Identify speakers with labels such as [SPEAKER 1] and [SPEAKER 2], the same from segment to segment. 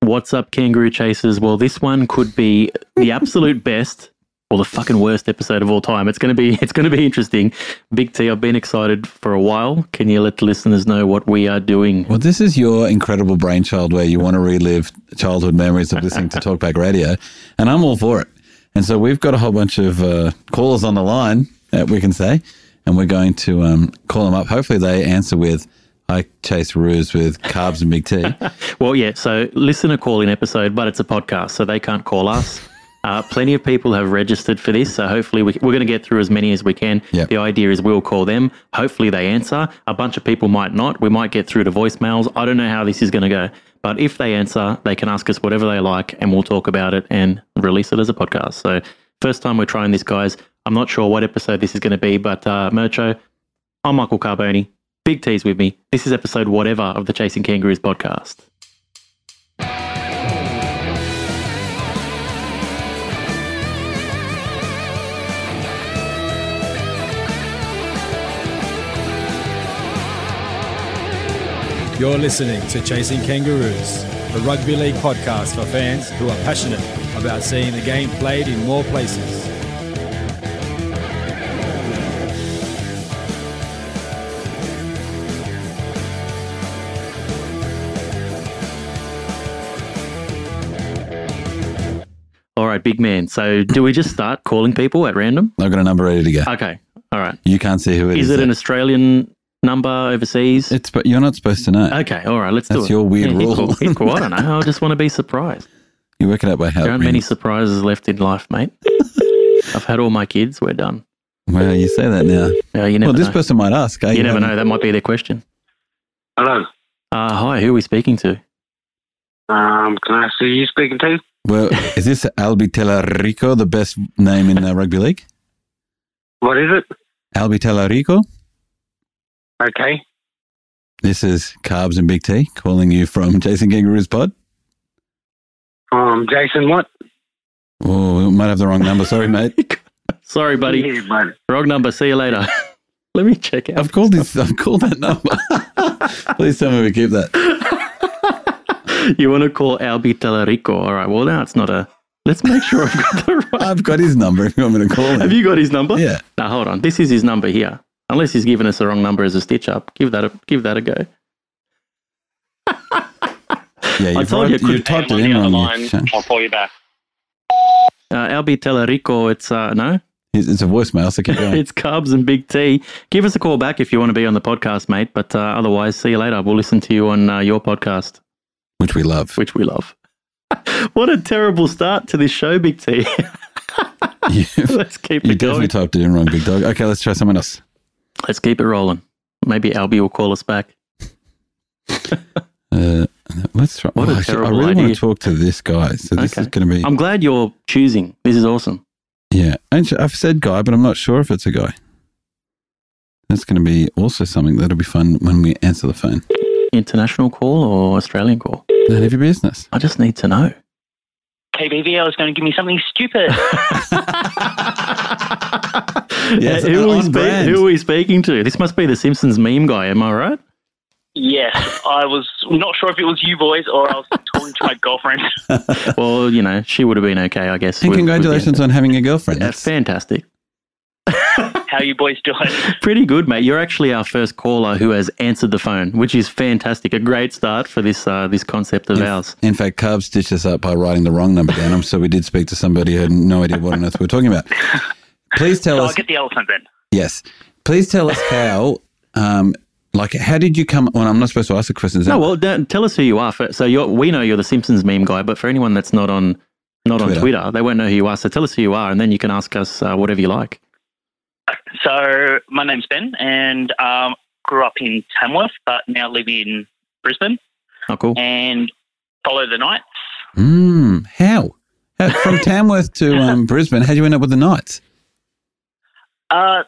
[SPEAKER 1] What's up, Kangaroo Chasers? Well, this one could be the absolute best or the fucking worst episode of all time. It's gonna be it's gonna be interesting. Big T, I've been excited for a while. Can you let the listeners know what we are doing?
[SPEAKER 2] Well, this is your incredible brainchild where you want to relive childhood memories of listening to Talkback Radio, and I'm all for it. And so we've got a whole bunch of uh, callers on the line that we can say, and we're going to um, call them up. Hopefully, they answer with "I chase ruse with carbs and big T."
[SPEAKER 1] Well, yeah, so listener call in episode, but it's a podcast, so they can't call us. Uh, plenty of people have registered for this, so hopefully we, we're going to get through as many as we can.
[SPEAKER 2] Yep.
[SPEAKER 1] The idea is we'll call them. Hopefully they answer. A bunch of people might not. We might get through to voicemails. I don't know how this is going to go, but if they answer, they can ask us whatever they like, and we'll talk about it and release it as a podcast. So first time we're trying this, guys. I'm not sure what episode this is going to be, but uh, Mercho, I'm Michael Carboni. Big T's with me. This is episode whatever of the Chasing Kangaroos podcast.
[SPEAKER 3] You're listening to Chasing Kangaroos, a rugby league podcast for fans who are passionate about seeing the game played in more places.
[SPEAKER 1] All right, big man. So, do we just start calling people at random?
[SPEAKER 2] I've got a number ready to go.
[SPEAKER 1] Okay. All right.
[SPEAKER 2] You can't see who it is.
[SPEAKER 1] Is it
[SPEAKER 2] though.
[SPEAKER 1] an Australian number overseas?
[SPEAKER 2] It's but you're not supposed to know.
[SPEAKER 1] Okay. All right. Let's do it.
[SPEAKER 2] That's your weird
[SPEAKER 1] Yeah,
[SPEAKER 2] rule.
[SPEAKER 1] equal- equal. I don't know. I just want to be surprised.
[SPEAKER 2] You work it out by how.
[SPEAKER 1] There
[SPEAKER 2] it
[SPEAKER 1] aren't many
[SPEAKER 2] rings.
[SPEAKER 1] surprises left in life, mate. I've had all my kids. We're done.
[SPEAKER 2] Well, you say that now.
[SPEAKER 1] Uh, you never
[SPEAKER 2] Well, this
[SPEAKER 1] know.
[SPEAKER 2] person might ask. eh?
[SPEAKER 1] you never
[SPEAKER 2] haven't-
[SPEAKER 1] know. That might be their question.
[SPEAKER 4] Hello.
[SPEAKER 1] Uh, hi. Who are we speaking to?
[SPEAKER 4] Um, can I see you speaking to?
[SPEAKER 2] Well, is this Albi Telarico, the best name in uh, rugby league?
[SPEAKER 4] What is it?
[SPEAKER 2] Albi Telarico.
[SPEAKER 4] Okay.
[SPEAKER 2] This is Carbs and Big T calling you from Jason Kangaroo's pod.
[SPEAKER 4] Um, Jason, what?
[SPEAKER 2] Oh, we might have the wrong number. Sorry, mate.
[SPEAKER 1] Sorry, buddy.
[SPEAKER 4] Yeah, buddy.
[SPEAKER 1] Wrong number. See you later. Let me check out.
[SPEAKER 2] I've called this. I've called that number. Please tell me we keep that.
[SPEAKER 1] You want to call Albi Talarico? All right. Well, now it's not a. Let's make sure I've got the right.
[SPEAKER 2] I've got his number. If you want me to call him,
[SPEAKER 1] Have you got his number?
[SPEAKER 2] Yeah.
[SPEAKER 1] Now hold on. This is his number here. Unless he's given us the wrong number as a stitch up. Give that a give that a go.
[SPEAKER 2] yeah,
[SPEAKER 1] I
[SPEAKER 2] you've
[SPEAKER 1] told you I
[SPEAKER 2] right- you
[SPEAKER 1] couldn't-
[SPEAKER 2] typed
[SPEAKER 5] I'm
[SPEAKER 2] it
[SPEAKER 5] on
[SPEAKER 2] in
[SPEAKER 5] the other
[SPEAKER 2] wrong.
[SPEAKER 5] line.
[SPEAKER 2] you-
[SPEAKER 5] I'll call you back.
[SPEAKER 1] Uh, Albi Telerico, it's uh, no,
[SPEAKER 2] It's it's a voicemail, so keep going.
[SPEAKER 1] it's Carbs and Big T. Give us a call back if you want to be on the podcast, mate. But uh, otherwise, see you later. We'll listen to you on uh, your podcast,
[SPEAKER 2] which we love.
[SPEAKER 1] which we love. what a terrible start to this show, Big T.
[SPEAKER 2] you you
[SPEAKER 1] Let's keep it
[SPEAKER 2] definitely
[SPEAKER 1] going.
[SPEAKER 2] typed it in wrong, Big Dog. Okay, let's try someone else.
[SPEAKER 1] Let's keep it rolling. Maybe Albi will call us back.
[SPEAKER 2] Uh, let's try.
[SPEAKER 1] What a
[SPEAKER 2] I should- I
[SPEAKER 1] terrible
[SPEAKER 2] really want
[SPEAKER 1] idea.
[SPEAKER 2] to talk to this guy. So this
[SPEAKER 1] Okay.
[SPEAKER 2] is going to be.
[SPEAKER 1] I'm glad you're choosing. This is awesome.
[SPEAKER 2] Yeah, and sh- uh, I've said guy, but I'm not sure if it's a guy. That's going to be also something that'll be fun when we answer the phone.
[SPEAKER 1] International call or Australian call?
[SPEAKER 2] None of your business.
[SPEAKER 1] I just need to know.
[SPEAKER 5] KBVL is going to give me something stupid.
[SPEAKER 2] Yes,
[SPEAKER 1] Uh, who, are we
[SPEAKER 2] on
[SPEAKER 1] spe-
[SPEAKER 2] brand.
[SPEAKER 1] who are we speaking to? This must be the Simpsons meme guy, am I right?
[SPEAKER 5] yes, I was not sure if it was you boys or I was talking to my girlfriend.
[SPEAKER 1] well, you know, she would have been okay, I guess.
[SPEAKER 2] And
[SPEAKER 1] with- with the
[SPEAKER 2] congratulations on having a girlfriend.
[SPEAKER 1] internet. Uh,
[SPEAKER 2] That's-
[SPEAKER 1] fantastic.
[SPEAKER 5] How you boys doing?
[SPEAKER 1] Pretty good, mate. You're actually our first caller who has answered the phone, which is fantastic. A great start for this uh, this concept of ours.
[SPEAKER 2] in fact, Carb stitched us up by writing the wrong number down. Um, so we did speak to somebody who had no idea what on earth we were talking about. Please tell
[SPEAKER 5] So I'll
[SPEAKER 2] us.
[SPEAKER 5] get the elephant then.
[SPEAKER 2] yes. Please tell us how. Um, like, how did you come? Well, I'm not supposed to ask the questions.
[SPEAKER 1] No, well, d- tell us who you are. For, so you're, we know you're the Simpsons meme guy, but for anyone that's not on not
[SPEAKER 2] Twitter.
[SPEAKER 1] on Twitter, they won't know who you are. So tell us who you are, and then you can ask us uh, whatever you like.
[SPEAKER 5] So my name's Ben and um, grew up in Tamworth, but now live in Brisbane
[SPEAKER 1] Oh, cool.
[SPEAKER 5] and follow the Knights.
[SPEAKER 2] Mm, how? How- From Tamworth to um, Brisbane, how would you end up with the Knights?
[SPEAKER 5] Uh,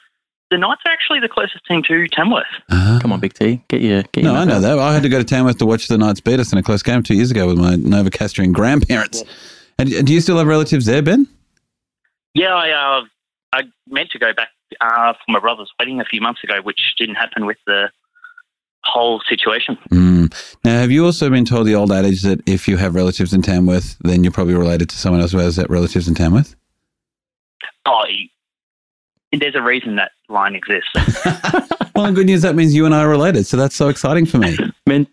[SPEAKER 5] the Knights are actually the closest team to Tamworth.
[SPEAKER 2] Ah.
[SPEAKER 1] Come on, Big T, get your get your
[SPEAKER 2] No, I
[SPEAKER 1] nut
[SPEAKER 2] know
[SPEAKER 1] out.
[SPEAKER 2] that. I had to go to Tamworth to watch the Knights beat us in a close game two years ago with my Novocastrian grandparents. And and do you still have relatives there, Ben?
[SPEAKER 5] Yeah, I, uh, I meant to go back uh, for my brother's wedding a few months ago, which didn't happen with the whole situation.
[SPEAKER 2] Mm. Now, have you also been told the old adage that if you have relatives in Tamworth, then you're probably related to someone else who has that relatives in Tamworth?
[SPEAKER 5] Oh, y- there's a reason that line exists.
[SPEAKER 2] Well, good news. That means you and I are related. So that's so exciting for me.
[SPEAKER 1] Man,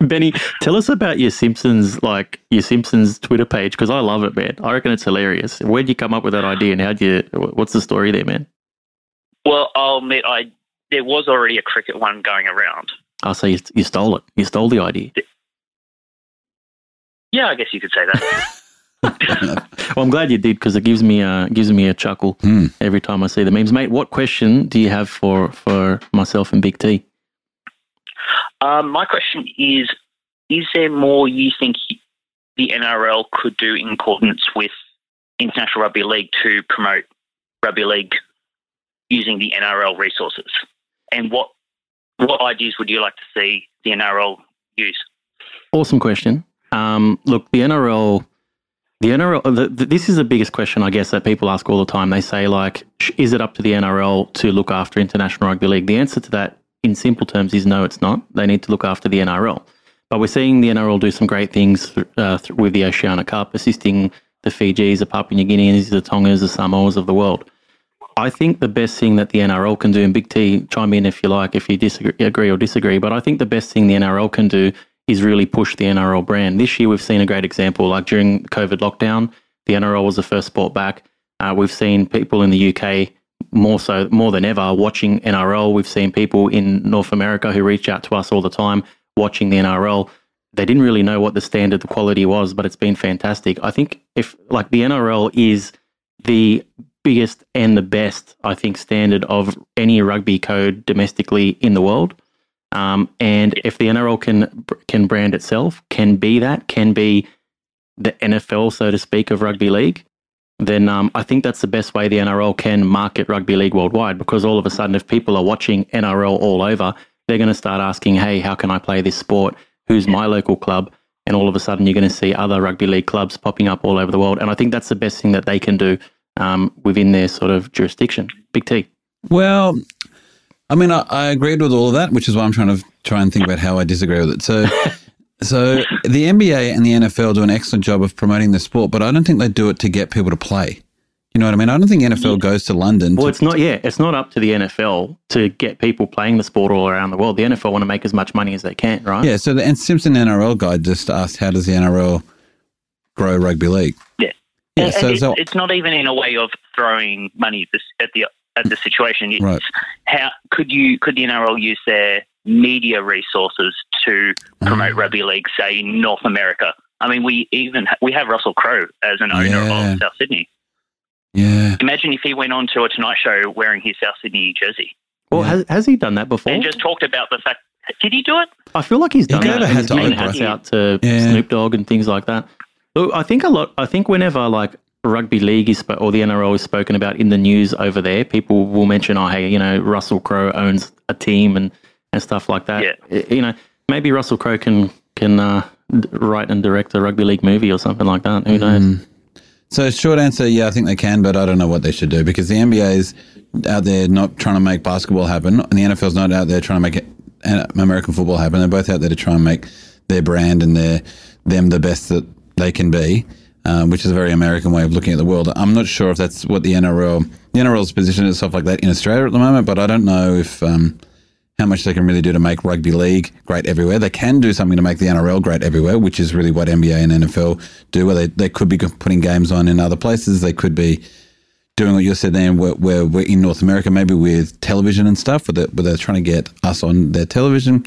[SPEAKER 1] Benny, tell us about your Simpsons, like your Simpsons Twitter page, because I love it, man. I reckon it's hilarious. Where'd you come up with that idea, and how'd you? wh- What's the story there, man?
[SPEAKER 5] well, I'll admit, I there was already a cricket one going around.
[SPEAKER 1] I say you, you stole it. You stole the idea.
[SPEAKER 5] Yeah, I guess you could say that.
[SPEAKER 1] Well, I'm glad you did because it gives me a gives me a chuckle
[SPEAKER 2] Hmm.
[SPEAKER 1] every time I see the memes, mate. What question do you have for for myself and Big T?
[SPEAKER 5] um, my question is: Is there more you think the NRL could do in accordance with International Rugby League to promote rugby league using the NRL resources? And what what ideas would you like to see the NRL use?
[SPEAKER 1] Awesome question. Um, look, the NRL, the NRL. uh, The, the, this is the biggest question I guess that people ask all the time. They say like, "Sh- is it up to the NRL to look after international rugby league? The answer to that, in simple terms, is no. It's not. They need to look after the NRL. But we're seeing the NRL do some great things th- uh, th- with the Oceania Cup, assisting the Fijis, the Papua New Guineas, the Tongas, the Samoas of the world. I think the best thing that the NRL can do, and Big T, chime in if you like, if you disagree, agree or disagree, but I think the best thing the NRL can do is really push the NRL brand. This year, we've seen a great example. Like during COVID lockdown, the NRL was the first sport back. Uh, we've seen people in the UK more so more than ever watching NRL. We've seen people in North America who reach out to us all the time watching the NRL. They didn't really know what the standard, the quality was, but it's been fantastic. I think if like the NRL is the biggest and the best, I think, standard of any rugby code domestically in the world. Um, and if the NRL can can brand itself, can be that, can be the NFL, so to speak, of rugby league, then um, I think that's the best way the NRL can market rugby league worldwide. Because all of a sudden, if people are watching NRL all over, they're going to start asking, "Hey, how can I play this sport? Who's my local club?" And all of a sudden, you're going to see other rugby league clubs popping up all over the world. And I think that's the best thing that they can do um, within their sort of jurisdiction. Big T.
[SPEAKER 2] Well, I mean, I, I agreed with all of that, which is why I'm trying to try and think about how I disagree with it. So, so the NBA and the NFL do an excellent job of promoting the sport, but I don't think they do it to get people to play. You know what I mean? I don't think NFL goes to London.
[SPEAKER 1] Well,
[SPEAKER 2] to,
[SPEAKER 1] it's not. Yeah, it's not up to the NFL to get people playing the sport all around the world. The NFL want to make as much money as they can, right?
[SPEAKER 2] yeah. So the and Simpson NRL guide just asked, "How does the NRL grow rugby league?"
[SPEAKER 5] Yeah.
[SPEAKER 2] Yeah.
[SPEAKER 5] And-
[SPEAKER 2] So,
[SPEAKER 5] and it-
[SPEAKER 2] so
[SPEAKER 5] it's not even in a way of throwing money at the at the at the situation. It's
[SPEAKER 2] Right.
[SPEAKER 5] How could you could the NRL use their media resources to promote rugby league, say in North America? I mean, we even ha- we have Russell Crowe as an owner
[SPEAKER 2] Yeah.
[SPEAKER 5] of South Sydney.
[SPEAKER 2] yeah.
[SPEAKER 5] Imagine if he went on to a Tonight Show wearing his South Sydney jersey
[SPEAKER 1] Well,
[SPEAKER 2] Yeah.
[SPEAKER 1] has, has he done that before?
[SPEAKER 5] and just talked about the fact. Did he do it?
[SPEAKER 1] I feel like he's
[SPEAKER 2] He
[SPEAKER 1] done
[SPEAKER 2] gave
[SPEAKER 1] that.
[SPEAKER 2] a
[SPEAKER 1] and
[SPEAKER 2] hat
[SPEAKER 1] he's
[SPEAKER 2] to
[SPEAKER 1] given
[SPEAKER 5] Oprah.
[SPEAKER 1] hats out to
[SPEAKER 2] Yeah.
[SPEAKER 1] Snoop Dogg and things like that. Look, I think a lot. I think whenever like rugby league is spo- or the NRL is spoken about in the news over there, people will mention, "Oh, hey, you know, Russell Crowe owns a team and and stuff like that."
[SPEAKER 5] Yeah.
[SPEAKER 1] Y- You know, maybe Russell Crowe can can uh, d- write and direct a rugby league movie or something like that.
[SPEAKER 2] Mm,
[SPEAKER 1] Who knows?
[SPEAKER 2] So short answer, yeah, I think they can, but I don't know what they should do because the NBA's out there not trying to make basketball happen, and the NFL's not out there trying to make it, uh, American football happen. They're both out there to try and make their brand and their them the best that they can be, um, which is a very American way of looking at the world. I'm not sure if that's what the NRL the NRL's positioned itself like that in Australia at the moment, but I don't know if. Um, how much they can really do to make rugby league great everywhere. They can do something to make the NRL great everywhere, which is really what NBA and NFL do, where they, they could be putting games on in other places. They could be doing what you said then, where, where we're in North America, maybe with television and stuff, where, they, where they're trying to get us on their television.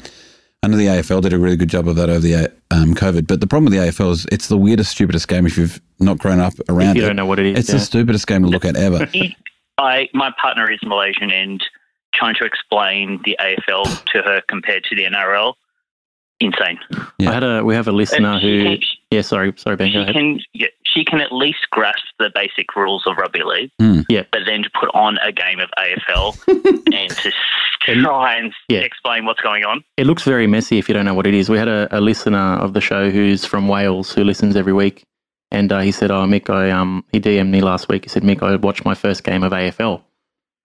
[SPEAKER 2] I know the AFL did a really good job of that over the um, COVID, but the problem with the AFL is it's the weirdest, stupidest game if you've not grown up around
[SPEAKER 1] If you
[SPEAKER 2] it.
[SPEAKER 1] don't know what it is,
[SPEAKER 2] it's
[SPEAKER 1] yeah.
[SPEAKER 2] the stupidest game to look at ever.
[SPEAKER 5] He- I my partner is Malaysian and trying to explain the AFL to her compared to the NRL, insane.
[SPEAKER 2] Yeah.
[SPEAKER 1] I had a we have a listener
[SPEAKER 5] And she
[SPEAKER 1] who
[SPEAKER 5] can- she-
[SPEAKER 1] yeah sorry sorry Ben go
[SPEAKER 5] she
[SPEAKER 1] ahead.
[SPEAKER 5] can yeah, she can at least grasp the basic rules of rugby league.
[SPEAKER 2] Hmm.
[SPEAKER 1] Yeah.
[SPEAKER 5] But then to put on a game of AFL and to s- try and
[SPEAKER 1] Yeah.
[SPEAKER 5] explain what's going on.
[SPEAKER 1] It looks very messy if you don't know what it is. We had a, a listener of the show who's from Wales who listens every week, and uh, he said, "Oh, Mick, I um," he DM'd me last week. He said, "Mick, I watched my first game of AFL,"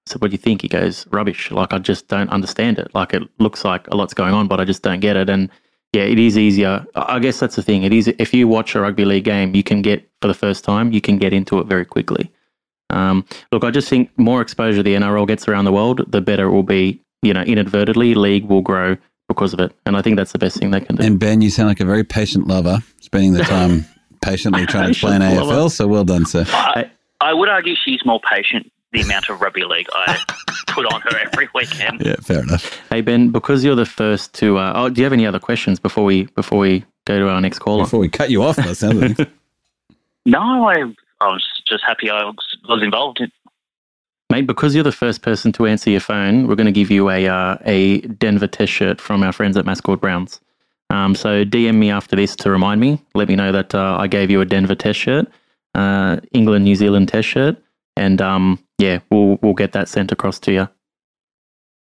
[SPEAKER 1] So what do you think? He goes, rubbish. Like I just don't understand it. Like it looks like a lot's going on, but I just don't get it. And yeah, it is easier. I I guess that's the thing. It is if you watch a rugby league game, you can get for the first time, you can get into it very quickly. Um, look, I just think more exposure the NRL gets around the world, the better it will be. You know, inadvertently, league will grow because of it, and I think that's the best thing they can do.
[SPEAKER 2] And Ben, you sound like a very patient lover, spending the time patiently trying to
[SPEAKER 1] Patient
[SPEAKER 2] explain
[SPEAKER 1] lover.
[SPEAKER 2] AFL. So well done, sir.
[SPEAKER 1] Hey.
[SPEAKER 5] I, I would argue she's more patient. The amount of rugby league I put on her every weekend.
[SPEAKER 2] Yeah, fair enough.
[SPEAKER 1] Hey Ben, because you're the first to. Uh, oh, do you have any other questions before we before we go to our next caller?
[SPEAKER 2] Before we cut you off, that sounds like
[SPEAKER 5] No, I, I was just happy I was, was involved. In,
[SPEAKER 1] Mate, because you're the first person to answer your phone, we're going to give you a uh, a Denver test shirt from our friends at Mascot Browns. Um, so DM me after this to remind me. Let me know that uh, I gave you a Denver test shirt, uh, England New Zealand test shirt, and um, yeah, we'll we'll get that sent across to you.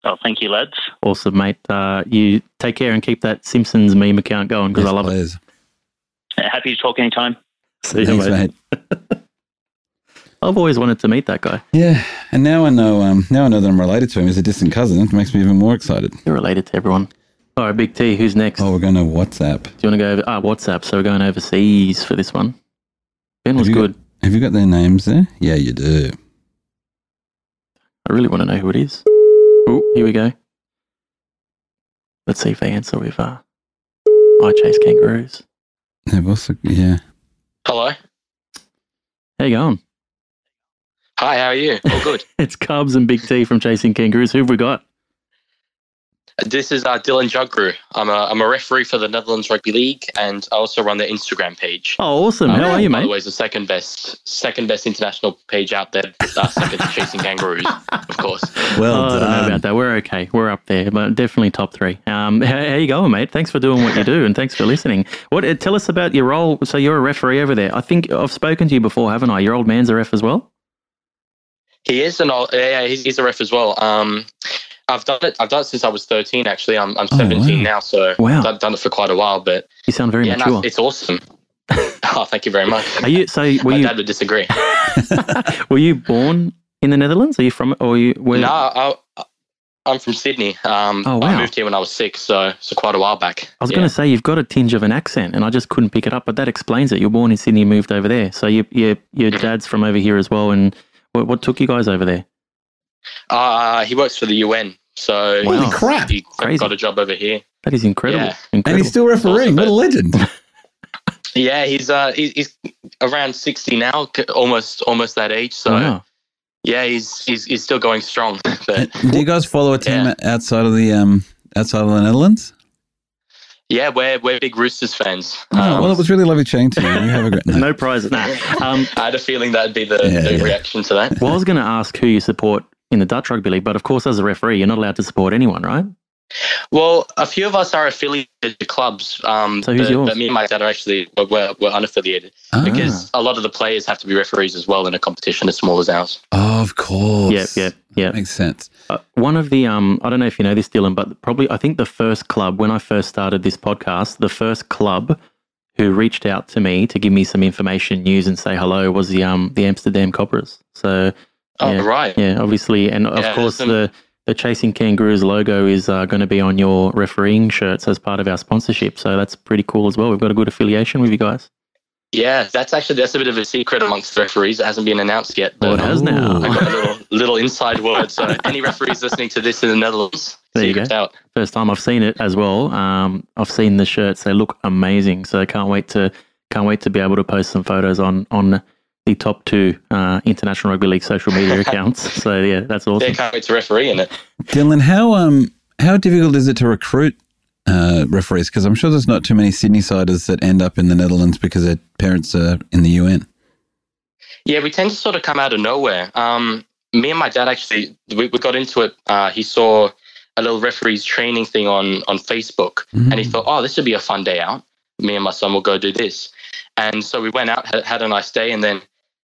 [SPEAKER 5] oh, thank you, lads.
[SPEAKER 1] Awesome, mate. Uh, you take care and keep that Simpsons meme account going because I love it.
[SPEAKER 5] Happy to talk anytime.
[SPEAKER 1] See you,
[SPEAKER 2] Thanks,
[SPEAKER 1] mate.
[SPEAKER 2] mate.
[SPEAKER 1] I've always wanted to meet that guy.
[SPEAKER 2] Yeah, and now I know. Um, now I know that I'm related to him as a distant cousin. It makes me even more excited.
[SPEAKER 1] You're related to everyone. All right, Big T, who's next?
[SPEAKER 2] Oh, we're going to WhatsApp.
[SPEAKER 1] Do you want to go over? Ah, WhatsApp. So we're going overseas for this one. Ben was
[SPEAKER 2] you got-
[SPEAKER 1] good.
[SPEAKER 2] Have you got their names there? Yeah, you do. Uh,
[SPEAKER 1] I really want to know who it is. Oh, here we go. Let's see if they answer with uh, I Chase Kangaroos.
[SPEAKER 2] They've also yeah.
[SPEAKER 6] Hello.
[SPEAKER 1] How you going?
[SPEAKER 6] Hi, how are you? All good.
[SPEAKER 1] It's Cubs and Big T from Chasing Kangaroos. Who've we got?
[SPEAKER 6] this is uh, Dylan Juggru. I'm a, I'm a referee for the Netherlands Rugby League and I also run their Instagram page.
[SPEAKER 1] Oh, awesome. How are you,
[SPEAKER 6] By the
[SPEAKER 1] mate?
[SPEAKER 6] way, it's the second best, second best international page out there, uh, second to Chasing Kangaroos, of course. Uh,
[SPEAKER 2] Well
[SPEAKER 1] oh, I don't know
[SPEAKER 2] done.
[SPEAKER 1] about that. We're okay. We're up there, but definitely top three. Um, how, how you going, mate? Thanks for doing what you do, and thanks for listening. What? uh, Tell us about your role. So you're a referee over there. I think I've spoken to you before, haven't I? Your old man's a ref as well.
[SPEAKER 6] He is an old, yeah, yeah, he's, he's a ref as well. Um, I've done it. I've done it since I was 13. Actually, I'm, I'm
[SPEAKER 2] Oh,
[SPEAKER 6] 17
[SPEAKER 2] wow.
[SPEAKER 6] now, so
[SPEAKER 1] Wow.
[SPEAKER 6] I've done it for quite a while. But
[SPEAKER 1] You sound very
[SPEAKER 6] yeah, no,
[SPEAKER 1] mature.
[SPEAKER 6] it's awesome. oh, thank you very much.
[SPEAKER 1] Are you? So were
[SPEAKER 6] My
[SPEAKER 1] you?
[SPEAKER 6] dad would disagree.
[SPEAKER 1] were you born in the Netherlands? Are you from? Or you? Were,
[SPEAKER 6] No, I, I- I'm from Sydney. Um,
[SPEAKER 1] Oh, wow.
[SPEAKER 6] I moved here when I was six, so so quite a while back.
[SPEAKER 1] I was
[SPEAKER 6] Yeah.
[SPEAKER 1] going to say you've got a tinge of an accent, and I just couldn't pick it up. But that explains it. You're born in Sydney, moved over there. So you, you, your dad's from over here as well. And what, what took you guys over there?
[SPEAKER 6] Uh, he works for the UN, so
[SPEAKER 1] Holy
[SPEAKER 6] he-
[SPEAKER 2] crap.
[SPEAKER 6] he
[SPEAKER 1] Crazy.
[SPEAKER 6] got a job over here.
[SPEAKER 1] That is incredible.
[SPEAKER 6] Yeah.
[SPEAKER 2] And
[SPEAKER 1] Incredible.
[SPEAKER 2] he's still refereeing. What a legend.
[SPEAKER 6] Yeah, he's uh he, he's around sixty now, c- almost almost that age. So
[SPEAKER 1] wow.
[SPEAKER 6] yeah, he's, he's he's still going strong. But
[SPEAKER 2] Do you guys follow a team
[SPEAKER 6] Yeah.
[SPEAKER 2] outside of the um outside of the Netherlands?
[SPEAKER 6] yeah, we're we're big Roosters fans.
[SPEAKER 2] Oh,
[SPEAKER 6] Um,
[SPEAKER 2] well, it was really lovely chatting to you. You have a great night.
[SPEAKER 1] No prizes. Nah. Um,
[SPEAKER 6] I had a feeling that'd be the,
[SPEAKER 2] Yeah,
[SPEAKER 6] the
[SPEAKER 2] yeah.
[SPEAKER 6] reaction to that.
[SPEAKER 1] well, I was going to ask who you support in the Dutch rugby league, but of course, as a referee, you're not allowed to support anyone, right?
[SPEAKER 6] Well, a few of us are affiliated to clubs. Um,
[SPEAKER 1] So who's
[SPEAKER 6] but,
[SPEAKER 1] yours?
[SPEAKER 6] but me and my dad are actually we're, we're, we're unaffiliated.
[SPEAKER 2] Ah.
[SPEAKER 6] because a lot of the players have to be referees as well in a competition as small as ours.
[SPEAKER 2] Oh, of course.
[SPEAKER 1] Yeah, yeah, yeah.
[SPEAKER 2] Makes sense.
[SPEAKER 1] Uh, one of the um, I don't know if you know this, Dylan, but probably I think the first club when I first started this podcast, the first club who reached out to me to give me some information, news, and say hello was the um the Amsterdam Coppers. So
[SPEAKER 6] Oh,
[SPEAKER 1] Yeah.
[SPEAKER 6] right.
[SPEAKER 1] yeah, obviously, and of
[SPEAKER 6] Yeah,
[SPEAKER 1] course
[SPEAKER 6] some-
[SPEAKER 1] the the Chasing Kangaroos logo is uh, going to be on your refereeing shirts as part of our sponsorship. So that's pretty cool as well. We've got a good affiliation with you guys.
[SPEAKER 6] Yeah, that's actually that's a bit of a secret amongst the referees. It hasn't been announced yet,
[SPEAKER 1] Well, Oh, it
[SPEAKER 6] but
[SPEAKER 1] has
[SPEAKER 2] Ooh.
[SPEAKER 1] now.
[SPEAKER 6] I got a little little inside word. So any referees listening to this in the Netherlands,
[SPEAKER 1] There you go.
[SPEAKER 6] secret's out.
[SPEAKER 1] first time I've seen it as well. Um, I've seen the shirts; they look amazing. So I can't wait to can't wait to be able to post some photos on on the top two uh, international rugby league social media accounts. So yeah, that's
[SPEAKER 6] They
[SPEAKER 1] awesome.
[SPEAKER 6] can't wait to referee in it.
[SPEAKER 2] Dylan, how um how difficult is it to recruit uh, referees? Because I'm sure there's not too many Sydney siders that end up in the Netherlands because their parents are in the UN.
[SPEAKER 6] Yeah, we tend to sort of come out of nowhere. Um, me and my dad actually we, we got into it. Uh, he saw a little referees training thing on on Facebook, and he thought, oh, this would be a fun day out. Me and my son will go do this. And so we went out, had, had a nice day, and then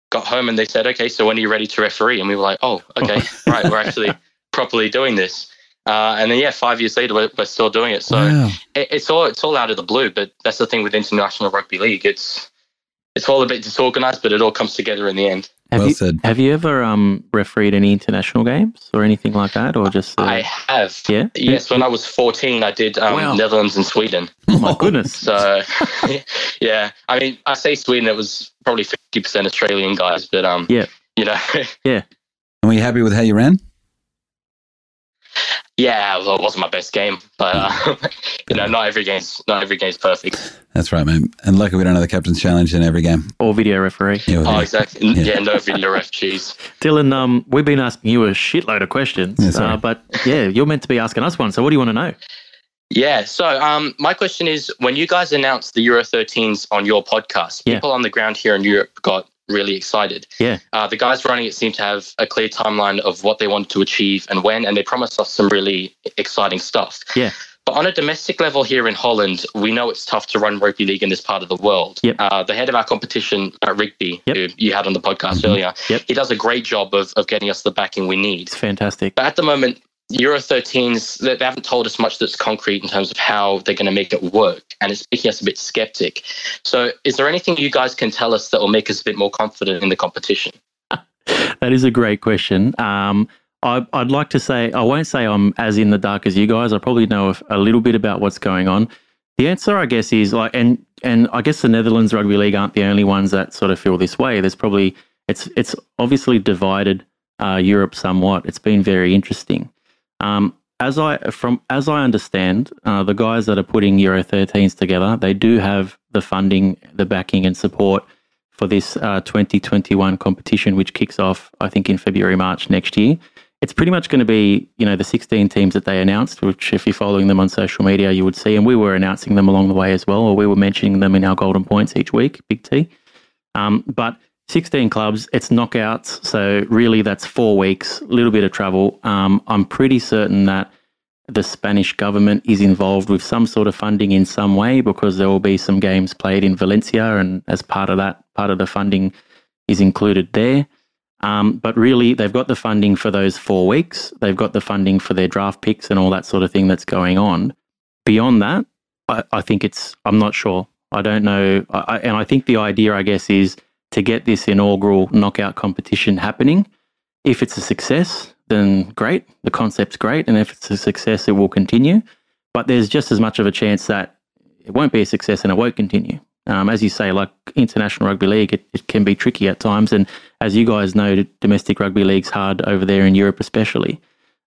[SPEAKER 6] got home and they said, okay, so when are you ready to referee? And we were like, oh, okay, right, we're actually properly doing this. Uh, and then yeah, five years later, we're, we're still doing it. So
[SPEAKER 2] Wow.
[SPEAKER 6] it, it's all it's all out of the blue. But that's the thing with international rugby league. It's it's all a bit disorganized, but it all comes together in the end.
[SPEAKER 1] Have
[SPEAKER 2] well
[SPEAKER 1] you
[SPEAKER 2] said.
[SPEAKER 1] have you ever um refereed any international games or anything like that, or just uh,
[SPEAKER 6] I have.
[SPEAKER 1] yeah?
[SPEAKER 6] Yes, when I was 14, I did um,
[SPEAKER 1] Wow.
[SPEAKER 6] Netherlands and Sweden.
[SPEAKER 1] Oh my goodness.
[SPEAKER 6] So, yeah, I mean, I say Sweden, it was probably 50% Australian guys, but, um,
[SPEAKER 1] Yeah.
[SPEAKER 6] you know,
[SPEAKER 2] And were you happy with how you ran?
[SPEAKER 6] yeah, well, it wasn't my best game, but, uh, you know, not every game's, not every game's perfect.
[SPEAKER 2] That's right, mate. And luckily, we don't have the captain's challenge in every game.
[SPEAKER 1] or video referee.
[SPEAKER 2] Yeah, well,
[SPEAKER 6] Oh,
[SPEAKER 2] yeah.
[SPEAKER 6] exactly.
[SPEAKER 2] Yeah.
[SPEAKER 6] Yeah, no video ref, cheese.
[SPEAKER 1] Dylan, um, we've been asking you a shitload of questions,
[SPEAKER 2] Yeah, sorry.
[SPEAKER 1] uh, but yeah, you're meant to be asking us one. So what do you want to know?
[SPEAKER 6] Yeah. So, um, my question is when you guys announced the Euro 13s on your podcast,
[SPEAKER 1] Yeah.
[SPEAKER 6] people on the ground here in Europe got really excited.
[SPEAKER 1] Yeah.
[SPEAKER 6] Uh, the guys running it seemed to have a clear timeline of what they wanted to achieve and when, and they promised us some really exciting stuff.
[SPEAKER 1] Yeah.
[SPEAKER 6] But on a domestic level here in Holland, we know it's tough to run rugby league in this part of the world.
[SPEAKER 1] Yep.
[SPEAKER 6] Uh, the head of our competition, uh, Rigby,
[SPEAKER 1] Yep. Mm-hmm.
[SPEAKER 6] who you had on the podcast earlier,
[SPEAKER 1] Yep.
[SPEAKER 6] he does a great job of, of getting us the backing we need.
[SPEAKER 1] It's fantastic.
[SPEAKER 6] But at the moment, Euro 13s, they they haven't told us much that's concrete in terms of how they're going to make it work. And it's making us a bit skeptic. So, is there anything you guys can tell us that will make us a bit more confident in the competition?
[SPEAKER 1] That is a great question. Um, I, I'd like to say, I won't say I'm as in the dark as you guys. I probably know a- a little bit about what's going on. The answer, I guess, is like, and and I guess the Netherlands Rugby League aren't the only ones that sort of feel this way. There's probably it's it's obviously divided uh, Europe somewhat. It's been very interesting. Um, as I from as I understand, uh, the guys that are putting Euro 13s together, they do have the funding, the backing, and support for this uh, 2021 competition, which kicks off, I think, in February, March next year. It's pretty much going to be, you know, the 16 teams that they announced, which if you're following them on social media, you would see. And we were announcing them along the way as well, or we were mentioning them in our golden points each week, Big T. Um, but 16 clubs, it's knockouts. So really, that's four weeks, a little bit of travel. Um, I'm pretty certain that the Spanish government is involved with some sort of funding in some way because there will be some games played in Valencia, and as part of that, part of the funding is included there. Um, but really, they've got the funding for those four weeks. They've got the funding for their draft picks and all that sort of thing that's going on. Beyond that, I, I think it's, I'm not sure. I don't know. I, I, and I think the idea, I guess, is to get this inaugural knockout competition happening if it's a success, then great. The concept's great. And if it's a success, it will continue. But there's just as much of a chance that it won't be a success and it won't continue. Um, as you say, like international rugby league, it, it can be tricky at times. And as you guys know, domestic rugby league's hard over there in Europe, especially.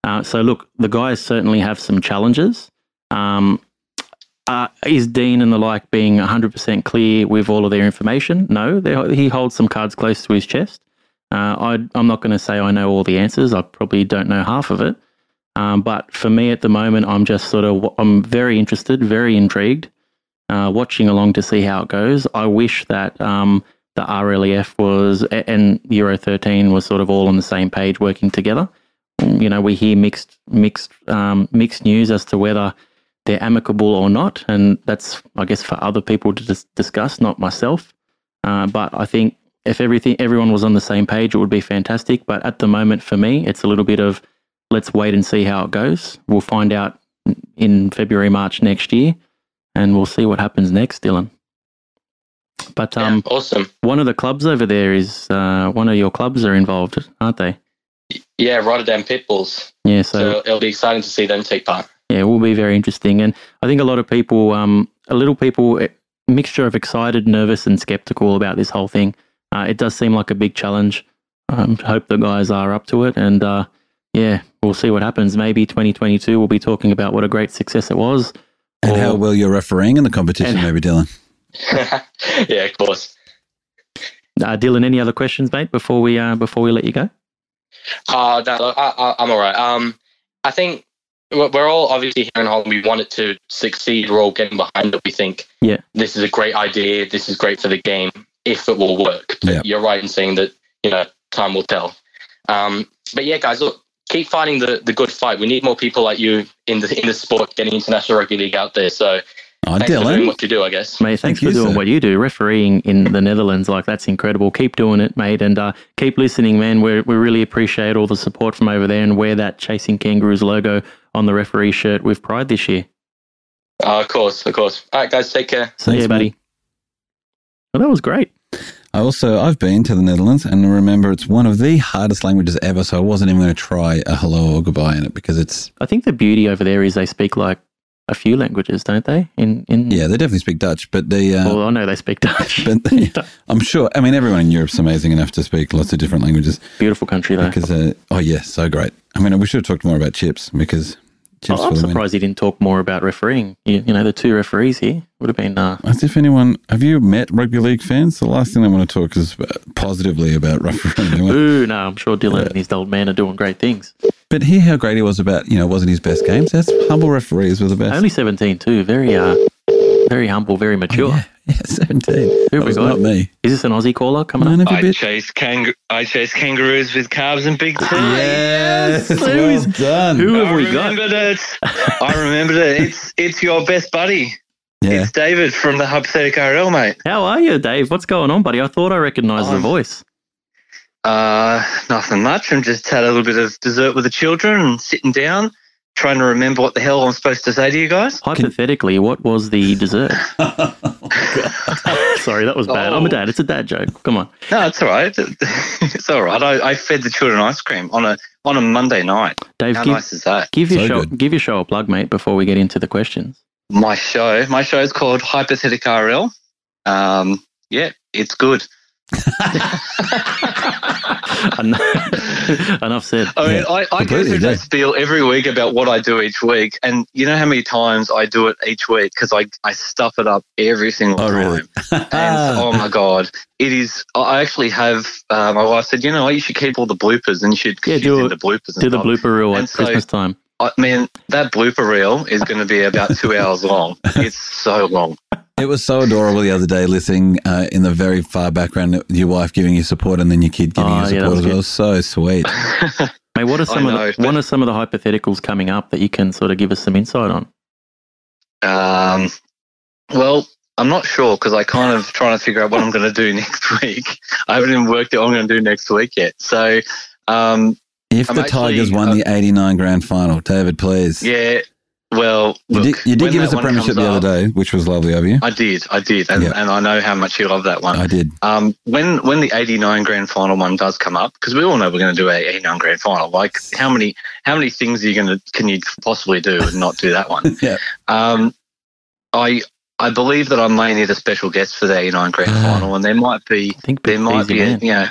[SPEAKER 1] Uh, so, look, the guys certainly have some challenges. Um, uh, is Dean and the like being 100% clear with all of their information? No, they, he holds some cards close to his chest. Uh, I, I'm not going to say I know all the answers. I probably don't know half of it. Um, but for me at the moment, I'm just sort of I'm very interested, very intrigued, uh, watching along to see how it goes. I wish that um, the RLEF was a- and Euro 13 was sort of all on the same page, working together. You know, we hear mixed mixed um, mixed news as to whether they're amicable or not, and that's I guess for other people to dis- discuss, not myself. Uh, but I think if everything everyone was on the same page, it would be fantastic. But at the moment, for me, it's a little bit of let's wait and see how it goes. We'll find out in February, March next year, and we'll see what happens next, Dylan. But um,
[SPEAKER 6] yeah, awesome.
[SPEAKER 1] one of the clubs over there is uh, one of your clubs are involved, aren't they?
[SPEAKER 6] Yeah, Rotterdam Pitbulls.
[SPEAKER 1] Yeah,
[SPEAKER 6] So, it'll be exciting to see them take part.
[SPEAKER 1] Yeah, it will be very interesting. And I think a lot of people, um, a little people, a mixture of excited, nervous, and skeptical about this whole thing. Uh, it does seem like a big challenge. I um, hope the guys are up to it. And uh, yeah, we'll see what happens. Maybe 2022, we'll be talking about what a great success it was.
[SPEAKER 2] And
[SPEAKER 1] Or-
[SPEAKER 2] how well you're refereeing in the competition,
[SPEAKER 1] And-
[SPEAKER 2] maybe, Dylan.
[SPEAKER 6] yeah, of course.
[SPEAKER 1] uh, Dylan, any other questions, mate, before we, uh, before we let you go?
[SPEAKER 6] Uh, no, look, I, I, I'm all right. Um, I think we're we're all obviously here in Holland. We want it to succeed. We're all getting behind it. We think,
[SPEAKER 1] Yeah.
[SPEAKER 6] this is a great idea. This is great for the game if it will work. But
[SPEAKER 2] Yeah.
[SPEAKER 6] you're right in saying that you know time will tell. Um, but yeah, guys, look, keep fighting the, the good fight. We need more people like you in the in the sport, getting international rugby league out there. So
[SPEAKER 2] Oh,
[SPEAKER 6] thanks for doing
[SPEAKER 2] Dylan.
[SPEAKER 6] what you do. I guess.
[SPEAKER 1] Mate, thanks
[SPEAKER 2] Thank you,
[SPEAKER 1] for doing
[SPEAKER 2] sir.
[SPEAKER 1] what you do, refereeing in the Netherlands. Like that's incredible. Keep doing it, mate, and uh, keep listening, man. We we really appreciate all the support from over there, and wear that chasing kangaroos logo on the referee shirt with pride this year.
[SPEAKER 6] Uh, of course, of course. All right, guys, take care.
[SPEAKER 1] So
[SPEAKER 2] Thanks,
[SPEAKER 1] yeah, buddy. Well, that was great.
[SPEAKER 2] I also I've been to the Netherlands and remember it's one of the hardest languages ever, so I wasn't even going to try a hello or goodbye in it because it's
[SPEAKER 1] I think the beauty over there is they speak like a few languages, don't they? In in
[SPEAKER 2] yeah they definitely speak Dutch, but they uh,
[SPEAKER 1] Well, I know they speak Dutch.
[SPEAKER 2] but they, I'm sure I mean everyone in Europe's amazing enough to speak lots of different languages
[SPEAKER 1] Beautiful country though.
[SPEAKER 2] because uh, oh yeah so great. I mean we should have talked more about chips because chips
[SPEAKER 1] Oh, I'm
[SPEAKER 2] were the win.
[SPEAKER 1] surprised you didn't talk more about refereeing. You, you know, the two referees here would have been. Uh,
[SPEAKER 2] As if anyone have you met rugby league fans? The last thing they want to talk is positively about refereeing. They want-
[SPEAKER 1] ooh, no, I'm sure Dylan and his old man are doing great things.
[SPEAKER 2] But hear how great he was about, you know, it wasn't his best games. That's humble referees were the best.
[SPEAKER 1] Only 17 too. Very, uh, very humble, very mature.
[SPEAKER 2] yeah, 17.
[SPEAKER 1] Who
[SPEAKER 2] That
[SPEAKER 1] we
[SPEAKER 2] was
[SPEAKER 1] got?
[SPEAKER 2] not me.
[SPEAKER 1] Is this an Aussie caller coming
[SPEAKER 2] None
[SPEAKER 1] up?
[SPEAKER 2] of a
[SPEAKER 7] I
[SPEAKER 2] bit.
[SPEAKER 7] chase kang- I chase kangaroos with calves and big teeth.
[SPEAKER 2] Yes,
[SPEAKER 1] Who
[SPEAKER 2] well
[SPEAKER 1] is-
[SPEAKER 2] done.
[SPEAKER 1] Who have
[SPEAKER 7] I
[SPEAKER 1] Ah, we got?
[SPEAKER 7] remembered it. I remembered it. It's it's your best buddy.
[SPEAKER 2] yeah.
[SPEAKER 7] It's David from the Hypothetic RL, mate.
[SPEAKER 1] How are you, Dave? What's going on, buddy? I thought I recognised the
[SPEAKER 7] Um,
[SPEAKER 1] voice.
[SPEAKER 7] Uh, nothing much. I'm just had a little bit of dessert with the children and sitting down, trying to remember what the hell I'm supposed to say to you guys.
[SPEAKER 1] Hypothetically, what was the dessert?
[SPEAKER 2] Oh,
[SPEAKER 1] Sorry, that was bad. I'm a dad. It's a dad joke. Come on.
[SPEAKER 7] Oh. No, it's all right. It's all right. I, I fed the children ice cream on a on a Monday night.
[SPEAKER 1] Dave,
[SPEAKER 7] How
[SPEAKER 1] give,
[SPEAKER 7] nice is that?
[SPEAKER 1] give your
[SPEAKER 2] So
[SPEAKER 1] show
[SPEAKER 2] good.
[SPEAKER 1] give your show a plug, mate, before we get into the questions.
[SPEAKER 7] My show, my show is called Hypothetic RL. Um, yeah, it's good.
[SPEAKER 1] Enough enough said.
[SPEAKER 7] I mean,
[SPEAKER 2] Yeah,
[SPEAKER 7] I, I go
[SPEAKER 2] completely
[SPEAKER 7] through
[SPEAKER 2] agree.
[SPEAKER 7] that spiel every week about what I do each week, and you know how many times I do it each week because I, I stuff it up every single
[SPEAKER 2] Oh,
[SPEAKER 7] time.
[SPEAKER 2] really?
[SPEAKER 7] And oh my god, it is. I actually have. Uh, my wife said, you know, what, you should keep all the bloopers, and you should
[SPEAKER 1] Yeah,
[SPEAKER 7] she's
[SPEAKER 1] do it.
[SPEAKER 7] into bloopers. And
[SPEAKER 1] Do the
[SPEAKER 7] stuff.
[SPEAKER 1] blooper reel
[SPEAKER 7] And
[SPEAKER 1] at
[SPEAKER 7] so-
[SPEAKER 1] Christmas time.
[SPEAKER 7] I mean, that blooper reel is going to be about two hours long. It's so long.
[SPEAKER 2] It was so adorable the other day, listening uh, in the very far background, your wife giving you support and then your kid giving
[SPEAKER 1] Oh,
[SPEAKER 2] you
[SPEAKER 1] yeah, that
[SPEAKER 2] support
[SPEAKER 1] was
[SPEAKER 2] as well. So sweet.
[SPEAKER 1] Mate, what are some
[SPEAKER 7] know,
[SPEAKER 1] of the,
[SPEAKER 7] but-
[SPEAKER 1] what are some of the hypotheticals coming up that you can sort of give us some insight on?
[SPEAKER 7] Um, well, I'm not sure because I kind of trying to figure out what I'm going to do next week. I haven't even worked out what I'm going to do next week yet. So, um,
[SPEAKER 2] If
[SPEAKER 7] I'm
[SPEAKER 2] the
[SPEAKER 7] actually,
[SPEAKER 2] Tigers won
[SPEAKER 7] uh,
[SPEAKER 2] the 89 grand final, David, please.
[SPEAKER 7] yeah. Well,
[SPEAKER 2] You did,
[SPEAKER 7] look,
[SPEAKER 2] you did
[SPEAKER 7] when
[SPEAKER 2] give
[SPEAKER 7] that
[SPEAKER 2] us a
[SPEAKER 7] one
[SPEAKER 2] premiership
[SPEAKER 7] comes
[SPEAKER 2] the
[SPEAKER 7] up-
[SPEAKER 2] other day, which was lovely of you.
[SPEAKER 7] I did, I did, and,
[SPEAKER 2] Yeah.
[SPEAKER 7] and I know how much you love that one.
[SPEAKER 2] I did.
[SPEAKER 7] Um, when when the eighty nine grand final one does come up, because we all know we're going to do a eighty nine grand final. Like how many how many things are you going to can you possibly do and not do that one?
[SPEAKER 2] Yeah.
[SPEAKER 7] Um, I I believe that I may need a special guest for the eighty nine grand
[SPEAKER 2] Ah.
[SPEAKER 7] final, and there might be
[SPEAKER 1] I think
[SPEAKER 7] there might
[SPEAKER 1] Easy
[SPEAKER 7] be a,
[SPEAKER 1] Man.
[SPEAKER 7] yeah.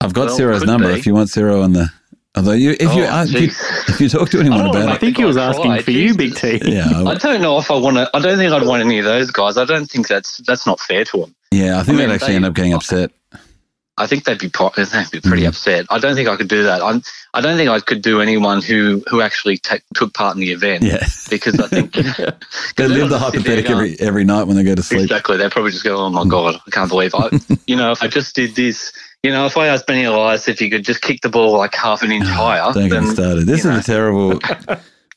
[SPEAKER 2] I've got
[SPEAKER 7] Well,
[SPEAKER 2] Zero's
[SPEAKER 7] could
[SPEAKER 2] number
[SPEAKER 7] be.
[SPEAKER 2] if you want Zero on the. Although you, if you,
[SPEAKER 7] Oh,
[SPEAKER 2] uh, if you
[SPEAKER 7] jeez.
[SPEAKER 2] if you talk to anyone
[SPEAKER 7] Oh,
[SPEAKER 2] about
[SPEAKER 1] I
[SPEAKER 2] it,
[SPEAKER 1] think he was asking
[SPEAKER 7] Cried,
[SPEAKER 1] for you,
[SPEAKER 7] Jesus.
[SPEAKER 1] Big T.
[SPEAKER 2] yeah, I,
[SPEAKER 7] I don't know if I want to. I don't think I'd want any of those guys. I don't think that's that's not fair to them.
[SPEAKER 2] yeah, I think
[SPEAKER 7] I mean,
[SPEAKER 2] they'd actually
[SPEAKER 7] they-
[SPEAKER 2] end up getting upset.
[SPEAKER 7] I think they'd be po- they'd be pretty
[SPEAKER 2] Mhm.
[SPEAKER 7] upset. I don't think I could do that. I'm, I don't think I could do anyone who who actually ta took part in the event.
[SPEAKER 2] Yeah,
[SPEAKER 7] because I think
[SPEAKER 2] they live the
[SPEAKER 7] everyone's sitting there
[SPEAKER 2] hypothetic
[SPEAKER 7] going,
[SPEAKER 2] every every night when they go to sleep.
[SPEAKER 7] Exactly, they probably just go, "Oh
[SPEAKER 2] Hmm.
[SPEAKER 7] my god, I can't believe I." you know, if I just did this, you know, if I asked Benny Elias if he could just kick the ball like half an inch higher,
[SPEAKER 2] Ah, Don't get me
[SPEAKER 7] then
[SPEAKER 2] started. This is
[SPEAKER 7] you
[SPEAKER 2] a terrible.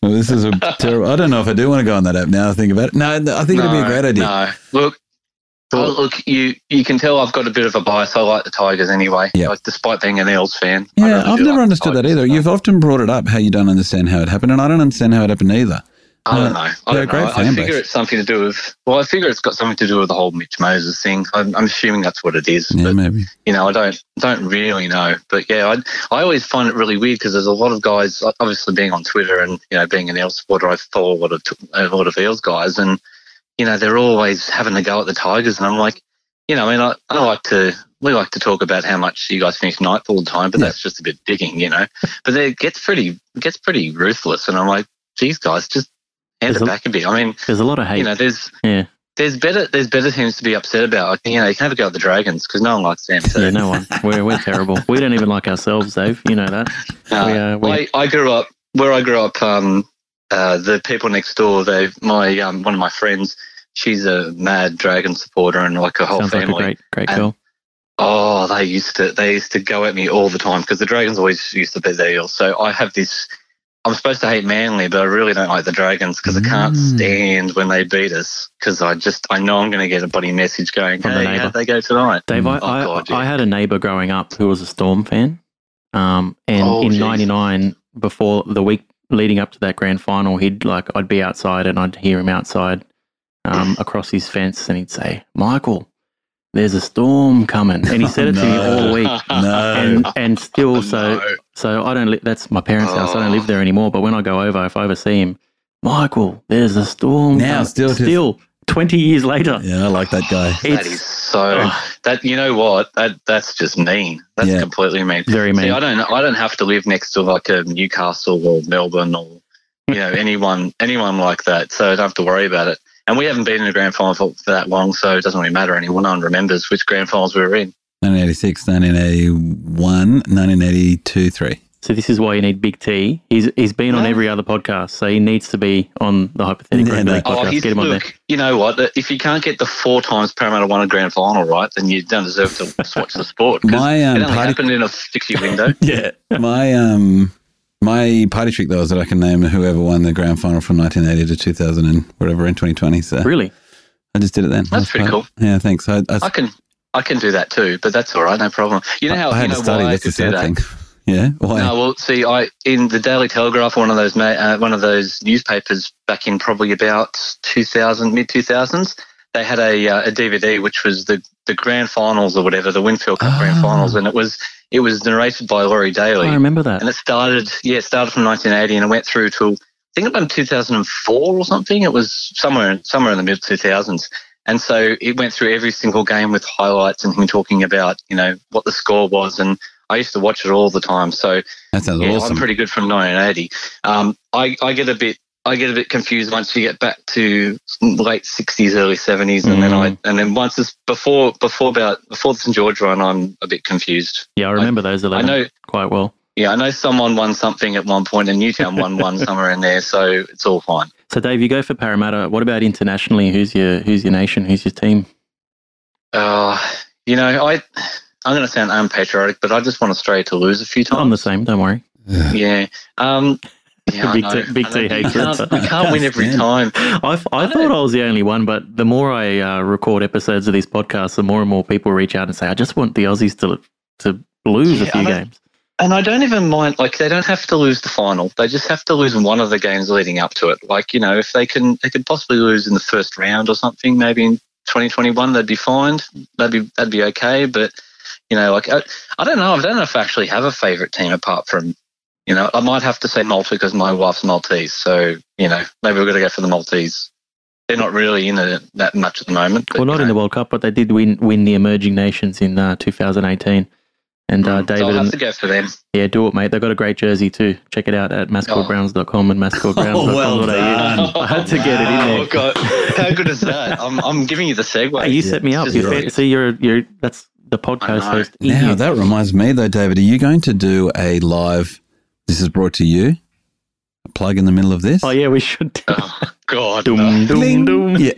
[SPEAKER 2] well, this is a terrible. I don't know if I do want to go on that app now. I think about it. No, no, I think it'd be a great idea.
[SPEAKER 7] No, look. Oh, look, you you can tell I've got a bit of a bias. I like the Tigers anyway,
[SPEAKER 2] Yeah.
[SPEAKER 7] like, despite being an Eels fan.
[SPEAKER 2] Yeah,
[SPEAKER 7] I really
[SPEAKER 2] I've never
[SPEAKER 7] do like the
[SPEAKER 2] understood that
[SPEAKER 7] Tigers.
[SPEAKER 2] either. You've often brought it up how you don't understand how it happened, and I don't understand how it happened either.
[SPEAKER 7] I don't know. I,
[SPEAKER 2] Uh, they're a
[SPEAKER 7] don't
[SPEAKER 2] great
[SPEAKER 7] know. I
[SPEAKER 2] fan
[SPEAKER 7] figure
[SPEAKER 2] base.
[SPEAKER 7] it's something to do with. Well, I figure it's got something to do with the whole Mitch Moses thing. I'm, I'm assuming that's what it is.
[SPEAKER 2] Yeah,
[SPEAKER 7] but-
[SPEAKER 2] maybe.
[SPEAKER 7] you know, I don't don't really know, but yeah, I I always find it really weird because there's a lot of guys, obviously being on Twitter and you know being an Eels supporter, I follow a lot of t- a lot of Eels guys, and you know they're always having a go at the Tigers, and I'm like, you know, I mean, I, I like to we like to talk about how much you guys finish ninth all the time, but
[SPEAKER 2] Yeah.
[SPEAKER 7] that's just a bit digging, you know. But then it gets pretty it gets pretty ruthless, and I'm like, geez, guys, just hand
[SPEAKER 1] There's a-
[SPEAKER 7] it back a bit. I mean,
[SPEAKER 1] There's a lot of hate.
[SPEAKER 7] you know, there's
[SPEAKER 1] Yeah.
[SPEAKER 7] There's better, there's better teams to be upset about. Like, you know, you can have a go at the Dragons because no one likes them. So
[SPEAKER 1] yeah, no one. We're, we're terrible. We don't even like ourselves, Dave. You know that.
[SPEAKER 7] uh,
[SPEAKER 1] we, uh, we,
[SPEAKER 7] I, I grew up where I grew up. Um, uh, the people next door, they my um, one of my friends, she's a mad dragon supporter and like a whole
[SPEAKER 1] sounds like a
[SPEAKER 7] family.
[SPEAKER 1] great, great
[SPEAKER 7] and-
[SPEAKER 1] girl.
[SPEAKER 7] oh, they used to they used to go at me all the time because the dragons always used to be the eels. So I have this. I'm supposed to hate Manly, but I really don't like the Dragons because I can't
[SPEAKER 2] Mm.
[SPEAKER 7] stand when they beat us. Because I just I know I'm going to get a bloody message going,
[SPEAKER 1] From the
[SPEAKER 7] "Hey,
[SPEAKER 1] neighbour.
[SPEAKER 7] how'd they go tonight?"
[SPEAKER 1] Dave, I,
[SPEAKER 7] Oh,
[SPEAKER 1] I,
[SPEAKER 7] God, yeah.
[SPEAKER 1] I had a neighbour growing up who was a Storm fan, um, and
[SPEAKER 7] Oh,
[SPEAKER 1] in
[SPEAKER 7] geez.
[SPEAKER 1] '99, before the week leading up to that grand final, he'd like I'd be outside and I'd hear him outside um, across his fence, and he'd say, "Michael, there's a storm coming, and he said it to me
[SPEAKER 2] No.
[SPEAKER 1] all week.
[SPEAKER 2] No.
[SPEAKER 7] Oh,
[SPEAKER 1] And and still, so
[SPEAKER 7] No.
[SPEAKER 1] so I don't. Li- that's my parents' house. I don't
[SPEAKER 7] Oh.
[SPEAKER 1] live there anymore. But when I go over, if I ever see him, Michael, there's a storm.
[SPEAKER 2] Now,
[SPEAKER 1] coming."
[SPEAKER 2] still just-
[SPEAKER 1] still, twenty years later,
[SPEAKER 2] Yeah, I like that guy.
[SPEAKER 7] That
[SPEAKER 1] it's
[SPEAKER 7] is so that you know what that that's just mean. That's
[SPEAKER 2] Yeah.
[SPEAKER 7] completely mean.
[SPEAKER 1] very mean.
[SPEAKER 7] See, I don't I don't have to live next to like a Newcastle or Melbourne or you know anyone anyone like that, so I don't have to worry about it. And we haven't been in a grand final for, for that long, so it doesn't really matter anymore. No one remembers which grand finals we were in.
[SPEAKER 2] 1986, 1981, 1982, 3.
[SPEAKER 1] So this is why you need Big T. He's he's been on
[SPEAKER 7] Huh?
[SPEAKER 1] every other podcast, so he needs to be on the hypothetical
[SPEAKER 2] Yeah,
[SPEAKER 1] Grand
[SPEAKER 2] no.
[SPEAKER 1] Prix
[SPEAKER 7] Oh,
[SPEAKER 1] podcast.
[SPEAKER 7] he's,
[SPEAKER 1] Get him on there.
[SPEAKER 7] look, you know what? If you can't get the four times Parramatta won a grand final right, then you don't deserve to watch the sport. 'cause
[SPEAKER 2] My, um,
[SPEAKER 7] it only
[SPEAKER 2] party-
[SPEAKER 7] happened in a six-year window.
[SPEAKER 2] Yeah. my um my party trick though is that I can name whoever won the grand final from 1980 to 2000 and whatever in 2020. So
[SPEAKER 1] Really?
[SPEAKER 2] I just did it then.
[SPEAKER 7] That's pretty
[SPEAKER 2] part- Yeah, thanks. I, I,
[SPEAKER 7] I can, I can do that too, but that's all right, no problem. You know how
[SPEAKER 2] I
[SPEAKER 7] you
[SPEAKER 2] had
[SPEAKER 7] know
[SPEAKER 2] to study.
[SPEAKER 7] why I
[SPEAKER 2] That's the
[SPEAKER 7] could do
[SPEAKER 2] sad
[SPEAKER 7] that.
[SPEAKER 2] thing. yeah. Why?
[SPEAKER 7] No, well, see, I in the Daily Telegraph, one of those ma- uh, one of those newspapers back in probably about two thousand, mid two thousands. They had a uh, a DVD which was the the grand finals or whatever, the Winfield Cup grand
[SPEAKER 2] Ah.
[SPEAKER 7] finals, and it was it was narrated by Laurie Daly,
[SPEAKER 1] I remember that.
[SPEAKER 7] and it started yeah, it started from nineteen eighty and it went through till I think about two thousand and four or something. It was somewhere somewhere in the mid two thousands. And so it went through every single game with highlights and him talking about, you know, what the score was. And I used to watch it all the time. So
[SPEAKER 2] that sounds
[SPEAKER 7] yeah,
[SPEAKER 2] awesome.
[SPEAKER 7] I'm pretty good from 1980. Um, I, I get a bit I get a bit confused once you get back to late 60s, early 70s, and then
[SPEAKER 1] Mm-hmm.
[SPEAKER 7] I and then once it's before before about before the St George run, I'm a bit confused.
[SPEAKER 1] yeah, I remember those
[SPEAKER 7] I
[SPEAKER 1] eleven
[SPEAKER 7] know,
[SPEAKER 1] quite well.
[SPEAKER 7] yeah, I know someone won something at one point, and Newtown won one somewhere in there, so it's all fine.
[SPEAKER 1] So Dave, you go for Parramatta. What about internationally? Who's your who's your nation? Who's your team?
[SPEAKER 7] Uh, you know, I I'm going to sound unpatriotic, but I just want Australia to lose a few times.
[SPEAKER 1] I'm the same. Don't worry.
[SPEAKER 7] Yeah. Um, yeah,
[SPEAKER 1] Big
[SPEAKER 7] I know.
[SPEAKER 1] T- Big
[SPEAKER 7] I know.
[SPEAKER 1] T hates
[SPEAKER 7] we can't,
[SPEAKER 1] it.
[SPEAKER 7] we can't win every
[SPEAKER 2] Understand.
[SPEAKER 7] time.
[SPEAKER 1] I, f- I
[SPEAKER 7] I
[SPEAKER 1] thought I was the only one, but the more I uh, record episodes of these podcasts, the more and more people reach out and say, "I just want the Aussies to to lose a
[SPEAKER 7] Yeah,
[SPEAKER 1] few
[SPEAKER 7] I don't-
[SPEAKER 1] games."
[SPEAKER 7] And I don't even mind, like, they don't have to lose the final. They just have to lose one of the games leading up to it. Like, you know, if they can, they could possibly lose in the first round or something, maybe in 2021, they'd be fine. That'd be, that'd be okay. But, you know, like, I, I don't know. I don't know if I actually have a favorite team apart from, you know, I might have to say Malta because my wife's Maltese. So, you know, maybe we're going to go for the Maltese. They're not really in it that much at the moment. but,
[SPEAKER 1] Well, not
[SPEAKER 7] you
[SPEAKER 1] in the
[SPEAKER 7] know.
[SPEAKER 1] World Cup, but they did win win the Emerging Nations in uh, 2018. And uh,
[SPEAKER 7] Mm, so I'll
[SPEAKER 1] David
[SPEAKER 7] have
[SPEAKER 1] and
[SPEAKER 7] to go for them.
[SPEAKER 1] Yeah, do it, mate. They've got a great jersey too. Check it out at mascoregrounds.com and mascoregrounds.com.
[SPEAKER 2] Oh, well done.
[SPEAKER 1] I had to get it in there.
[SPEAKER 7] Oh, God. How good is that? I'm, I'm giving you the segue.
[SPEAKER 1] Hey, you
[SPEAKER 2] Yeah,
[SPEAKER 1] set me up.
[SPEAKER 7] just
[SPEAKER 1] You're
[SPEAKER 7] right.
[SPEAKER 1] fair- see, you're you're that's the
[SPEAKER 7] I
[SPEAKER 1] podcast
[SPEAKER 7] know.
[SPEAKER 1] host. in
[SPEAKER 2] Now
[SPEAKER 1] you.
[SPEAKER 2] that reminds me though, David, are you going to do a live? This is brought to you. A plug in the middle of this.
[SPEAKER 1] oh yeah, we should. do-
[SPEAKER 7] Oh, God.
[SPEAKER 1] Dum,
[SPEAKER 7] no.
[SPEAKER 1] dum,
[SPEAKER 2] Bling.
[SPEAKER 1] dum.
[SPEAKER 2] Yeah.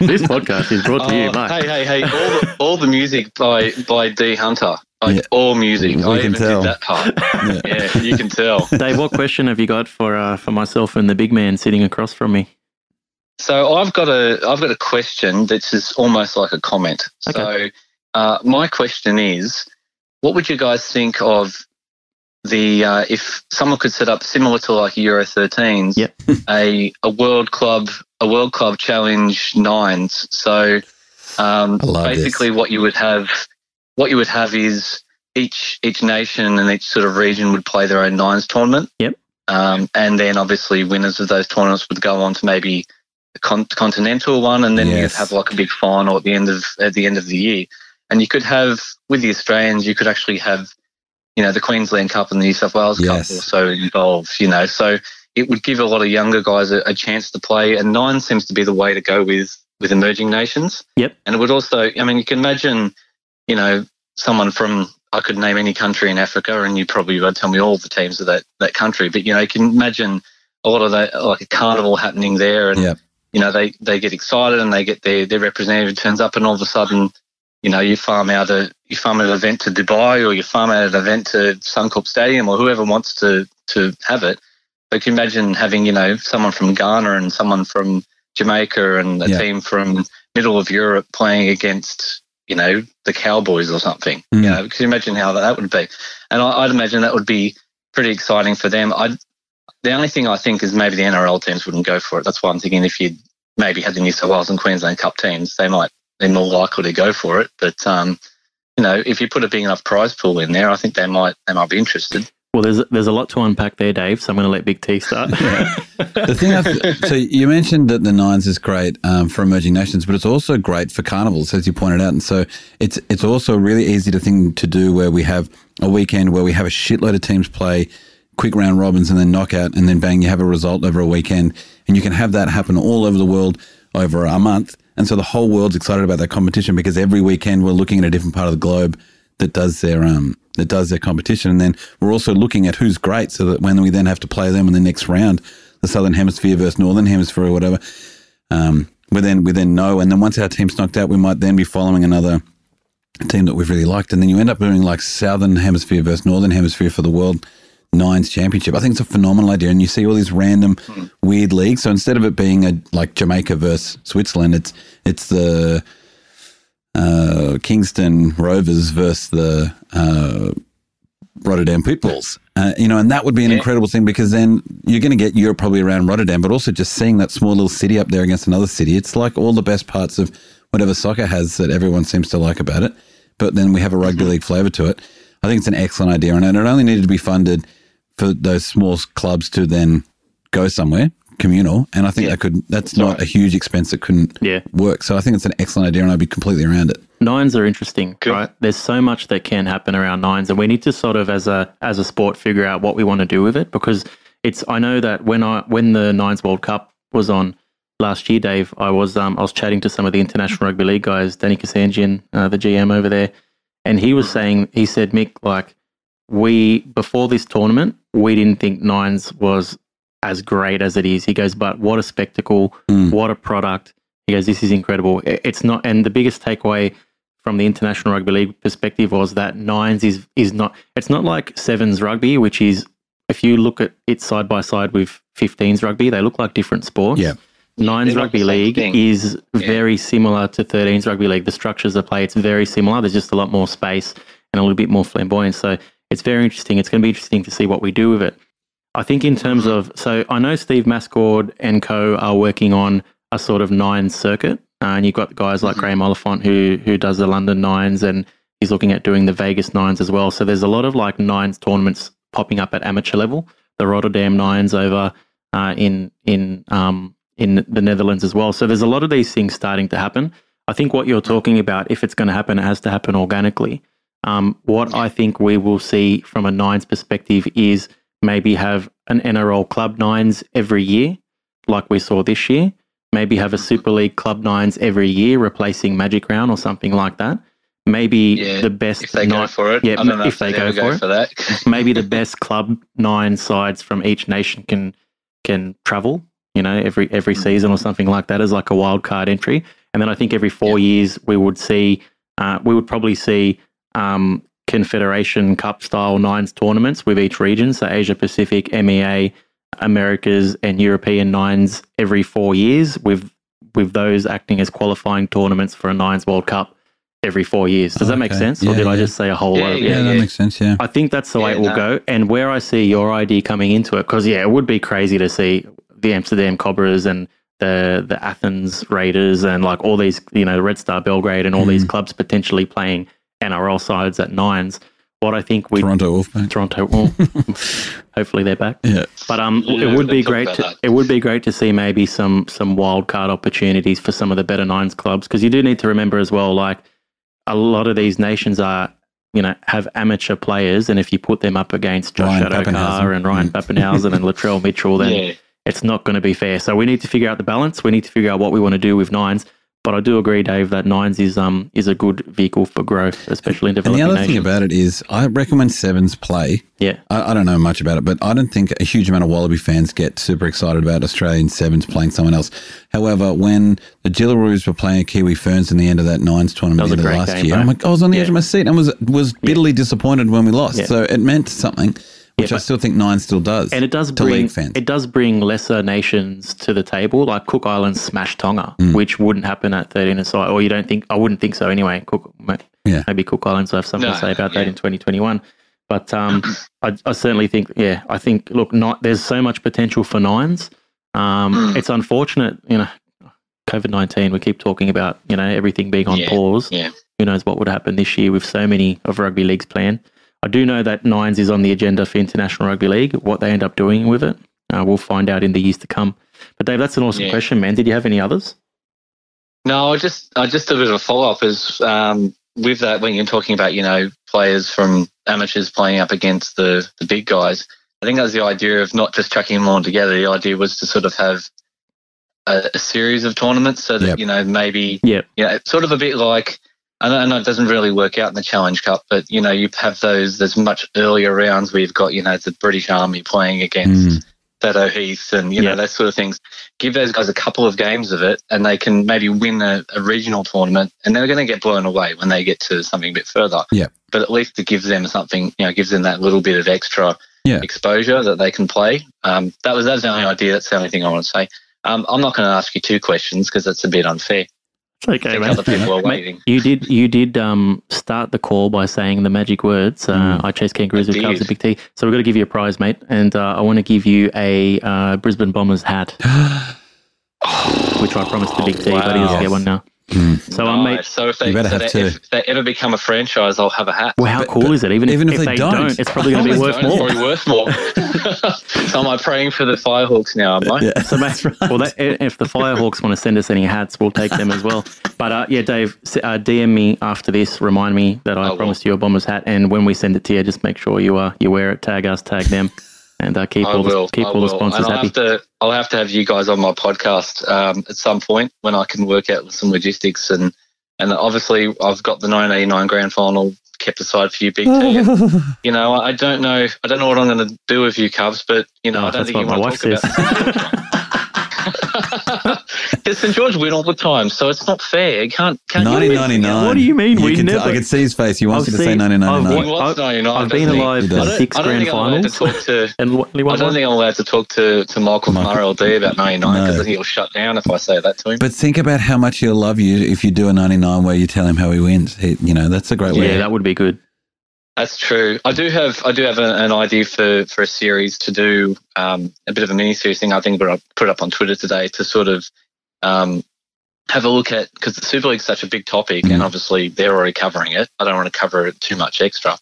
[SPEAKER 1] This podcast is brought to you
[SPEAKER 7] Oh,
[SPEAKER 1] by.
[SPEAKER 7] hey, hey, hey. All the, all the music by, by D. Hunter. Like,
[SPEAKER 2] Yeah.
[SPEAKER 7] all music.
[SPEAKER 2] We
[SPEAKER 7] I
[SPEAKER 2] can
[SPEAKER 7] even
[SPEAKER 2] tell.
[SPEAKER 7] did that part.
[SPEAKER 2] Yeah.
[SPEAKER 7] yeah, you can tell.
[SPEAKER 1] Dave, what question have you got for uh, for myself and the big man sitting across from me?
[SPEAKER 7] So I've got a I've got a question that's just almost like a comment.
[SPEAKER 1] Okay.
[SPEAKER 7] So uh, my question is, what would you guys think of the uh, if someone could set up similar to like Euro 13s,
[SPEAKER 1] Yep.
[SPEAKER 7] a a World Club a World Club Challenge nines. So um,
[SPEAKER 2] I love this.
[SPEAKER 7] basically, what you would have what you would have is each each nation and each sort of region would play their own nines tournament.
[SPEAKER 1] Yep.
[SPEAKER 7] Um, and then obviously winners of those tournaments would go on to maybe the con- continental one, and then
[SPEAKER 2] Yes.
[SPEAKER 7] you'd have like a big final at the end of at the end of the year. And you could have with the Australians, you could actually have you know the Queensland Cup and the New South Wales
[SPEAKER 2] Yes.
[SPEAKER 7] Cup also involved. You know, so it would give a lot of younger guys a, a chance to play. And nine seems to be the way to go with with emerging nations.
[SPEAKER 1] Yep.
[SPEAKER 7] And it would also, I mean, you can imagine, you know, someone from I could name any country in Africa, and you probably would tell me all the teams of that that country. But you know, you can imagine a lot of that, like a carnival happening there, and
[SPEAKER 2] Yep.
[SPEAKER 7] you know, they they get excited and they get their their representative turns up, and all of a sudden. You know, you farm out a you farm out an event to Dubai, or you farm out an event to Suncorp Stadium, or whoever wants to to have it. But can you imagine having, you know, someone from Ghana and someone from Jamaica and a
[SPEAKER 2] Yeah.
[SPEAKER 7] team from middle of Europe playing against, you know, the Cowboys or something?
[SPEAKER 2] Mm.
[SPEAKER 7] You know, can you imagine how that, that would be? And I, I'd imagine that would be pretty exciting for them. I the only thing I think is maybe the NRL teams wouldn't go for it. That's why I'm thinking if you maybe had the New South Wales and Queensland Cup teams, they might they're more likely to go for it. But um, you know, if you put a big enough prize pool in there, I think they might they might be interested.
[SPEAKER 1] Well, there's there's a lot to unpack there, Dave. So I'm going to let Big T start.
[SPEAKER 2] The thing I've, so you mentioned that the nines is great um, for emerging nations, but it's also great for carnivals, as you pointed out. And so it's it's also a really easy to thing to do where we have a weekend where we have a shitload of teams play quick round robins and then knockout, and then bang, you have a result over a weekend, and you can have that happen all over the world over a month. And so the whole world's excited about that competition because every weekend we're looking at a different part of the globe that does their um that does their competition, and then we're also looking at who's great, so that when we then have to play them in the next round, the Southern Hemisphere versus Northern Hemisphere or whatever, um, we then we then know, and then once our team's knocked out, we might then be following another team that we've really liked, and then you end up doing like Southern Hemisphere versus Northern Hemisphere for the World Nines Championship. I think it's a phenomenal idea, and you see all these random weird leagues. So instead of it being a like Jamaica versus Switzerland, it's it's the uh, Kingston Rovers versus the uh, Rotterdam Pit Bulls. Uh, you know, and that would be an incredible thing because then you're going to get Europe probably around Rotterdam, but also just seeing that small little city up there against another city. It's like all the best parts of whatever soccer has that everyone seems to like about it. But then we have a rugby league flavour to it. I think it's an excellent idea, and it only needed to be funded for those small clubs to then go somewhere communal. And I think that could that's not a huge expense that couldn't
[SPEAKER 1] Yeah.
[SPEAKER 2] work. So I think it's an excellent idea, and I'd be completely around it.
[SPEAKER 1] nines are interesting, right? There's so much that can happen around nines, and we need to sort of, as a as a sport, figure out what we want to do with it because it's. I know that when I when the nines World Cup was on last year, Dave, I was um I was chatting to some of the international rugby league guys, Danny Kasangian, uh, the GM over there, and he was saying he said Mick like we before this tournament we didn't think nines was as great as it is. He goes, but what a spectacle,
[SPEAKER 2] Mm.
[SPEAKER 1] what a product. He goes, this is incredible. I- It's not, and the biggest takeaway from the international rugby league perspective was that nines is is not. It's not like sevens rugby, which is if you look at it side by side with 15s rugby, they look like different sports.
[SPEAKER 2] Yeah.
[SPEAKER 1] Nines
[SPEAKER 7] They're not
[SPEAKER 1] rugby
[SPEAKER 7] the same
[SPEAKER 1] league
[SPEAKER 7] thing.
[SPEAKER 1] is very similar to 13s rugby league. The structures of play, it's very similar. There's just a lot more space and a little bit more flamboyance. So it's very interesting. It's going to be interesting to see what we do with it. I think in terms of so I know Steve Mascord and co are working on a sort of nine circuit, uh, and you've got guys like Graham Oliphant who who does the London nines, and he's looking at doing the Vegas nines as well. So there's a lot of like nines tournaments popping up at amateur level. The Rotterdam nines over uh, in in um, in the Netherlands as well. So there's a lot of these things starting to happen. I think what you're talking about, if it's going to happen, it has to happen organically. Um, what I think we will see from a nines perspective is maybe have an NRL club nines every year, like we saw this year. Maybe have a Super League club nines every year, replacing Magic Round or something like that. Maybe
[SPEAKER 7] Yeah,
[SPEAKER 1] the best
[SPEAKER 7] If they
[SPEAKER 1] ni-
[SPEAKER 7] go for it,
[SPEAKER 1] yeah,
[SPEAKER 7] I don't know
[SPEAKER 1] if
[SPEAKER 7] if,
[SPEAKER 1] they
[SPEAKER 7] they,
[SPEAKER 1] go
[SPEAKER 7] ever go
[SPEAKER 1] for it.
[SPEAKER 7] for, that.
[SPEAKER 1] maybe the best club nine sides from each nation can can travel. You know, every every
[SPEAKER 7] Hmm.
[SPEAKER 1] season or something like that is like a wild card entry. And then I think every four years we would see uh, we would probably see um, Confederation Cup style nines tournaments with each region, so Asia Pacific, MEA, Americas, and European nines every four years with with those acting as qualifying tournaments for a nines World Cup every four years. Does that make
[SPEAKER 2] Okay.
[SPEAKER 1] sense, or
[SPEAKER 2] Yeah,
[SPEAKER 1] did I
[SPEAKER 2] yeah.
[SPEAKER 1] just say a whole
[SPEAKER 7] Yeah,
[SPEAKER 1] lot? Of,
[SPEAKER 2] Yeah,
[SPEAKER 7] Yeah,
[SPEAKER 2] that
[SPEAKER 7] yeah.
[SPEAKER 2] makes sense. Yeah.
[SPEAKER 1] I think that's the way
[SPEAKER 7] Yeah,
[SPEAKER 1] it will
[SPEAKER 7] no.
[SPEAKER 1] go. And where I see your ID coming into it, because yeah, it would be crazy to see the Amsterdam Cobras and the the Athens Raiders and like all these, you know, Red Star Belgrade and all these
[SPEAKER 2] Mm-hmm.
[SPEAKER 1] clubs potentially playing NRL sides at nines. What I think we
[SPEAKER 2] Toronto Wolfpack.
[SPEAKER 1] Toronto, well, hopefully they're back.
[SPEAKER 2] Yeah.
[SPEAKER 1] But um,
[SPEAKER 7] Yeah,
[SPEAKER 1] it would be
[SPEAKER 7] let's talk
[SPEAKER 1] great.
[SPEAKER 7] about
[SPEAKER 1] To,
[SPEAKER 7] that.
[SPEAKER 1] it would be great to see maybe some some wild card opportunities for some of the better nines clubs because you do need to remember as well, like a lot of these nations are you know have amateur players, and if you put them up against Josh
[SPEAKER 2] Ryan
[SPEAKER 1] Adokar
[SPEAKER 2] Pappenhausen. Hmm.
[SPEAKER 1] and Ryan Pappenhausen and Latrell Mitchell, then
[SPEAKER 7] yeah,
[SPEAKER 1] it's not going to be fair. So we need to figure out the balance. We need to figure out what we want to do with nines. But I do agree, Dave, that nines is um is a good vehicle for growth, especially
[SPEAKER 2] And
[SPEAKER 1] in
[SPEAKER 2] the
[SPEAKER 1] developing
[SPEAKER 2] other
[SPEAKER 1] nations.
[SPEAKER 2] thing about it is, I reckon when sevens play,
[SPEAKER 1] yeah,
[SPEAKER 2] I, I don't know much about it, but I don't think a huge amount of Wallaby fans get super excited about Australian sevens playing someone else. However, when the Gillaroos were playing Kiwi Ferns in the end of that nines tournament
[SPEAKER 1] That
[SPEAKER 2] at
[SPEAKER 1] was
[SPEAKER 2] the end
[SPEAKER 1] a
[SPEAKER 2] of
[SPEAKER 1] great
[SPEAKER 2] last
[SPEAKER 1] game,
[SPEAKER 2] year,
[SPEAKER 1] though.
[SPEAKER 2] I'm like, I was on the edge
[SPEAKER 1] Yeah.
[SPEAKER 2] of my seat and was was bitterly disappointed when we lost.
[SPEAKER 1] Yeah.
[SPEAKER 2] So it meant something, which I
[SPEAKER 1] but-
[SPEAKER 2] still think nine still does.
[SPEAKER 1] and it does
[SPEAKER 2] to
[SPEAKER 1] bring
[SPEAKER 2] league fans.
[SPEAKER 1] it does bring lesser nations to the table, like Cook Islands smash Tonga,
[SPEAKER 2] Mm.
[SPEAKER 1] which wouldn't happen at thirteen aside, or you don't think I wouldn't think so anyway. Cook, ma-
[SPEAKER 2] Yeah.
[SPEAKER 1] maybe Cook Islands will have something to
[SPEAKER 7] No,
[SPEAKER 1] say about that
[SPEAKER 7] yeah.
[SPEAKER 1] in twenty twenty one. But um, I, I certainly think, yeah, I think
[SPEAKER 7] Mm.
[SPEAKER 1] look, not, there's so much potential for nines. Um, It's unfortunate, you know, COVID nineteen, we keep talking about you know everything being on
[SPEAKER 7] Yeah,
[SPEAKER 1] pause.
[SPEAKER 7] yeah.
[SPEAKER 1] Who knows what would happen this year with so many of rugby league's plan? I do know that nines is on the agenda for international rugby league. What they end up doing with it, uh, we'll find out in the years to come. But Dave, that's an awesome
[SPEAKER 7] Yeah.
[SPEAKER 1] question, man. Did you have any others?
[SPEAKER 7] No, I just I just a bit of a follow up is um, with that when you're talking about you know players from amateurs playing up against the the big guys. I think that was the idea of not just chucking them all together. The idea was to sort of have a, a series of tournaments so that
[SPEAKER 2] Yep.
[SPEAKER 7] you know maybe
[SPEAKER 1] Yep.
[SPEAKER 7] you know sort of a bit like. I know, I know it doesn't really work out in the Challenge Cup, but you know you have those. There's much earlier rounds where you've got you know the British Army playing against
[SPEAKER 2] Mm.
[SPEAKER 7] Thado Heath and you
[SPEAKER 1] Yeah.
[SPEAKER 7] know that sort of things. Give those guys a couple of games of it, and they can maybe win a, a regional tournament, and they're going to get blown away when they get to something a bit further.
[SPEAKER 2] Yeah.
[SPEAKER 7] But at least it gives them something, you know, gives them that little bit of extra
[SPEAKER 2] Yeah.
[SPEAKER 7] exposure that they can play. Um, that was that's the only idea. That's the only thing I want to say. Um, I'm not going to ask you two questions because that's a bit unfair.
[SPEAKER 1] It's okay,
[SPEAKER 7] I think
[SPEAKER 1] man.
[SPEAKER 7] other people are
[SPEAKER 1] Mate,
[SPEAKER 7] waiting.
[SPEAKER 1] you did you did um, start the call by saying the magic words. Uh, I chase kangaroos
[SPEAKER 7] I
[SPEAKER 1] with calves
[SPEAKER 7] did.
[SPEAKER 1] and big T. So we're going to give you a prize, mate, and uh, I want to give you a uh, Brisbane Bombers hat, which I promised to
[SPEAKER 7] Oh,
[SPEAKER 1] Big T, but he doesn't
[SPEAKER 2] wow.
[SPEAKER 1] get one now.
[SPEAKER 2] Mm.
[SPEAKER 1] So I
[SPEAKER 7] Nice.
[SPEAKER 1] mate,
[SPEAKER 7] so if they,
[SPEAKER 2] You better
[SPEAKER 7] so
[SPEAKER 2] have
[SPEAKER 7] they-
[SPEAKER 2] two.
[SPEAKER 7] if they ever become a franchise, I'll have a hat.
[SPEAKER 1] well, how
[SPEAKER 2] But-
[SPEAKER 1] cool
[SPEAKER 2] but
[SPEAKER 1] is it? Even,
[SPEAKER 2] even
[SPEAKER 1] if, they, don't, it's probably going to be
[SPEAKER 7] It's
[SPEAKER 1] worth more.
[SPEAKER 7] probably worth more. so am I praying for the Firehawks now? Am I?
[SPEAKER 1] So mate, well, that, if the Firehawks want to send us any hats, we'll take them as well. But uh, yeah, Dave, s- uh, DM me after this. Remind me that I
[SPEAKER 7] will.
[SPEAKER 1] promised you a bomber's hat, and when we send it to you, just make sure you uh, you wear it. Tag us, tag them, and uh, keep
[SPEAKER 7] I
[SPEAKER 1] all
[SPEAKER 7] will.
[SPEAKER 1] the keep
[SPEAKER 7] I
[SPEAKER 1] all the
[SPEAKER 7] will.
[SPEAKER 1] sponsors
[SPEAKER 7] and I'll
[SPEAKER 1] happy.
[SPEAKER 7] have to. I'll have to have you guys on my podcast um, at some point when I can work out some logistics and and obviously I've got the 989 grand final kept aside for you, Big
[SPEAKER 2] Oh,
[SPEAKER 7] T. And, you know, I don't know. I don't know what I'm going to do with you, Cubs, but you know,
[SPEAKER 1] Oh,
[SPEAKER 7] I don't
[SPEAKER 1] that's
[SPEAKER 7] think you
[SPEAKER 1] what my
[SPEAKER 7] want
[SPEAKER 1] wife
[SPEAKER 7] to talk about. it's St George win all the time, so it's not fair. You can't. can't you win.
[SPEAKER 2] 1999.
[SPEAKER 1] What do you mean? We
[SPEAKER 2] can t-
[SPEAKER 1] never-
[SPEAKER 2] I could see his face. He wants
[SPEAKER 1] I've
[SPEAKER 2] you to say
[SPEAKER 1] seen- I've
[SPEAKER 2] 1999.
[SPEAKER 1] watched-
[SPEAKER 7] He
[SPEAKER 1] I've-
[SPEAKER 7] wants 99,
[SPEAKER 1] I've been
[SPEAKER 7] doesn't he?
[SPEAKER 1] alive
[SPEAKER 2] He
[SPEAKER 1] for
[SPEAKER 2] does.
[SPEAKER 7] I don't,
[SPEAKER 1] six
[SPEAKER 7] I don't
[SPEAKER 1] grand
[SPEAKER 7] think I'm allowed to
[SPEAKER 1] finals,
[SPEAKER 7] talk to.
[SPEAKER 1] and only
[SPEAKER 7] I
[SPEAKER 1] one.
[SPEAKER 7] don't
[SPEAKER 1] won.
[SPEAKER 7] think I'm allowed to talk to, to Michael from
[SPEAKER 2] Michael.
[SPEAKER 7] RLD about 99
[SPEAKER 2] No.
[SPEAKER 7] because I think he'll shut down if I say that to him.
[SPEAKER 2] But think about how much he'll love you if you do a 99 where you tell him how he wins. He, you know, that's a great
[SPEAKER 1] yeah,
[SPEAKER 2] way.
[SPEAKER 1] that would be good.
[SPEAKER 7] That's true. I do have I do have a, an idea for, for a series to do um, a bit of a mini series thing. I think but I put it up on Twitter today to sort of um, have a look at because the Super League's such a big topic,
[SPEAKER 2] Mm.
[SPEAKER 7] and obviously they're already covering it. I don't want to cover it too much extra,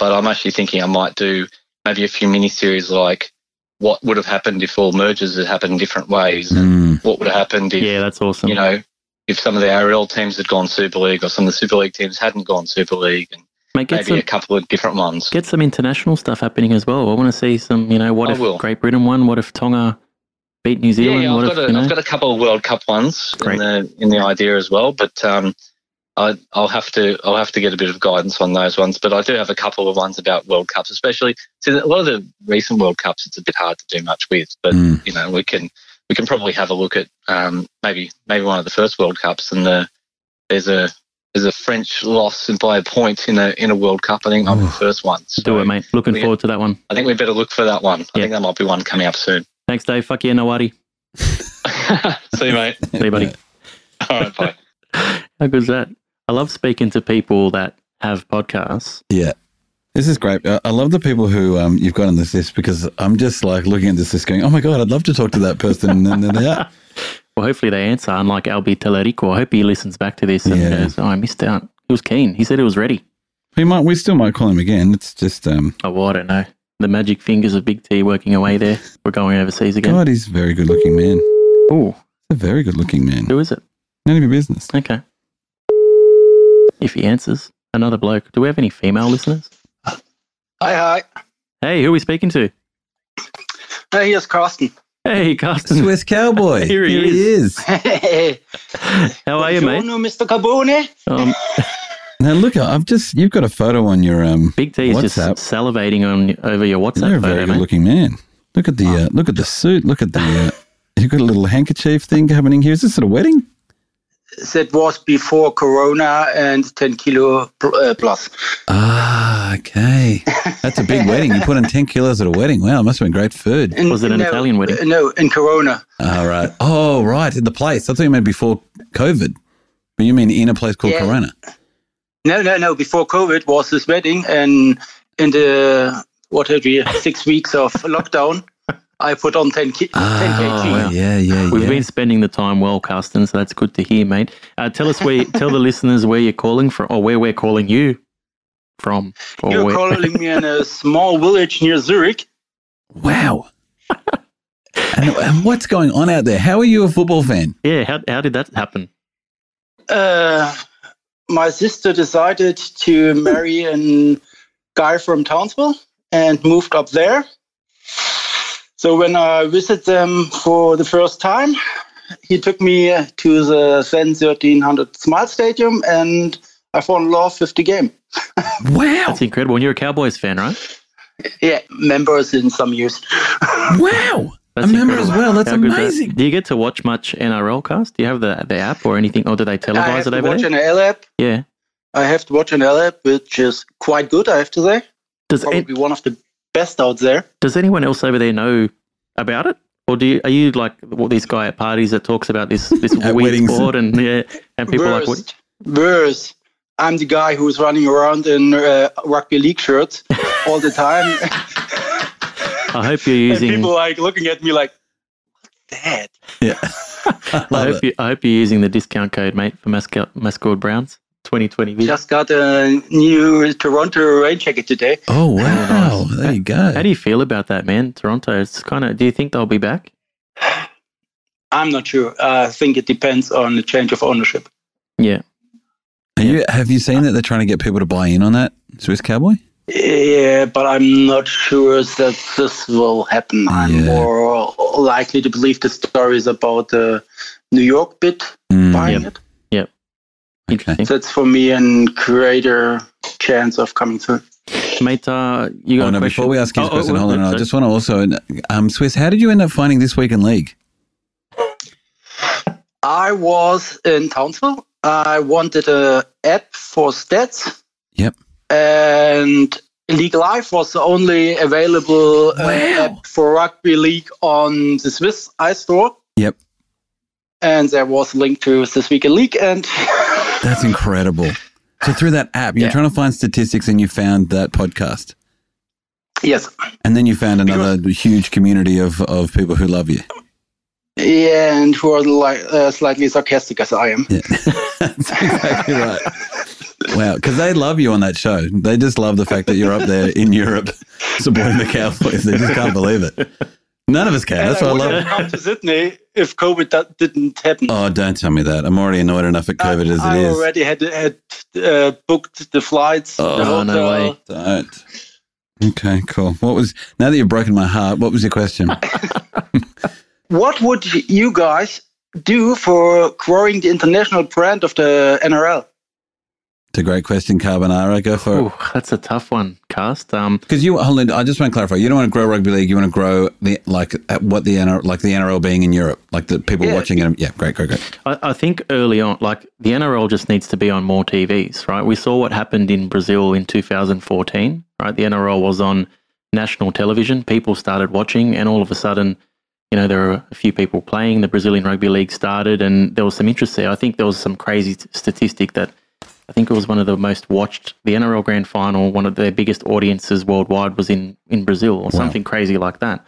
[SPEAKER 7] but I'm actually thinking I might do maybe a few mini series like what would have happened if all mergers had happened different ways, and
[SPEAKER 2] Mm.
[SPEAKER 7] what would have happened if
[SPEAKER 1] Hmm. Yeah, that's awesome.
[SPEAKER 7] you know, if some of the ARL teams had gone Super League or some of the Super League teams hadn't gone Super League, and
[SPEAKER 1] Mate, get
[SPEAKER 7] maybe
[SPEAKER 1] some
[SPEAKER 7] a couple of different ones.
[SPEAKER 1] get some international stuff happening as well. I want to see some. You know, what
[SPEAKER 7] I
[SPEAKER 1] if
[SPEAKER 7] will.
[SPEAKER 1] Great Britain won? What if Tonga beat New
[SPEAKER 7] Yeah,
[SPEAKER 1] Zealand?
[SPEAKER 7] yeah,
[SPEAKER 1] what
[SPEAKER 7] I've
[SPEAKER 1] if
[SPEAKER 7] got, a,
[SPEAKER 1] you know?
[SPEAKER 7] I've got a couple of World Cup ones
[SPEAKER 1] Great.
[SPEAKER 7] in the in the idea as well, but um, I, I'll have to I'll have to get a bit of guidance on those ones. But I do have a couple of ones about World Cups, especially see a lot of the recent World Cups. It's a bit hard to do much with, but
[SPEAKER 1] Hmm.
[SPEAKER 2] Mm.
[SPEAKER 7] you know we can we can probably have a look at um, maybe maybe one of the first World Cups and the there's a there's a French loss by a point in a in a World Cup. I think I'm the
[SPEAKER 2] Oof.
[SPEAKER 7] first one. So
[SPEAKER 1] Do it, mate. Looking
[SPEAKER 7] Yeah.
[SPEAKER 1] forward to that one.
[SPEAKER 7] I think we better look for that one. I
[SPEAKER 1] Yeah.
[SPEAKER 7] think there might be one coming up soon.
[SPEAKER 1] Thanks, Dave. Fuck yeah, Nawari.
[SPEAKER 7] See you, mate.
[SPEAKER 1] See you, buddy.
[SPEAKER 7] All right, bye.
[SPEAKER 1] How good's that? I love speaking to people that have podcasts.
[SPEAKER 2] This is great. I I love the people who um, you've got on this list because I'm just like looking at this list going, oh my God, I'd love to talk to that person. And then there they are.
[SPEAKER 1] Well, hopefully they answer, unlike Albi Telerico. I hope he listens back to this and
[SPEAKER 2] Yeah.
[SPEAKER 1] goes, oh, I missed out. He was keen. He said he was ready.
[SPEAKER 2] We might, we still might call him again. It's just, um,
[SPEAKER 1] Oh, well, I don't know. The magic fingers of Big T working away there. We're going overseas again.
[SPEAKER 2] God, he's a very good looking man.
[SPEAKER 1] Oh,
[SPEAKER 2] He's a very good looking man.
[SPEAKER 1] who is it?
[SPEAKER 2] None of your business.
[SPEAKER 1] Okay. If he answers, another bloke. Do we have any female listeners?
[SPEAKER 8] Hi, hi.
[SPEAKER 1] Hey, who are we speaking to?
[SPEAKER 8] Hey, here's Carsten.
[SPEAKER 1] Hey, Carsten.
[SPEAKER 2] Swiss cowboy.
[SPEAKER 1] Here he
[SPEAKER 2] is.
[SPEAKER 8] Hey,
[SPEAKER 1] How are you, mate?
[SPEAKER 8] Buongiorno, Mr. Carbone.
[SPEAKER 1] Um,
[SPEAKER 2] Now look, I've just, you've got a photo on your, um,
[SPEAKER 1] Big T is just
[SPEAKER 2] WhatsApp.
[SPEAKER 1] salivating on over your
[SPEAKER 2] You're a very
[SPEAKER 1] WhatsApp photo,
[SPEAKER 2] good
[SPEAKER 1] mate. Oh.
[SPEAKER 2] looking man. Look at the uh, look at the suit. Look at the uh, you've got a little handkerchief thing happening here. Is this at a wedding?
[SPEAKER 8] That was before Corona and 10 kilo pl- uh, plus.
[SPEAKER 2] Ah, okay. That's a big wedding. You put in ten kilos at a wedding. Wow, it must have been great food.
[SPEAKER 8] In-
[SPEAKER 1] Was it an
[SPEAKER 8] no,
[SPEAKER 1] Italian wedding?
[SPEAKER 8] uh, No, in Corona.
[SPEAKER 2] All right. Oh, right. In the place. I thought you meant before COVID. But you mean in a place called
[SPEAKER 8] Yeah.
[SPEAKER 2] Corona?
[SPEAKER 8] No, no, no. Before COVID was this wedding, and in the what had we six weeks of lockdown, I put on 10, ki- 10
[SPEAKER 2] Ah,
[SPEAKER 8] kg.
[SPEAKER 2] well, yeah, yeah,
[SPEAKER 1] We've
[SPEAKER 2] yeah.
[SPEAKER 1] been spending the time well, Carsten, so that's good to hear, mate. Uh, tell us where, tell the listeners where you're calling from, or where we're calling you from. Or
[SPEAKER 8] You're
[SPEAKER 1] where-
[SPEAKER 8] calling me in a small village near Zurich.
[SPEAKER 2] wow. and, and what's going on out there? How are you a football fan?
[SPEAKER 1] yeah, how, how did that happen?
[SPEAKER 8] Uh, my sister decided to marry a guy from Townsville and moved up there. So when I visited them for the first time, he took me to the then 1300 Smart Stadium and I fell in love with the game.
[SPEAKER 2] Wow.
[SPEAKER 1] That's incredible. And you're a Cowboys fan, right?
[SPEAKER 8] Yeah, members in some years.
[SPEAKER 2] Wow.
[SPEAKER 1] That's
[SPEAKER 2] a member
[SPEAKER 1] incredible.
[SPEAKER 2] as well. That's
[SPEAKER 1] How good is that?
[SPEAKER 2] amazing.
[SPEAKER 1] Do you get to watch much NRL cast? Do you have the the app or anything? Or do they
[SPEAKER 8] I
[SPEAKER 1] televise
[SPEAKER 8] have
[SPEAKER 1] it
[SPEAKER 8] to
[SPEAKER 1] over
[SPEAKER 8] watch
[SPEAKER 1] there?
[SPEAKER 8] an E LAP.
[SPEAKER 1] Yeah.
[SPEAKER 8] I have to watch an LAP, which is quite good, I have to say.
[SPEAKER 1] Does an-
[SPEAKER 8] Probably one of the best out there.
[SPEAKER 1] does anyone else over there know about it? Or do you, are you like what this guy at parties that talks about this this
[SPEAKER 2] At
[SPEAKER 1] weird
[SPEAKER 2] weddings.
[SPEAKER 1] sport and yeah, and people are like what?
[SPEAKER 8] worse, worse. I'm the guy who's running around in uh, rugby league shirts all the time.
[SPEAKER 1] I hope you're
[SPEAKER 8] and
[SPEAKER 1] using
[SPEAKER 8] people like looking at me like, what's that?
[SPEAKER 2] Yeah. I
[SPEAKER 1] I
[SPEAKER 2] love
[SPEAKER 1] hope
[SPEAKER 2] it.
[SPEAKER 1] you I hope you're using the discount code mate for Masco- Mascord Browns 2020 vision.
[SPEAKER 8] Just got a new Toronto rain jacket today.
[SPEAKER 2] Oh, wow. There you go.
[SPEAKER 1] How do you feel about that, man? Toronto, it's kind of. Do you think they'll be back?
[SPEAKER 8] I'm not sure. I think it depends on the change of ownership.
[SPEAKER 1] Yeah,
[SPEAKER 2] Are you, have you seen that they're trying to get people to buy in on that Swiss Cowboy?
[SPEAKER 8] Yeah, but I'm not sure that this will happen. I'm
[SPEAKER 2] Yeah.
[SPEAKER 8] more likely to believe the stories about the New York bit
[SPEAKER 2] Mm,
[SPEAKER 8] buying
[SPEAKER 1] Yep.
[SPEAKER 8] it.
[SPEAKER 1] interesting,
[SPEAKER 8] That's for me a greater chance of coming through.
[SPEAKER 1] mate. Uh, you got
[SPEAKER 2] Oh,
[SPEAKER 1] a
[SPEAKER 2] no,
[SPEAKER 1] question?
[SPEAKER 2] before we ask his
[SPEAKER 1] Oh, oh,
[SPEAKER 2] question,
[SPEAKER 1] wait,
[SPEAKER 2] hold on.
[SPEAKER 1] wait,
[SPEAKER 2] I
[SPEAKER 1] sorry.
[SPEAKER 2] just want to also, um, Swiss, how did you end up finding This Week in League?
[SPEAKER 8] I was in Townsville. I wanted a app for stats.
[SPEAKER 2] Yep.
[SPEAKER 8] And League Live was the only available uh,
[SPEAKER 2] Wow.
[SPEAKER 8] app for rugby league on the Swiss iStore.
[SPEAKER 2] Yep.
[SPEAKER 8] And there was a link to this week in league, and
[SPEAKER 2] That's incredible. So through that app, you're
[SPEAKER 8] Yeah.
[SPEAKER 2] trying to find statistics and you found that podcast.
[SPEAKER 8] yes,
[SPEAKER 2] And then you found another huge community of, of people who love you.
[SPEAKER 8] yeah, and who are like uh, slightly sarcastic as I am.
[SPEAKER 2] Yeah. That's exactly right. Wow. Because they love you on that show. They just love the fact that you're up there in Europe supporting the Cowboys. They just can't believe it. None of us can. That's
[SPEAKER 8] and
[SPEAKER 2] why I
[SPEAKER 8] would
[SPEAKER 2] love
[SPEAKER 8] have
[SPEAKER 2] it.
[SPEAKER 8] come to Sydney if COVID that didn't happen.
[SPEAKER 2] Oh, don't tell me that. I'm already annoyed enough at COVID as
[SPEAKER 8] I
[SPEAKER 2] it is.
[SPEAKER 8] already had had uh, booked the flights.
[SPEAKER 2] Oh,
[SPEAKER 8] the
[SPEAKER 1] no way.
[SPEAKER 2] Don't. Okay, cool. What was now that you've broken my heart? What was your question?
[SPEAKER 8] What would you guys do for growing the international brand of the NRL?
[SPEAKER 2] It's a great question, Carbonara. Go for it.
[SPEAKER 1] Ooh, that's a tough one, Cast. Um,
[SPEAKER 2] Because you, hold on, I just want to clarify. You don't want to grow rugby league. You want to grow the like at what the NRL, like the NRL being in Europe, like the people
[SPEAKER 8] Yeah.
[SPEAKER 2] watching it. Yeah, great, great, great.
[SPEAKER 1] I, I think early on, like the NRL just needs to be on more TVs, right? We saw what happened in Brazil in 2014, right? The NRL was on national television. People started watching, and all of a sudden, you know, there were a few people playing. The Brazilian Rugby League started, and there was some interest there. I think there was some crazy t- statistic that I think it was one of the most watched, the NRL Grand Final, one of their biggest audiences worldwide was in, in Brazil or something crazy like that.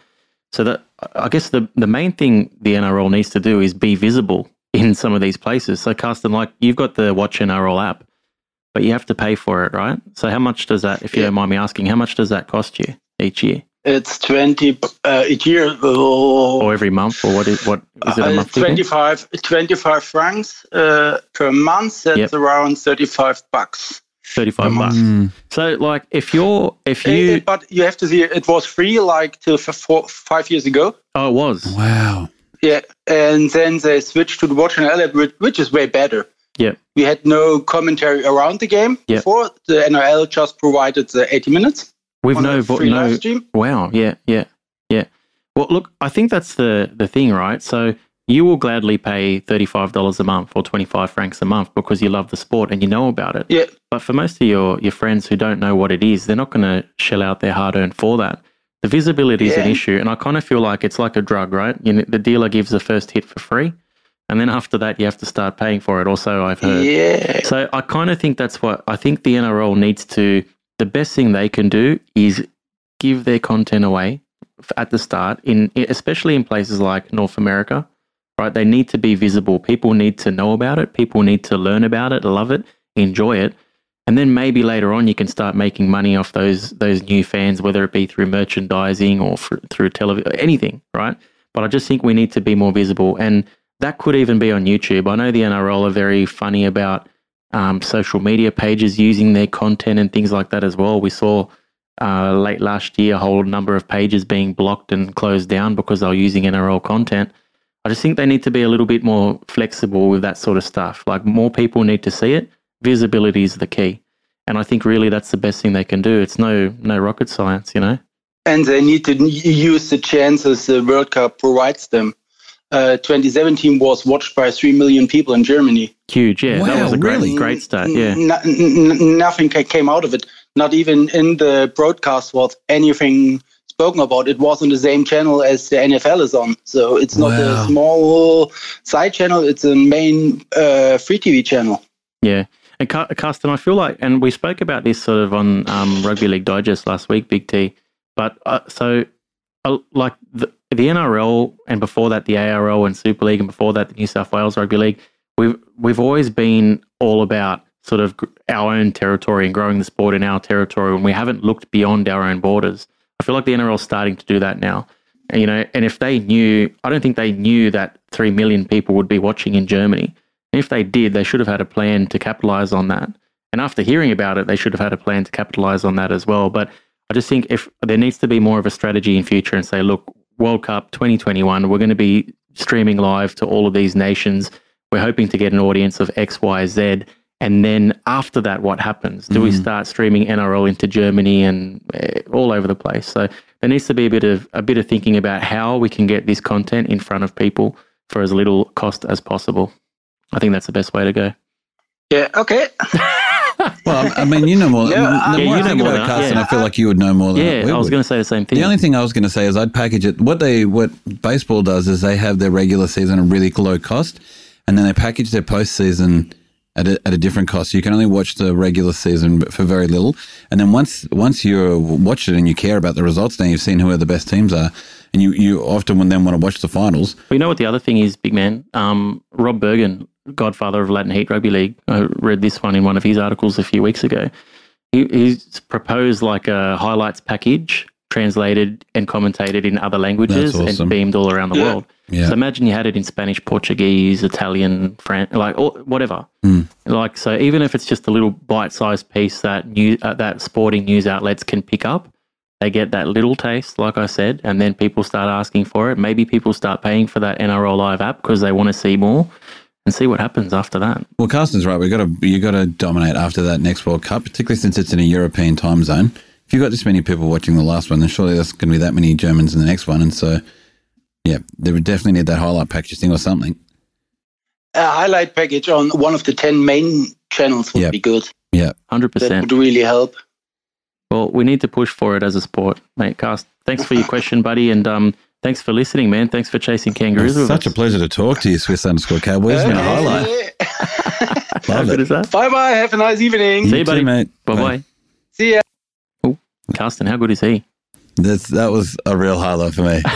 [SPEAKER 1] So that I guess the, the main thing the NRL needs to do is be visible in some of these places. So Carsten, like you've got the Watch NRL app, but you have to pay for it, right? So how much does that, if you
[SPEAKER 8] Yeah.
[SPEAKER 1] don't mind me asking, how much does that cost you each year
[SPEAKER 8] It's 20 b- uh, each year. Oh,
[SPEAKER 1] or every month or what is what is it a
[SPEAKER 8] uh,
[SPEAKER 1] monthly? thing?
[SPEAKER 8] 25, 25 francs uh, per month. That's
[SPEAKER 1] Yep.
[SPEAKER 8] around 35 bucks.
[SPEAKER 1] 35 bucks.
[SPEAKER 2] Mm.
[SPEAKER 1] So like if you're, if
[SPEAKER 8] Eh, eh,
[SPEAKER 1] you,
[SPEAKER 8] but you have to see it was free like till f- four, five years ago.
[SPEAKER 1] oh, it was.
[SPEAKER 2] Wow.
[SPEAKER 8] Yeah, and then they switched to the watch and LL, which- which is way better.
[SPEAKER 1] Yeah.
[SPEAKER 8] We had no commentary around the game
[SPEAKER 1] Yeah.
[SPEAKER 8] before. The NRL just provided the 80 minutes
[SPEAKER 1] We've
[SPEAKER 8] on
[SPEAKER 1] no,
[SPEAKER 8] a
[SPEAKER 1] vo-
[SPEAKER 8] free
[SPEAKER 1] no,
[SPEAKER 8] live stream.
[SPEAKER 1] Wow. Yeah. Yeah. Yeah. Well, look, I think that's the the thing, right? So you will gladly pay thirty five dollars a month or twenty five francs a month because you love the sport and you know about it.
[SPEAKER 8] Yeah.
[SPEAKER 1] But for most of your your friends who don't know what it is, they're not going to shell out their hard earned for that. The visibility is an
[SPEAKER 8] Yeah.
[SPEAKER 1] issue, and I kind of feel like it's like a drug, right? You know, the dealer gives the first hit for free, and then after that, you have to start paying for it. Also, I've heard.
[SPEAKER 8] Yeah.
[SPEAKER 1] So I kind of think that's what I think the NRL needs to. The best thing they can do is give their content away f- at the start, in e, especially in places like North America, right? They need to be visible. People need to know about it. People need to learn about it, love it, enjoy it, and then maybe later on you can start making money off those those new fans, whether it be through merchandising or fr- through television, anything, right? But I just think we need to be more visible, and that could even be on YouTube. I know the NRL are very funny about um, social media pages using their content and things like that as well. We saw uh, late last year a whole number of pages being blocked and closed down because they were using NRL content. I just think they need to be a little bit more flexible with that sort of stuff. Like more people need to see it. Visibility is the key, and I think really that's the best thing they can do. It's no no rocket science, you know.
[SPEAKER 8] and they need to n- use the chances the World Cup provides them. Uh, 2017 was watched by 3 million people in Germany.
[SPEAKER 1] Huge, yeah. that
[SPEAKER 2] Wow,
[SPEAKER 1] was a great
[SPEAKER 2] really?
[SPEAKER 1] great start, yeah.
[SPEAKER 8] N- n- n- nothing ca- came out of it. Not even in the broadcast was anything spoken about. It was on the same channel as the NFL is on. So it's not
[SPEAKER 2] Wow.
[SPEAKER 8] a small side channel, it's a main uh, free TV channel.
[SPEAKER 1] Yeah. And Car- Carsten, I feel like, and we spoke about this sort of on um, Rugby League Digest last week, Big T. But uh, so, uh, like the, the NRL, and before that the ARL and Super League, and before that the New South Wales Rugby League, we've we've always been all about sort of gr- our own territory and growing the sport in our territory, and we haven't looked beyond our own borders. I feel like the NRL is starting to do that now. And, you know, and if they knew, I don't think they knew that three million people would be watching in Germany. And if they did, they should have had a plan to capitalize on that. And after hearing about it, they should have had a plan to capitalize on that as well. But I just think if there needs to be more of a strategy in future and say, look, World Cup 2021, we're going to be streaming live to all of these nations. We're hoping to get an audience of X, Y, Z. And then after that, what happens? Do we
[SPEAKER 2] Mhm.
[SPEAKER 1] start streaming NRL into Germany and eh, all over the place? So there needs to be a bit of a bit of thinking about how we can get this content in front of people for as little cost as possible. I think that's the best way to go.
[SPEAKER 8] Yeah, okay.
[SPEAKER 2] Well, I mean, you know more.
[SPEAKER 8] Yeah,
[SPEAKER 2] the
[SPEAKER 8] I-
[SPEAKER 2] more
[SPEAKER 1] Yeah,
[SPEAKER 2] I
[SPEAKER 1] you know
[SPEAKER 2] think
[SPEAKER 1] more
[SPEAKER 2] about
[SPEAKER 1] than us,
[SPEAKER 2] Carson,
[SPEAKER 1] yeah.
[SPEAKER 2] I feel like you would know more than
[SPEAKER 1] Yeah,
[SPEAKER 2] we
[SPEAKER 1] I was
[SPEAKER 2] would.
[SPEAKER 1] going to say the same thing.
[SPEAKER 2] The only thing I was going to say is I'd package it. What they what baseball does is they have their regular season at really low cost, and then they package their postseason at a, at a different cost. You can only watch the regular season for very little, and then once once you watch it and you care about the results, then you've seen who are the best teams are, and you you often would then want to watch the finals.
[SPEAKER 1] But you know what the other thing is, big man? Um, Rob Bergen, godfather of Latin Heat Rugby League, I read this one in one of his articles a few weeks ago. He, he's proposed like a highlights package translated and commentated in other languages
[SPEAKER 2] awesome.
[SPEAKER 1] and beamed all around the
[SPEAKER 8] Yeah.
[SPEAKER 1] world.
[SPEAKER 2] Yeah.
[SPEAKER 1] So imagine you had it in Spanish, Portuguese, Italian, French, like or whatever.
[SPEAKER 2] Mm.
[SPEAKER 1] Like so, even if it's just a little bite-sized piece that new uh, that sporting news outlets can pick up, they get that little taste, like I said, and then people start asking for it. Maybe people start paying for that NRL Live app because they want to see more, and see what happens after that.
[SPEAKER 2] Well, Carson's right. We got to you got to dominate after that next World Cup, particularly since it's in a European time zone. If you've got this many people watching the last one, then surely there's going to be that many Germans in the next one, and so yeah, they would definitely need that highlight package thing or something.
[SPEAKER 8] A highlight package on one of the 10 main channels would
[SPEAKER 2] Yep.
[SPEAKER 8] be good.
[SPEAKER 1] Hundred
[SPEAKER 8] That
[SPEAKER 1] percent.
[SPEAKER 8] would really help.
[SPEAKER 1] Well, we need to push for it as a sport, mate. Cast. Thanks for your question, buddy, and um, thanks for listening, man. Thanks for chasing kangaroos. with
[SPEAKER 2] such a
[SPEAKER 1] us.
[SPEAKER 2] pleasure to talk to you, Swiss underscore Cowboys. It's been a highlight.
[SPEAKER 1] How
[SPEAKER 2] Love
[SPEAKER 1] good
[SPEAKER 2] it.
[SPEAKER 1] is that?
[SPEAKER 8] Bye bye. Have a nice evening.
[SPEAKER 1] See you, buddy.
[SPEAKER 2] too, mate.
[SPEAKER 1] Bye bye.
[SPEAKER 8] See ya.
[SPEAKER 1] Carsten, how good is he?
[SPEAKER 2] That's, that was a real highlight for me.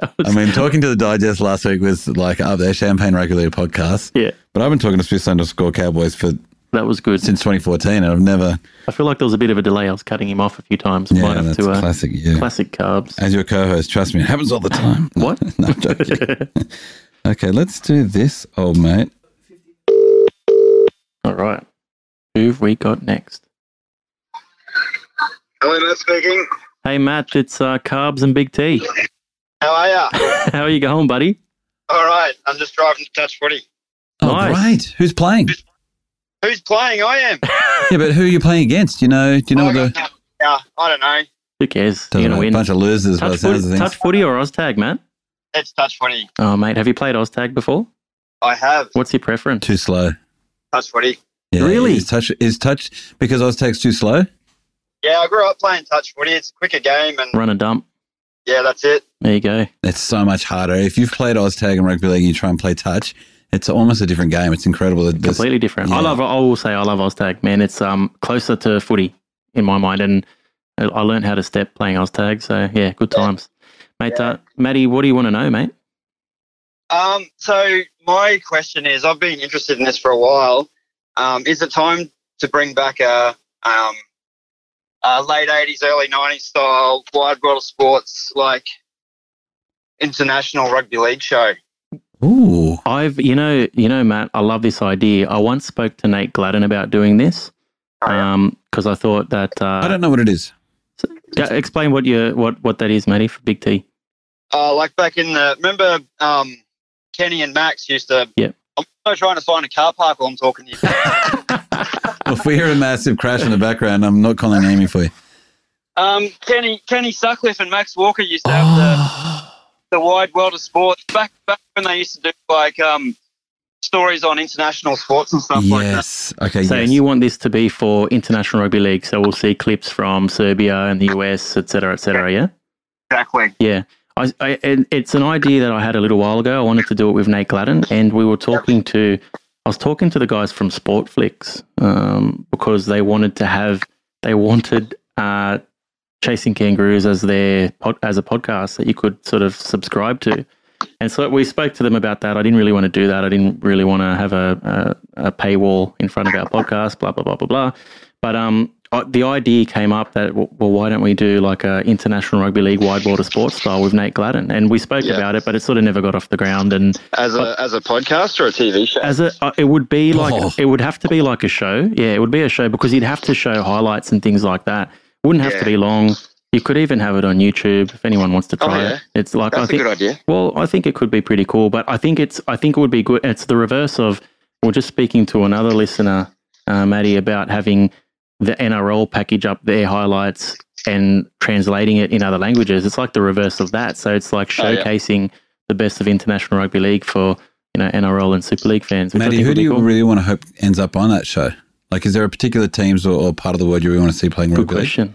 [SPEAKER 1] That was-
[SPEAKER 2] I mean, talking to the digest last week was like up there, Champagne Regular podcast.
[SPEAKER 1] Yeah.
[SPEAKER 2] But I've been talking to Swiss underscore Cowboys for
[SPEAKER 1] That was good.
[SPEAKER 2] since 2014, and I've never.
[SPEAKER 1] I feel like there was a bit of a delay. I was cutting him off a few times.
[SPEAKER 2] Yeah,
[SPEAKER 1] Might have
[SPEAKER 2] that's
[SPEAKER 1] to uh,
[SPEAKER 2] classic. Yeah.
[SPEAKER 1] classic carbs.
[SPEAKER 2] As your co-host, trust me, it happens all the time. No,
[SPEAKER 1] What?
[SPEAKER 2] No, I'm joking. okay, let's do this, old mate.
[SPEAKER 1] All right. Who've we got next?
[SPEAKER 4] Helena speaking.
[SPEAKER 1] Hey, Matt, it's uh, Carbs and Big T.
[SPEAKER 4] How are you?
[SPEAKER 1] How are you going, buddy?
[SPEAKER 4] All right. I'm just driving to touch footy.
[SPEAKER 2] Oh,
[SPEAKER 1] Nice.
[SPEAKER 2] great. Who's playing?
[SPEAKER 4] Who's playing? I am.
[SPEAKER 2] Yeah, but who are you playing against? You know, do you know
[SPEAKER 4] I
[SPEAKER 2] the?
[SPEAKER 4] got- yeah, I don't know.
[SPEAKER 1] Who cares?
[SPEAKER 2] Doesn't
[SPEAKER 1] You're going
[SPEAKER 2] matter,
[SPEAKER 1] to win.
[SPEAKER 2] bunch of losers by the
[SPEAKER 1] Touch
[SPEAKER 2] sounds of
[SPEAKER 1] footy,
[SPEAKER 2] things.
[SPEAKER 1] touch footy or Oztag, Matt?
[SPEAKER 4] It's touch footy.
[SPEAKER 1] Oh, mate, have you played Oztag before?
[SPEAKER 4] I have
[SPEAKER 1] What's your preference?
[SPEAKER 2] Too slow.
[SPEAKER 4] touch footy.
[SPEAKER 2] Yeah,
[SPEAKER 1] Really?
[SPEAKER 2] Is touch is touch because Oztag's too slow?
[SPEAKER 4] Yeah, I grew up playing touch footy. It's a quicker game, and
[SPEAKER 1] Run and dump.
[SPEAKER 4] yeah, that's it.
[SPEAKER 1] There you go.
[SPEAKER 2] It's so much harder. If you've played Oztag and rugby league, and you try and play touch. It's almost a different game. It's incredible. It- there's-
[SPEAKER 1] Completely different. I
[SPEAKER 2] yeah.
[SPEAKER 1] love. I will say I love Oztag, man. It's um closer to footy in my mind, and I- I learned how to step playing Oztag. So yeah, good times. mate. Uh, Maddie, what do you want to know, mate?
[SPEAKER 4] Um, so my question is, I've been interested in this for a while. Um, is it time to bring back a, um, a late '80s, early '90s style wide world of sports like international rugby league show?
[SPEAKER 2] Ooh.
[SPEAKER 1] I've you know you know Matt, I love this idea. I once spoke to Nate Gladden about doing this
[SPEAKER 4] Oh, yeah.
[SPEAKER 1] um because I thought that uh,
[SPEAKER 2] I don't know what it is.
[SPEAKER 1] Yeah, explain what you what what that is, Matty, for Big T.
[SPEAKER 4] Uh, like back in the remember um, Kenny and Max used to.
[SPEAKER 1] Yeah.
[SPEAKER 4] I'm still trying to find a car park while I'm talking to you.
[SPEAKER 2] if we hear a massive crash in the background, I'm not calling Amy for you.
[SPEAKER 4] um, Kenny Kenny Sutcliffe and Max Walker used to have the
[SPEAKER 1] Oh.
[SPEAKER 4] the wide world of sports back back when they used to do like um, stories on international sports and stuff like that.
[SPEAKER 2] yes. Okay.
[SPEAKER 1] so,
[SPEAKER 2] yes.
[SPEAKER 1] and you want this to be for international rugby league, so we'll see clips from Serbia and the US, et cetera, et cetera. Yeah,
[SPEAKER 4] Exactly.
[SPEAKER 1] yeah. I, I and it's an idea that I had a little while ago. I wanted to do it with Nate Gladden, and we were talking to I was talking to the guys from Sportflix um, because they wanted to have they wanted uh, Chasing Kangaroos as their pod, as a podcast that you could sort of subscribe to. And so we spoke to them about that. I didn't really want to do that. I didn't really want to have a, a, a paywall in front of our podcast. Blah blah blah blah blah. But um, I- the idea came up that well, why don't we do like a international rugby league wide water sports style with Nate Gladden? And we spoke
[SPEAKER 7] Yeah.
[SPEAKER 1] about it, but it sort of never got off the ground. And
[SPEAKER 7] As a as a podcast or a TV show?
[SPEAKER 1] as a, uh, it would be like
[SPEAKER 2] Oh.
[SPEAKER 1] it would have to be like a show. Yeah, it would be a show because you'd have to show highlights and things like that. Wouldn't have to
[SPEAKER 7] Yeah.
[SPEAKER 1] be long. You could even have it on YouTube if anyone wants to
[SPEAKER 7] Oh,
[SPEAKER 1] try
[SPEAKER 7] yeah.
[SPEAKER 1] it. It's like I
[SPEAKER 7] That's a
[SPEAKER 1] think.
[SPEAKER 7] good idea.
[SPEAKER 1] Well, I think it could be pretty cool, but I think it's I think it would be good. It's the reverse of we're just speaking to another listener, uh, Maddie, about having the NRL package up their highlights and translating it in other languages. It's like the reverse of that. So it's like
[SPEAKER 7] Oh, yeah.
[SPEAKER 1] showcasing the best of international rugby league for you know NRL and Super League fans. which I
[SPEAKER 2] Maddie,
[SPEAKER 1] think
[SPEAKER 2] who
[SPEAKER 1] would
[SPEAKER 2] do
[SPEAKER 1] be
[SPEAKER 2] you
[SPEAKER 1] cool.
[SPEAKER 2] really want to hope ends up on that show? Like, is there a particular teams or, or part of the world you really want to see playing
[SPEAKER 1] Good
[SPEAKER 2] rugby? league?
[SPEAKER 1] question.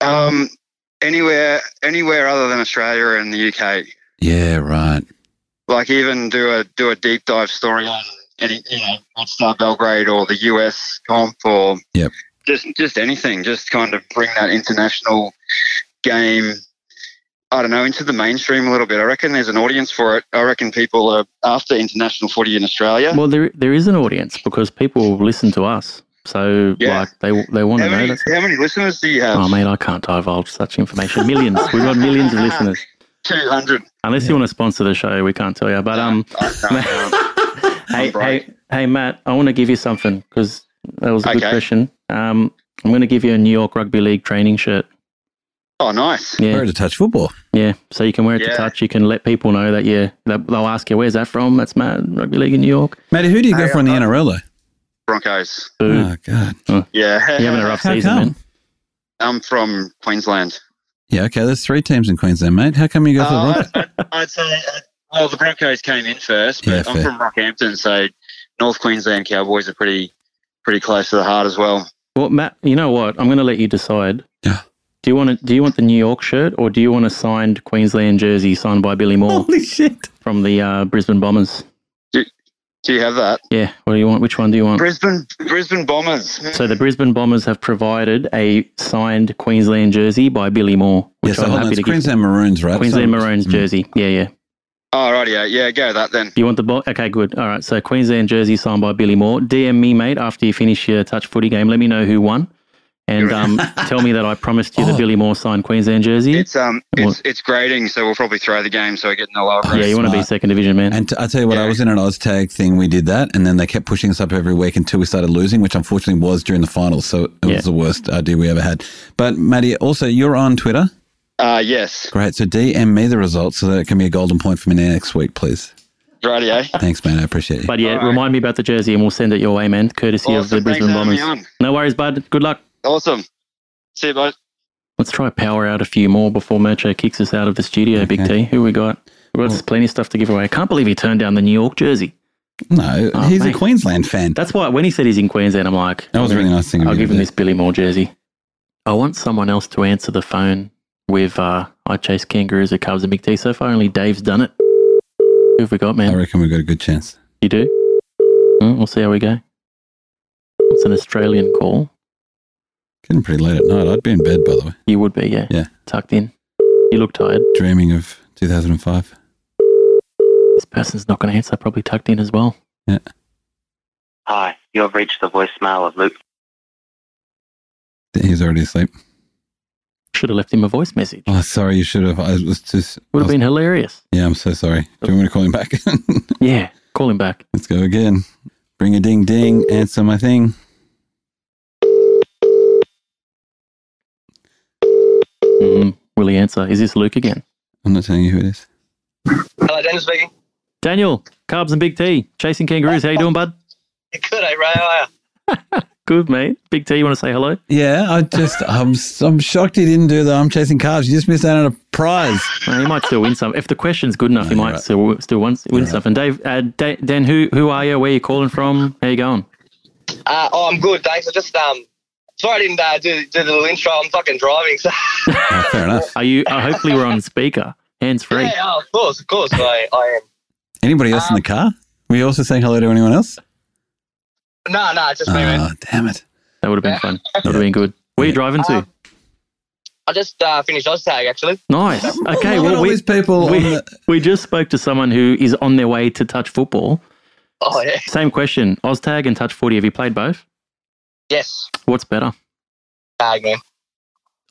[SPEAKER 4] Um, anywhere anywhere other than Australia and the UK.
[SPEAKER 2] Yeah, right.
[SPEAKER 4] like even do a do a deep dive story on any you know on Star Belgrade or the US comp or
[SPEAKER 2] Yep.
[SPEAKER 4] just just anything. Just kind of bring that international game. I don't know into the mainstream a little bit. I reckon there's an audience for it. I reckon people are after international footy in Australia.
[SPEAKER 1] Well, there there is an audience because people listen to us. So
[SPEAKER 4] Yeah.
[SPEAKER 1] like they they want
[SPEAKER 4] how
[SPEAKER 1] to know
[SPEAKER 4] many
[SPEAKER 1] that.
[SPEAKER 4] how many listeners do you have?
[SPEAKER 1] Oh mate, I can't divulge such information. Millions. We've got millions of listeners.
[SPEAKER 4] Two hundred.
[SPEAKER 1] Unless you want to sponsor the show, we can't tell you. But um, hey,
[SPEAKER 4] right.
[SPEAKER 1] hey, hey, Matt, I want to give you something because that was a good
[SPEAKER 4] Okay.
[SPEAKER 1] question. Um, I'm going to give you a New York Rugby League training shirt.
[SPEAKER 4] Oh, nice.
[SPEAKER 1] Yeah,
[SPEAKER 2] Very to touch football.
[SPEAKER 1] yeah. So you can wear it to
[SPEAKER 4] Yeah.
[SPEAKER 1] touch. You can let people know that you. that- They'll ask you, "Where's that from?" That's Matt Rugby League in New York.
[SPEAKER 2] Maddie, who do you go
[SPEAKER 4] Hey,
[SPEAKER 2] for in the
[SPEAKER 4] uh,
[SPEAKER 2] NRL though?
[SPEAKER 4] Broncos.
[SPEAKER 1] Boo.
[SPEAKER 2] Oh God,
[SPEAKER 4] Yeah.
[SPEAKER 1] You're having a rough
[SPEAKER 2] How
[SPEAKER 1] season,
[SPEAKER 2] come?
[SPEAKER 1] man.
[SPEAKER 4] I'm from Queensland.
[SPEAKER 2] Yeah, okay. There's three teams in Queensland, mate. How come you go for the
[SPEAKER 4] Uh,
[SPEAKER 2] Broncos?
[SPEAKER 4] I'd, I'd say, uh, well, the Broncos came in first, but
[SPEAKER 2] Yeah,
[SPEAKER 4] I'm
[SPEAKER 2] fair.
[SPEAKER 4] from Rockhampton, so North Queensland Cowboys are pretty pretty close to the heart as well.
[SPEAKER 1] Well, Matt, you know what? I'm going to let you decide.
[SPEAKER 2] Yeah.
[SPEAKER 1] Do you want to, Do you want the New York shirt or do you want a signed Queensland jersey signed by Billy Moore
[SPEAKER 2] Holy shit!
[SPEAKER 1] from the uh, Brisbane Bombers?
[SPEAKER 4] Do you have that?
[SPEAKER 1] Yeah. What do you want? Which one do you want?
[SPEAKER 4] Brisbane Brisbane Bombers.
[SPEAKER 1] So the Brisbane Bombers have provided a signed Queensland jersey by Billy Moore,
[SPEAKER 2] Yeah,
[SPEAKER 1] which
[SPEAKER 2] so
[SPEAKER 1] I'm
[SPEAKER 2] hold on.
[SPEAKER 1] happy
[SPEAKER 2] It's
[SPEAKER 1] to give.
[SPEAKER 2] oh, Queensland Maroons, right?
[SPEAKER 1] Queensland
[SPEAKER 2] So-
[SPEAKER 1] Maroons
[SPEAKER 2] Mm.
[SPEAKER 1] jersey. Yeah, yeah.
[SPEAKER 4] Oh, rightio. Yeah, go that then.
[SPEAKER 1] You want the ball? Okay, good. All right. So Queensland jersey signed by Billy Moore. DM me, mate, after you finish your touch footy game. Let me know who won, and um, tell me that I promised you the
[SPEAKER 2] Oh.
[SPEAKER 1] Billy Moore signed Queensland jersey.
[SPEAKER 4] It's um it's it's grading, so we'll probably throw the game so we get in the lower grade.
[SPEAKER 1] yeah, you want to be
[SPEAKER 2] Oh, smart.
[SPEAKER 1] second division, man.
[SPEAKER 2] And t- I tell you what, I
[SPEAKER 4] Yeah.
[SPEAKER 2] was in an OzTag thing. We did that, and then they kept pushing us up every week until we started losing, which unfortunately was during the finals. So it
[SPEAKER 1] Yeah.
[SPEAKER 2] was the worst idea we ever had. But Maddie, also you're on Twitter.
[SPEAKER 4] Uh yes.
[SPEAKER 2] Great. So DM me the results so that it can be a golden point for me next week, please.
[SPEAKER 4] Rightio.
[SPEAKER 2] Thanks, man. I appreciate you.
[SPEAKER 1] but yeah,
[SPEAKER 4] eh? all right.
[SPEAKER 1] remind me about the jersey, and we'll send it your way, man. Courtesy of the
[SPEAKER 4] Awesome. Thanks for
[SPEAKER 1] Brisbane
[SPEAKER 4] having me
[SPEAKER 1] Bombers.
[SPEAKER 4] on.
[SPEAKER 1] No worries, bud. Good luck.
[SPEAKER 4] Awesome. See you, bud.
[SPEAKER 1] Let's try power out a few more before Mercho kicks us out of the studio, Big T.
[SPEAKER 2] Okay.
[SPEAKER 1] Who we got? We've got plenty of stuff to give away. I can't believe he turned down the New York jersey.
[SPEAKER 2] no,
[SPEAKER 1] Oh,
[SPEAKER 2] he's
[SPEAKER 1] mate.
[SPEAKER 2] a Queensland fan.
[SPEAKER 1] That's why when he said he's in Queensland, I'm like,
[SPEAKER 2] That was a really nice thing. of
[SPEAKER 1] I'll
[SPEAKER 2] you to
[SPEAKER 1] give him
[SPEAKER 2] do.
[SPEAKER 1] this Billy Moore jersey. I want someone else to answer the phone with uh, I chase kangaroos at Cubs and Big T. So far, only Dave's done it. Who have we got,
[SPEAKER 2] I
[SPEAKER 1] man?
[SPEAKER 2] reckon we've got a good chance.
[SPEAKER 1] You do? Mm, we'll see how we go. It's an Australian call.
[SPEAKER 2] Getting pretty late at night. I'd be in bed, by the way.
[SPEAKER 1] You would be, yeah.
[SPEAKER 2] Yeah.
[SPEAKER 1] Tucked in. You look tired.
[SPEAKER 2] Dreaming of 2005.
[SPEAKER 1] This person's not going to answer. Probably tucked in as well.
[SPEAKER 9] Hi, you have reached the voicemail of Luke.
[SPEAKER 2] He's already asleep.
[SPEAKER 1] Should have left him a voice message.
[SPEAKER 2] Oh, sorry. You should have. I was just.
[SPEAKER 1] Would have been hilarious.
[SPEAKER 2] Yeah, I'm so sorry. Do you want me to call him back?
[SPEAKER 1] Yeah. Call him back.
[SPEAKER 2] Let's go again. Bring a ding ding. Answer my thing.
[SPEAKER 1] Mm, will he answer? Is this Luke again?
[SPEAKER 2] I'm not telling you who it is.
[SPEAKER 9] Hello, Daniel speaking.
[SPEAKER 1] Daniel, carbs and big T, chasing kangaroos. How you doing, bud?
[SPEAKER 9] Good, eh, Ray? How are ya?
[SPEAKER 1] Good, mate. Big T, you want to say hello?
[SPEAKER 2] Yeah, I just. I'm, I'm shocked he didn't do that. I'm chasing cars. You just missed out on a prize.
[SPEAKER 1] Uh, he might still win some. If the question's good enough, he
[SPEAKER 2] No,
[SPEAKER 1] might
[SPEAKER 2] you're right.
[SPEAKER 1] still still win, win
[SPEAKER 2] You're
[SPEAKER 1] stuff. And Dave, uh, da- Dan, who who are you? Where you calling from? How you going?
[SPEAKER 9] Uh, oh, I'm good, thanks. I just um, sorry I didn't uh, do do the little intro. I'm fucking driving. So
[SPEAKER 2] Oh, fair enough.
[SPEAKER 1] Are you? Uh, hopefully, we're on speaker, hands free.
[SPEAKER 9] yeah, oh, of course, of course, I, I
[SPEAKER 2] Anybody else in the car? Were you also saying hello to anyone else?
[SPEAKER 9] am. No, no, it's just me, man.
[SPEAKER 2] Oh, damn it.
[SPEAKER 1] That would have been fun. That would have been good. Where you driving to?
[SPEAKER 9] Um, I just uh, finished OzTag actually.
[SPEAKER 1] nice. Okay.
[SPEAKER 2] Look at
[SPEAKER 1] Well,
[SPEAKER 2] all
[SPEAKER 1] we
[SPEAKER 2] these people.
[SPEAKER 1] we,
[SPEAKER 2] on the-
[SPEAKER 1] we just spoke to someone who is on their way to touch football.
[SPEAKER 9] Oh yeah,
[SPEAKER 1] Same question. OzTag and touch forty. Have you played both?
[SPEAKER 9] yes,
[SPEAKER 1] What's better?
[SPEAKER 9] tag man.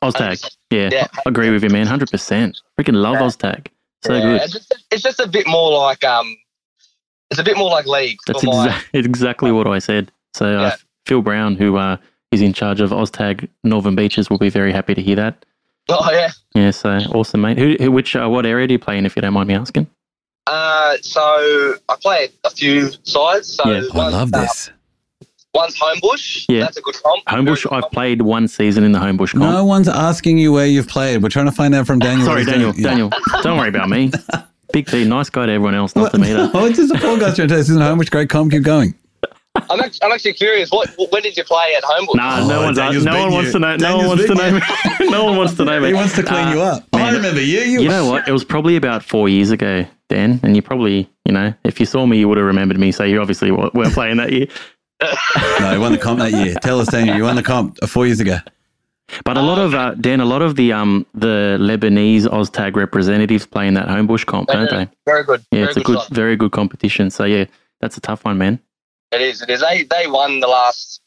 [SPEAKER 1] OzTag. Yeah.
[SPEAKER 9] Yeah.
[SPEAKER 1] I agree with you, man. Hundred percent. Freaking love OzTag. So
[SPEAKER 9] Yeah,
[SPEAKER 1] good.
[SPEAKER 9] It's just, it's just a bit more like um, it's a bit more like league.
[SPEAKER 1] That's
[SPEAKER 9] for my-
[SPEAKER 1] exa- exactly what I said. So uh,
[SPEAKER 9] Yeah.
[SPEAKER 1] Phil Brown, who uh, is in charge of OzTag Northern Beaches, will be very happy to hear that.
[SPEAKER 9] Oh yeah.
[SPEAKER 1] Yeah, so awesome, mate. Who, who which uh, what area do you play in, if you don't mind me asking?
[SPEAKER 9] Uh, so I play a few sides. So
[SPEAKER 1] Yeah.
[SPEAKER 2] Oh, I love
[SPEAKER 9] uh,
[SPEAKER 2] this.
[SPEAKER 9] One's Homebush.
[SPEAKER 1] Yeah.
[SPEAKER 9] that's a good comp.
[SPEAKER 1] Homebush.
[SPEAKER 9] Very good
[SPEAKER 1] I've played one season in the Homebush comp.
[SPEAKER 2] No one's asking you where you've played. We're trying to find out from Daniel.
[SPEAKER 1] Sorry,
[SPEAKER 2] who's
[SPEAKER 1] Daniel.
[SPEAKER 2] doing- yeah.
[SPEAKER 1] Daniel, don't worry about me. Big T, nice guy to everyone else, not to me. though.
[SPEAKER 2] Oh, it's just a poor guy's trying to taste isn't home. Which great comp? Keep going.
[SPEAKER 9] comp. I'm actually, I'm actually curious. What when did you play at Homebush?
[SPEAKER 1] Nah, no
[SPEAKER 2] Oh,
[SPEAKER 1] one's.
[SPEAKER 2] Daniel's
[SPEAKER 1] no one
[SPEAKER 2] beating
[SPEAKER 1] wants
[SPEAKER 2] you.
[SPEAKER 1] to know.
[SPEAKER 2] Daniel's
[SPEAKER 1] no one wants to know
[SPEAKER 2] beating
[SPEAKER 1] me. no one wants to know me.
[SPEAKER 2] He wants to clean
[SPEAKER 1] Uh,
[SPEAKER 2] you up. I
[SPEAKER 1] man.
[SPEAKER 2] remember you. You,
[SPEAKER 1] You know what? It was probably about four years ago, Dan, and you probably, you know, if you saw me, you would have remembered me. So you obviously were were playing that year.
[SPEAKER 2] No, he won the comp that year. Tell us, Daniel, you won the comp uh, four years ago.
[SPEAKER 1] But a lot of uh, Dan, a lot of the um the Lebanese OzTag representatives play in that Homebush comp, don't they?
[SPEAKER 9] Very good.
[SPEAKER 1] Yeah,
[SPEAKER 9] very
[SPEAKER 1] it's a good,
[SPEAKER 9] side.
[SPEAKER 1] very good competition. So yeah, that's a tough one, man.
[SPEAKER 9] It is. It is. They they won the last.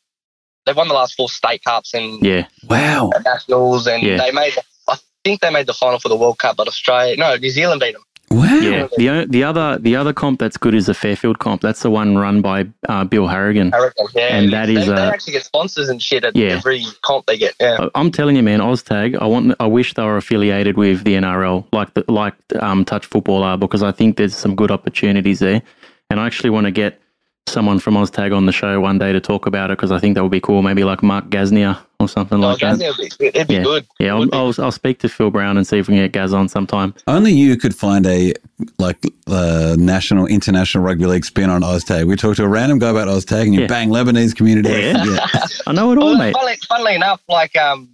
[SPEAKER 9] They won the last four state cups and
[SPEAKER 1] Yeah,
[SPEAKER 2] Wow.
[SPEAKER 9] nationals, and
[SPEAKER 1] Yeah.
[SPEAKER 9] they made. I think they made the final for the World Cup, but Australia, no, New Zealand beat them.
[SPEAKER 2] Wow.
[SPEAKER 1] yeah. The o- the other the other comp that's good is the Fairfield comp. That's the one run by uh, Bill Harrigan.
[SPEAKER 9] I reckon. Yeah,
[SPEAKER 1] And that
[SPEAKER 9] they,
[SPEAKER 1] is,
[SPEAKER 9] they
[SPEAKER 1] uh,
[SPEAKER 9] actually get sponsors and shit at
[SPEAKER 1] Yeah.
[SPEAKER 9] every comp they get. Yeah.
[SPEAKER 1] I- I'm telling you, man, OzTag. I want. I wish they were affiliated with the NRL, like the, like um, Touch Football are, because I think there's some good opportunities there. And I actually want to get someone from OzTag on the show one day to talk about it because I think that would be cool. Maybe like Mark Gaznia or something
[SPEAKER 9] Oh,
[SPEAKER 1] like that.
[SPEAKER 9] It'd be, it'd be
[SPEAKER 1] Yeah.
[SPEAKER 9] good.
[SPEAKER 1] Yeah, I'll,
[SPEAKER 9] Would be-
[SPEAKER 1] I'll, I'll speak to Phil Brown and see if we can get Gaz on sometime.
[SPEAKER 2] Only you could find a like uh, national, international rugby league spin on OzTag. We talked to a random guy about OzTag, and you
[SPEAKER 1] Yeah.
[SPEAKER 2] bang Lebanese community.
[SPEAKER 1] Yeah. I know it all,
[SPEAKER 9] Well,
[SPEAKER 1] mate.
[SPEAKER 9] funnily, funnily enough, like um,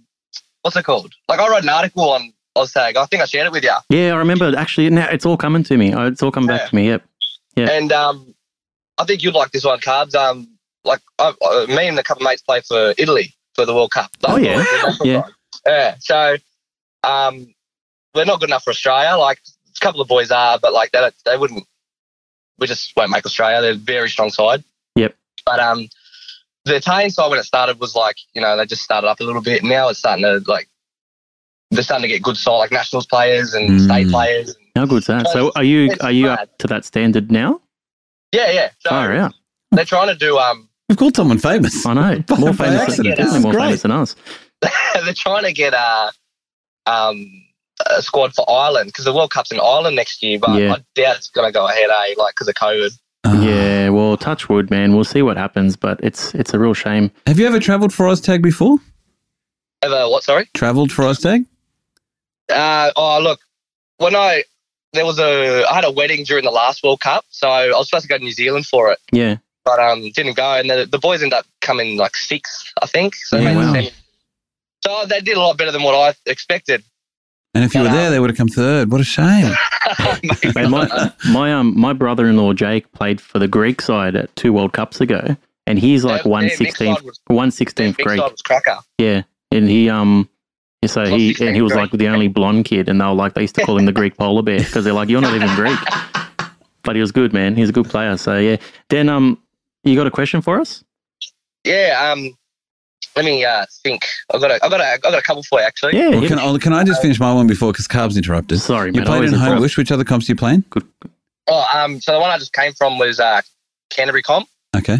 [SPEAKER 9] what's it called? Like I wrote an article on OzTag. I think I shared it with you.
[SPEAKER 1] Yeah, I remember. Actually, now it's all coming to me. Oh, It's all coming
[SPEAKER 9] Yeah.
[SPEAKER 1] back to me. Yep. Yeah.
[SPEAKER 9] And um, I think you'd like this one, Carbs. Um, like I, I, me and a couple of mates play for Italy for the World Cup.
[SPEAKER 1] Oh, yeah.
[SPEAKER 9] Like,
[SPEAKER 1] Yeah.
[SPEAKER 9] yeah. So, um, we're not good enough for Australia. Like a couple of boys are, but like they don't- they wouldn't. We just won't make Australia. They're a very strong side.
[SPEAKER 1] Yep.
[SPEAKER 9] But um, the Italian side when it started was like you know they just started up a little bit. Now it's starting to like they're starting to get good side like nationals players and state
[SPEAKER 2] Mm.
[SPEAKER 9] players. And,
[SPEAKER 1] How good's that? So, are you
[SPEAKER 9] It's
[SPEAKER 1] are you
[SPEAKER 9] bad.
[SPEAKER 1] up to that standard now?
[SPEAKER 9] yeah, yeah. So
[SPEAKER 1] Far out.
[SPEAKER 9] they're trying to do um.
[SPEAKER 2] We've called someone famous.
[SPEAKER 1] I know.
[SPEAKER 2] By-
[SPEAKER 1] More
[SPEAKER 2] by
[SPEAKER 1] famous, than,
[SPEAKER 9] accident.
[SPEAKER 1] definitely more
[SPEAKER 2] Great.
[SPEAKER 1] famous than us.
[SPEAKER 9] they're trying to get a um a squad for Ireland because the World Cup's in Ireland next year, but
[SPEAKER 1] Yeah.
[SPEAKER 9] I doubt it's going to go ahead, eh? Like because of COVID.
[SPEAKER 2] Ah.
[SPEAKER 1] Yeah. Well, touch wood, man. We'll see what happens, but it's it's a real shame.
[SPEAKER 2] Have you ever travelled for OzTag before?
[SPEAKER 9] Ever what? Sorry.
[SPEAKER 2] Travelled for OzTag?
[SPEAKER 9] Uh, oh, look, when I there was a I had a wedding during the last World Cup, so I was supposed to go to New Zealand for it,
[SPEAKER 1] Yeah.
[SPEAKER 9] but um didn't go, and the, the boys ended up coming like sixth, I think. So they
[SPEAKER 1] Yeah,
[SPEAKER 9] made the
[SPEAKER 1] wow.
[SPEAKER 9] semi. So they did a lot better than what I expected.
[SPEAKER 2] And if you were there, they would have come third. What a shame.
[SPEAKER 1] And my my um my brother in law Jake played for the Greek side at two World Cups ago, and he's like
[SPEAKER 9] Their-
[SPEAKER 1] one
[SPEAKER 9] their mixed side
[SPEAKER 1] sixteenth
[SPEAKER 9] was-
[SPEAKER 1] one
[SPEAKER 9] their
[SPEAKER 1] sixteenth
[SPEAKER 9] mixed
[SPEAKER 1] Greek.
[SPEAKER 9] side was cracker.
[SPEAKER 1] Yeah, and he um And so he and he was like the only blonde kid, and they were like they used to call him the Greek polar bear because they're like you're not even Greek. But he was good, man. He's a good player. So yeah. Dan, um, you got a question for us?
[SPEAKER 9] Yeah. Um, let me uh, think. I got a, I got a, I got a couple for you actually.
[SPEAKER 1] Yeah.
[SPEAKER 2] Well,
[SPEAKER 1] hit
[SPEAKER 2] can,
[SPEAKER 1] it.
[SPEAKER 2] I, can I just finish my one before because Carbs interrupted?
[SPEAKER 1] Sorry,
[SPEAKER 2] You
[SPEAKER 1] man.
[SPEAKER 2] played
[SPEAKER 1] Always
[SPEAKER 2] in home
[SPEAKER 1] interrupt.
[SPEAKER 2] Which other comps you playing?
[SPEAKER 1] Good.
[SPEAKER 9] Oh, um, so the one I just came from was uh, Canterbury comp,
[SPEAKER 2] Okay.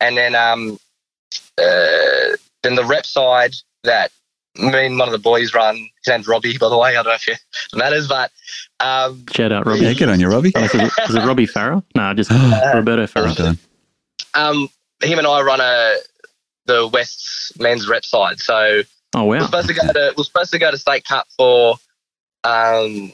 [SPEAKER 9] and then um, uh, then the rep side that me and one of the boys run. His name's Robbie, by the way. I don't know if it matters, but um,
[SPEAKER 1] Shout out, Robbie. Oh,
[SPEAKER 2] Yeah, good on you, Robbie.
[SPEAKER 1] Is it, is it Robbie Farah? No, just
[SPEAKER 2] well
[SPEAKER 1] Roberto Farah.
[SPEAKER 2] done.
[SPEAKER 9] um, him and I run a the West's men's rep side. So
[SPEAKER 1] Oh
[SPEAKER 9] we're
[SPEAKER 1] wow.
[SPEAKER 9] supposed to go to we're supposed to go to State Cup for um,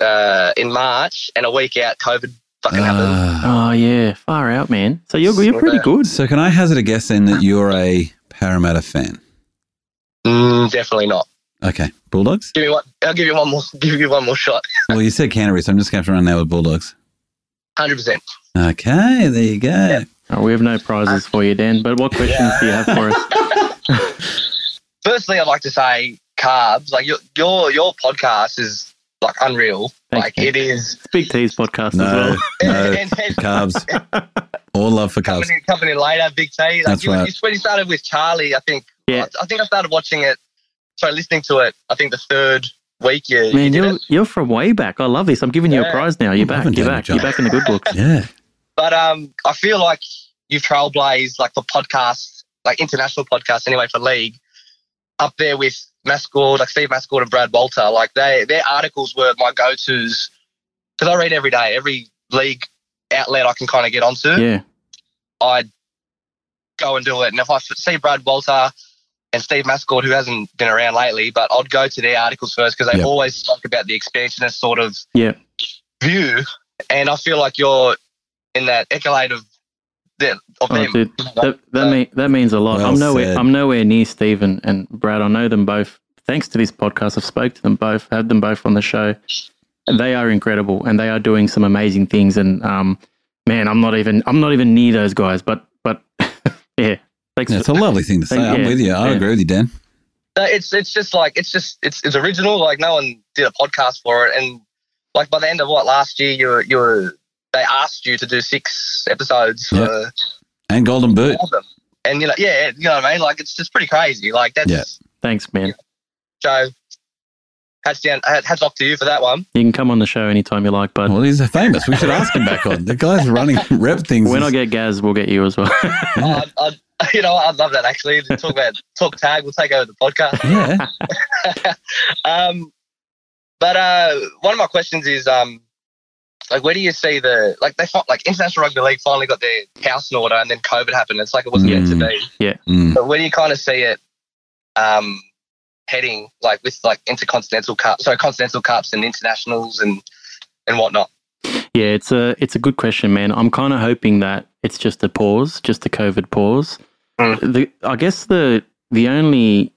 [SPEAKER 9] uh, in March, and a week out, COVID fucking happened.
[SPEAKER 2] Ah.
[SPEAKER 1] Oh yeah, far out, man. So you're you're pretty good.
[SPEAKER 2] so can I hazard a guess then that you're a Parramatta fan?
[SPEAKER 9] Mm, definitely not.
[SPEAKER 2] Okay. Bulldogs?
[SPEAKER 9] Give me one. I'll give you one more. Give you one more shot.
[SPEAKER 2] Well, you said Canterbury, so I'm just going to have to run there with Bulldogs.
[SPEAKER 9] Hundred percent.
[SPEAKER 2] Okay, there you go.
[SPEAKER 1] Oh, we have no prizes for you, Dan. But what questions do you have for us?
[SPEAKER 9] Firstly, I'd like to say carbs. Like your your your podcast is like unreal.
[SPEAKER 1] Thanks,
[SPEAKER 9] like
[SPEAKER 1] man.
[SPEAKER 9] it is.
[SPEAKER 1] Big T's podcast as
[SPEAKER 2] No,
[SPEAKER 1] well.
[SPEAKER 2] no,
[SPEAKER 9] and, and
[SPEAKER 2] carbs. All love for carbs.
[SPEAKER 9] coming in, coming in later, Big T. Like
[SPEAKER 2] That's
[SPEAKER 9] you,
[SPEAKER 2] right.
[SPEAKER 9] you, when you started with Charlie, I think.
[SPEAKER 1] Yeah.
[SPEAKER 9] I, I think I started watching it. Sorry, listening to it. I think the third week you, you
[SPEAKER 1] Man,
[SPEAKER 9] did
[SPEAKER 1] you're
[SPEAKER 9] it.
[SPEAKER 1] you're from way back. I love this. I'm giving you a
[SPEAKER 9] Yeah.
[SPEAKER 1] prize now. You're
[SPEAKER 2] I'm
[SPEAKER 1] back.
[SPEAKER 2] loving
[SPEAKER 1] You're
[SPEAKER 2] David
[SPEAKER 1] back. You're
[SPEAKER 2] Jones.
[SPEAKER 1] back in the good books.
[SPEAKER 2] Yeah.
[SPEAKER 9] But um, I feel like you've trailblazed like for podcasts, like international podcasts anyway for league, up there with Mascord, like Steve Mascord and Brad Walter. Like they their articles were my go tos because I read every day, every league outlet I can kind of get onto.
[SPEAKER 1] Yeah.
[SPEAKER 9] I'd go and do it. And if I f- see Brad Walter and Steve Mascord, who hasn't been around lately, but I'd go to their articles first because they
[SPEAKER 2] Yeah.
[SPEAKER 9] always talk about the expansionist sort of
[SPEAKER 1] Yeah.
[SPEAKER 9] view. And I feel like you're in that accolade of them. Of
[SPEAKER 1] Oh,
[SPEAKER 9] them.
[SPEAKER 1] dude, that that,
[SPEAKER 9] Uh,
[SPEAKER 1] mean, that means a lot.
[SPEAKER 2] Well
[SPEAKER 1] I'm nowhere.
[SPEAKER 2] said.
[SPEAKER 1] I'm nowhere near Stephen and Brad. I know them both. Thanks to this podcast, I've spoke to them both, had them both on the show. They are incredible, and they are doing some amazing things. And um, man, I'm not even. I'm not even near those guys. But but yeah, thanks.
[SPEAKER 2] Yeah,
[SPEAKER 1] for-
[SPEAKER 2] it's a lovely thing to say.
[SPEAKER 1] Thank-
[SPEAKER 2] I'm
[SPEAKER 1] yeah,
[SPEAKER 2] with you. I
[SPEAKER 1] yeah.
[SPEAKER 2] agree with you, Dan.
[SPEAKER 9] No, it's it's just like it's just it's it's original. Like no one did a podcast for it, and like by the end of what last year, you were, you were they asked you to do six episodes for.
[SPEAKER 2] Yeah. And Golden Boot.
[SPEAKER 9] all of them. And you know, yeah, you know what I mean. Like it's just pretty crazy. Like that's
[SPEAKER 1] thanks, man.
[SPEAKER 9] so. Hats down, hats off to you for that one.
[SPEAKER 1] You can come on the show anytime you like, but
[SPEAKER 2] Well, he's famous. We should ask him back on. The guy's running rep things.
[SPEAKER 1] when I
[SPEAKER 2] is-
[SPEAKER 1] get Gaz, we'll get you as well.
[SPEAKER 2] yeah.
[SPEAKER 9] I'd, I'd, you know, I'd love that actually. To Talk about talk tag. We'll take over the podcast.
[SPEAKER 2] yeah.
[SPEAKER 9] Um, but uh, one of my questions is um, like, where do you see the like they fi- like international rugby league finally got their house in order, and then COVID happened. It's like it wasn't meant to be.
[SPEAKER 2] Mm.
[SPEAKER 9] But where do you kind of see it um, heading, like with like intercontinental cups, sorry, continental cups and internationals and and whatnot?
[SPEAKER 1] Yeah, it's a it's a good question, man. I'm kind of hoping that it's just a pause, just a COVID pause.
[SPEAKER 9] Mm.
[SPEAKER 1] The I guess the the only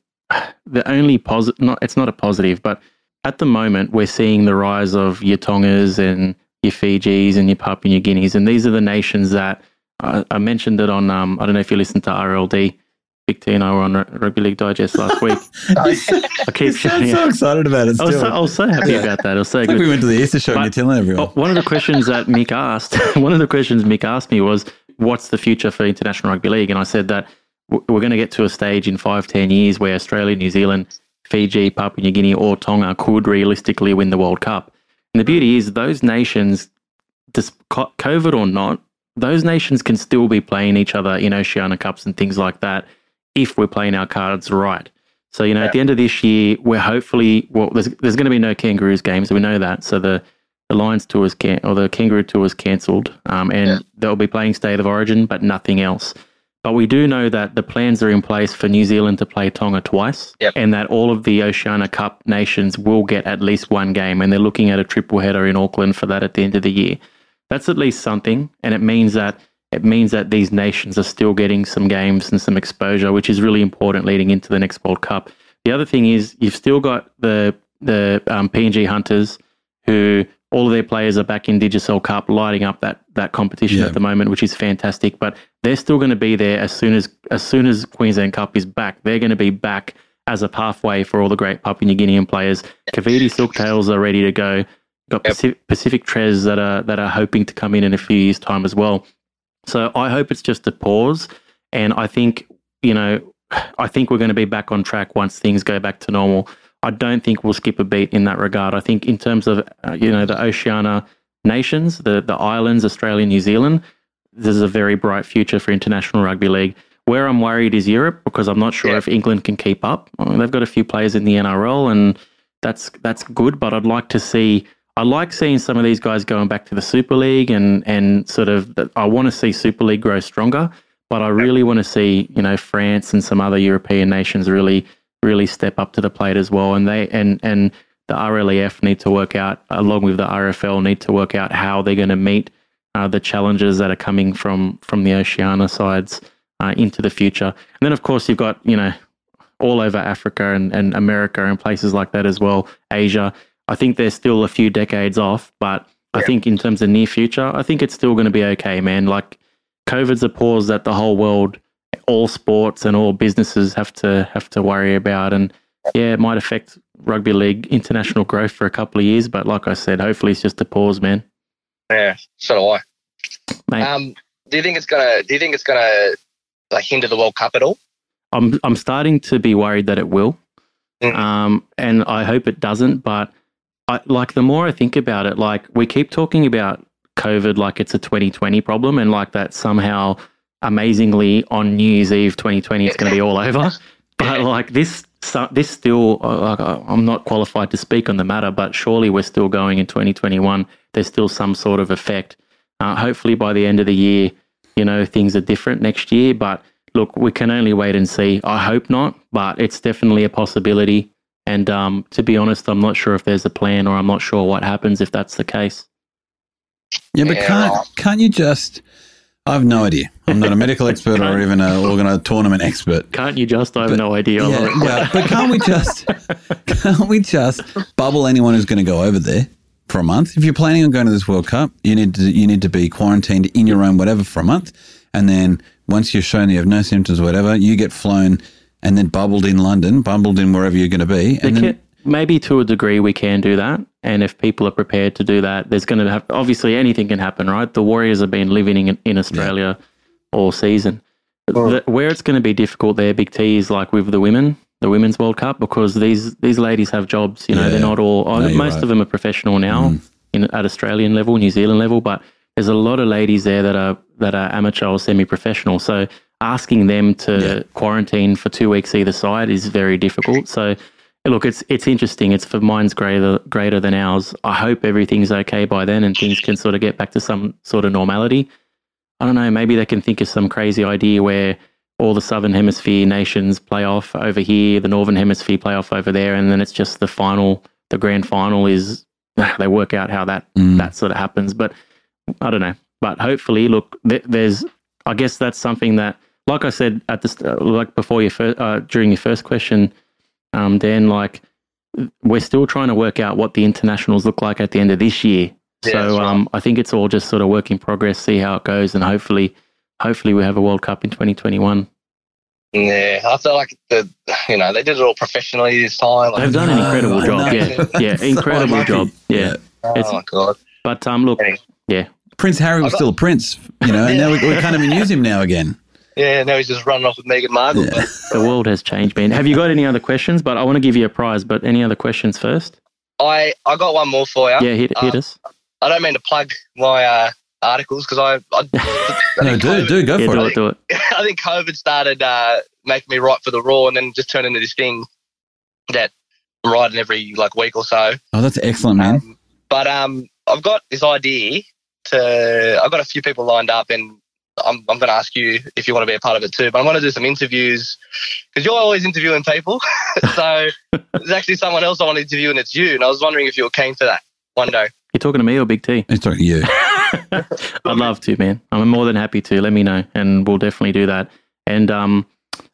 [SPEAKER 1] the only positive not it's not a positive, but at the moment we're seeing the rise of your Tongas and your Fijis and your Papua New Guineas, and these are the nations that I, I mentioned it on. Um, I don't know if you listened to RLD. Big T and I were on R- Rugby League Digest last week.
[SPEAKER 2] You sound-
[SPEAKER 1] I
[SPEAKER 2] you
[SPEAKER 1] keep
[SPEAKER 2] sound
[SPEAKER 1] shouting.
[SPEAKER 2] so
[SPEAKER 1] out.
[SPEAKER 2] excited about it
[SPEAKER 1] I was
[SPEAKER 2] still.
[SPEAKER 1] so, I was so happy
[SPEAKER 2] Yeah.
[SPEAKER 1] about that. It was so
[SPEAKER 2] It's
[SPEAKER 1] good.
[SPEAKER 2] like we went to the Easter show and you're
[SPEAKER 1] But-
[SPEAKER 2] telling everyone.
[SPEAKER 1] Well, one of the questions that Mick asked, one of the questions Mick asked me was, "What's the future for international rugby league?" And I said that w- we're going to get to a stage in five, ten years where Australia, New Zealand, Fiji, Papua New Guinea, or Tonga could realistically win the World Cup. And the beauty is, those nations, dis- co- COVID or not, those nations can still be playing each other in Oceania Cups and things like that if we're playing our cards right. So you know, at the end of this year, we're hopefully well. There's there's going to be no Kangaroos games. We know that. So the the Lions tour is can- or the Kangaroo tour is cancelled, um, and
[SPEAKER 9] Yeah.
[SPEAKER 1] they'll be playing State of Origin, but nothing else. But we do know that the plans are in place for New Zealand to play Tonga twice,
[SPEAKER 9] Yep.
[SPEAKER 1] and that all of the Oceania Cup nations will get at least one game, and they're looking at a triple header in Auckland for that at the end of the year. That's at least something, and it means that it means that these nations are still getting some games and some exposure, which is really important leading into the next World Cup. The other thing is you've still got the the um, PNG Hunters, who all of their players are back in Digicel Cup, lighting up that that competition
[SPEAKER 2] Yeah.
[SPEAKER 1] at the moment, which is fantastic. But they're still going to be there as soon as as soon as Queensland Cup is back. They're going to be back as a pathway for all the great Papua New Guinean players. Kaviti Silktails are ready to go. Got
[SPEAKER 9] Yep.
[SPEAKER 1] Pacific, Pacific Trez that are that are hoping to come in in a few years' time as well. So I hope it's just a pause, and I think you know, I think we're going to be back on track once things go back to normal. I don't think we'll skip a beat in that regard. I think in terms of uh, you know the Oceania nations, the the islands, Australia, New Zealand, there's a very bright future for international rugby league. Where I'm worried is Europe because I'm not sure
[SPEAKER 9] Yeah.
[SPEAKER 1] if England can keep up. I mean, they've got a few players in the NRL, and that's that's good. But I'd like to see. I like seeing some of these guys going back to the Super League and and sort of. I want to see Super League grow stronger, but I really want to see you know France and some other European nations really really step up to the plate as well. And they and and the RLEF need to work out along with the RFL need to work out how they're going to meet uh, the challenges that are coming from from the Oceania sides uh, into the future. And then, of course, you've got you know all over Africa and, and America and places like that as well, Asia. I think they're still a few decades off, but I think in terms of near future, I think it's still going to be okay, man. Like COVID's a pause that the whole world, all sports and all businesses have to have to worry about, and yeah, it might affect rugby league international growth for a couple of years, but like I said, hopefully it's just a pause, man.
[SPEAKER 9] Yeah, so do I.
[SPEAKER 1] Mate.
[SPEAKER 9] Um, do you think it's gonna? Do you think it's gonna like hinder the World Cup at all?
[SPEAKER 1] I'm I'm starting to be worried that it will,
[SPEAKER 9] Mm.
[SPEAKER 1] um, and I hope it doesn't. But I, like the more I think about it, like we keep talking about COVID, like it's a 2020 problem, and like that somehow amazingly on New Year's Eve 2020 it's going to be all over. But like this, so- this still, uh, like I- I'm not qualified to speak on the matter. But surely we're still going in 2021. There's still some sort of effect. Uh, hopefully by the end of the year, you know things are different next year. But look, we can only wait and see. I hope not, but it's definitely a possibility. And um, to be honest, I'm not sure if there's a plan, or I'm not sure what happens if that's the case.
[SPEAKER 2] Yeah, but
[SPEAKER 9] Yeah,
[SPEAKER 2] can't
[SPEAKER 9] well-
[SPEAKER 2] can't you just? I have no idea. I'm not a medical expert or even a organi tournament expert.
[SPEAKER 1] Can't you just? I have
[SPEAKER 2] But-
[SPEAKER 1] no idea. I
[SPEAKER 2] Yeah,
[SPEAKER 1] love it.
[SPEAKER 2] well, but can't we just can't we just bubble anyone who's going to go over there for a month? If you're planning on going to this World Cup, you need to you need to be quarantined in your own whatever for a month, and then once you're shown you have no symptoms, or whatever, you get flown and then bubbled in London, bubbled in wherever you're going to be,
[SPEAKER 1] They
[SPEAKER 2] and then
[SPEAKER 1] can- maybe to a degree we can do that, and if people are prepared to do that, there's going to have obviously anything can happen, right? The Warriors have been living in, in Australia all season. The, where it's going to be difficult there, Big T, is like with the women, the Women's World Cup, because these these ladies have jobs. You know,
[SPEAKER 2] Yeah.
[SPEAKER 1] they're not all. oh,
[SPEAKER 2] No, you're
[SPEAKER 1] most
[SPEAKER 2] right. Mm.
[SPEAKER 1] of them are professional now in at Australian level, New Zealand level, but there's a lot of ladies there that are that are amateur or semi-professional. So asking them to quarantine for two weeks either side is very difficult. So look, it's it's interesting. It's for minds greater greater than ours. I hope everything's okay by then and things can sort of get back to some sort of normality. I don't know. Maybe they can think of some crazy idea where all the southern hemisphere nations play off over here, the northern hemisphere play off over there, and then it's just the final, the grand final is. They work out how that
[SPEAKER 2] Mm.
[SPEAKER 1] that sort of happens, but I don't know. But hopefully, look, th- there's. I guess that's something that, like I said at the st- like before your first uh, during your first question, um, Dan, like we're still trying to work out what the internationals look like at the end of this year.
[SPEAKER 9] Yeah, that's
[SPEAKER 1] so
[SPEAKER 9] right.
[SPEAKER 1] um, I think it's all just sort of work in progress, see how it goes, and hopefully, hopefully we have a World Cup in 2021.
[SPEAKER 9] Yeah, I feel like the you know they did it all professionally this time. Like,
[SPEAKER 1] They've done an
[SPEAKER 2] No,
[SPEAKER 1] incredible
[SPEAKER 2] I
[SPEAKER 1] job.
[SPEAKER 2] know.
[SPEAKER 1] Yeah, yeah,
[SPEAKER 2] So
[SPEAKER 1] incredible
[SPEAKER 2] unlucky.
[SPEAKER 1] job. Yeah.
[SPEAKER 2] Yeah.
[SPEAKER 9] oh my god.
[SPEAKER 1] But um, look,
[SPEAKER 9] Anyway.
[SPEAKER 2] Prince Harry was still a prince, you know, and now we, we can't even use him now again.
[SPEAKER 9] Yeah, now he's just running off with Meghan Markle.
[SPEAKER 2] Yeah.
[SPEAKER 9] But
[SPEAKER 1] the world has changed, man. Have you got any other questions? But I want to give you a prize. But any other questions first?
[SPEAKER 9] I I got one more for you.
[SPEAKER 1] Yeah, hit, hit
[SPEAKER 9] Uh,
[SPEAKER 1] us.
[SPEAKER 9] I don't mean to plug my uh, articles because I I,
[SPEAKER 2] No, do do go
[SPEAKER 1] Yeah,
[SPEAKER 2] for
[SPEAKER 1] do
[SPEAKER 2] it.
[SPEAKER 1] it, do it.
[SPEAKER 9] I think COVID started uh, making me write for the Raw and then just turned into this thing that I'm writing every like week or so.
[SPEAKER 2] Oh, that's excellent, man.
[SPEAKER 9] Um, but um, I've got this idea to. I've got a few people lined up, and I'm, I'm going to ask you if you want to be a part of it too. But I'm going to do some interviews because you're always interviewing people. so there's actually someone else I want to interview, and it's you. And I was wondering if you were keen for that one day.
[SPEAKER 1] You talking to me or Big T?
[SPEAKER 2] It's talking to you.
[SPEAKER 1] I'd love to, man. I'm more than happy to. Let me know, and we'll definitely do that. And um,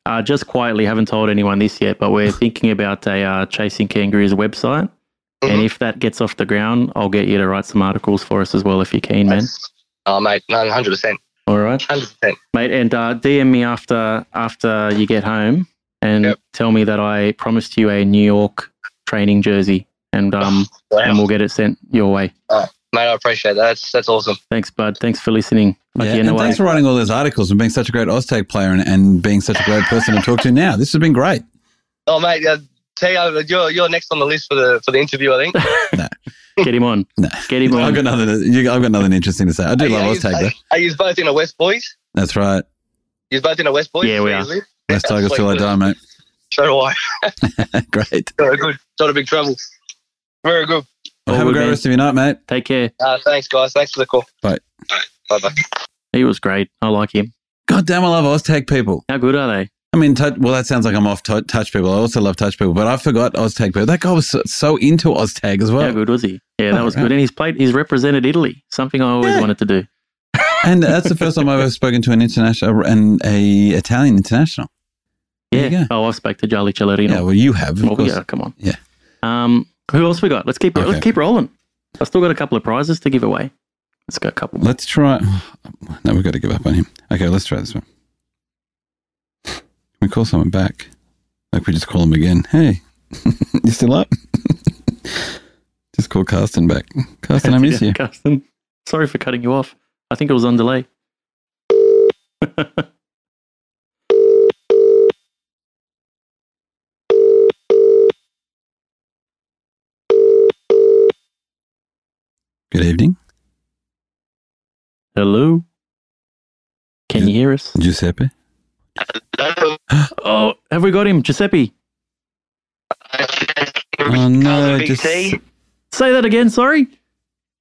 [SPEAKER 1] uh, just quietly, haven't told anyone this yet, but we're thinking about a uh, Chasing Kangaroos website. And
[SPEAKER 9] Mhm.
[SPEAKER 1] if that gets off the ground, I'll get you to write some articles for us as well, if you can, man.
[SPEAKER 9] Oh, mate, no, 100%.
[SPEAKER 1] All right,
[SPEAKER 9] 100%.
[SPEAKER 1] mate. And uh, DM me after after you get home, and
[SPEAKER 9] Yep.
[SPEAKER 1] tell me that I promised you a New York training jersey, and um,
[SPEAKER 9] Oh, Wow.
[SPEAKER 1] and we'll get it sent your way.
[SPEAKER 9] Mate, I appreciate that. That's, that's awesome.
[SPEAKER 1] Thanks, bud. Thanks for listening. Lucky
[SPEAKER 2] yeah,
[SPEAKER 1] in a
[SPEAKER 2] and
[SPEAKER 1] way.
[SPEAKER 2] thanks for writing all those articles and being such a great Oztag player and, and being such a great person to talk to now. This has been great.
[SPEAKER 9] Oh, mate, uh, Teo, you're, you're next on the list for the for the interview, I think.
[SPEAKER 1] Get him on.
[SPEAKER 2] No.
[SPEAKER 1] Get him
[SPEAKER 2] I've
[SPEAKER 1] on.
[SPEAKER 2] got nothing. You, I've got nothing interesting to say. I do love Oztag though.
[SPEAKER 9] Are you both in a West Boys?
[SPEAKER 2] That's right.
[SPEAKER 9] You're both in a West Boys?
[SPEAKER 1] Yeah, we are.
[SPEAKER 9] Seriously?
[SPEAKER 2] West Tigers till I die, mate.
[SPEAKER 9] So do I.
[SPEAKER 2] great.
[SPEAKER 9] Very good. Not a big trouble. Very good.
[SPEAKER 2] Well, have a
[SPEAKER 1] Forward,
[SPEAKER 2] great
[SPEAKER 1] man.
[SPEAKER 2] rest of your night, mate.
[SPEAKER 1] Take care.
[SPEAKER 9] Uh, thanks, guys. Thanks for the call.
[SPEAKER 2] Bye.
[SPEAKER 9] Bye bye.
[SPEAKER 1] He was great. I like him.
[SPEAKER 2] God damn, I love Oztag people.
[SPEAKER 1] How good are they?
[SPEAKER 2] I mean, tou- well, that sounds like I'm off to- touch people. I also love touch people, but I forgot Oztag people. That guy was so, so into Oztag as
[SPEAKER 1] How
[SPEAKER 2] well.
[SPEAKER 1] good was he? Yeah, that
[SPEAKER 2] Oh,
[SPEAKER 1] was
[SPEAKER 2] right.
[SPEAKER 1] good. And he's played. He's represented Italy. Something I always
[SPEAKER 2] Yeah.
[SPEAKER 1] wanted to do.
[SPEAKER 2] and that's the first time I've ever spoken to an international and a Italian international. There you
[SPEAKER 1] Yeah. Oh, I've spoke to Charlie Cellerino.
[SPEAKER 2] Yeah, well, you have, of
[SPEAKER 1] Well,
[SPEAKER 2] course.
[SPEAKER 1] yeah, come on.
[SPEAKER 2] Yeah.
[SPEAKER 1] Um, who else we got? Let's keep
[SPEAKER 2] Okay.
[SPEAKER 1] let's keep rolling. I still got a couple of prizes to give away. Let's go a couple. More.
[SPEAKER 2] Let's try. No, we've got to give up on him. Okay, let's try this one. We call someone back. Like we just call him again. Hey, you still up? just call Carsten back. Carsten, I miss
[SPEAKER 1] Yeah,
[SPEAKER 2] you.
[SPEAKER 1] Carsten. Sorry for cutting you off. I think it was on delay.
[SPEAKER 2] Good evening.
[SPEAKER 1] Hello. Can you hear us?
[SPEAKER 2] Giuseppe.
[SPEAKER 1] Oh, have we got him, Giuseppe?
[SPEAKER 2] Oh, no. Just,
[SPEAKER 1] Say that again. Sorry.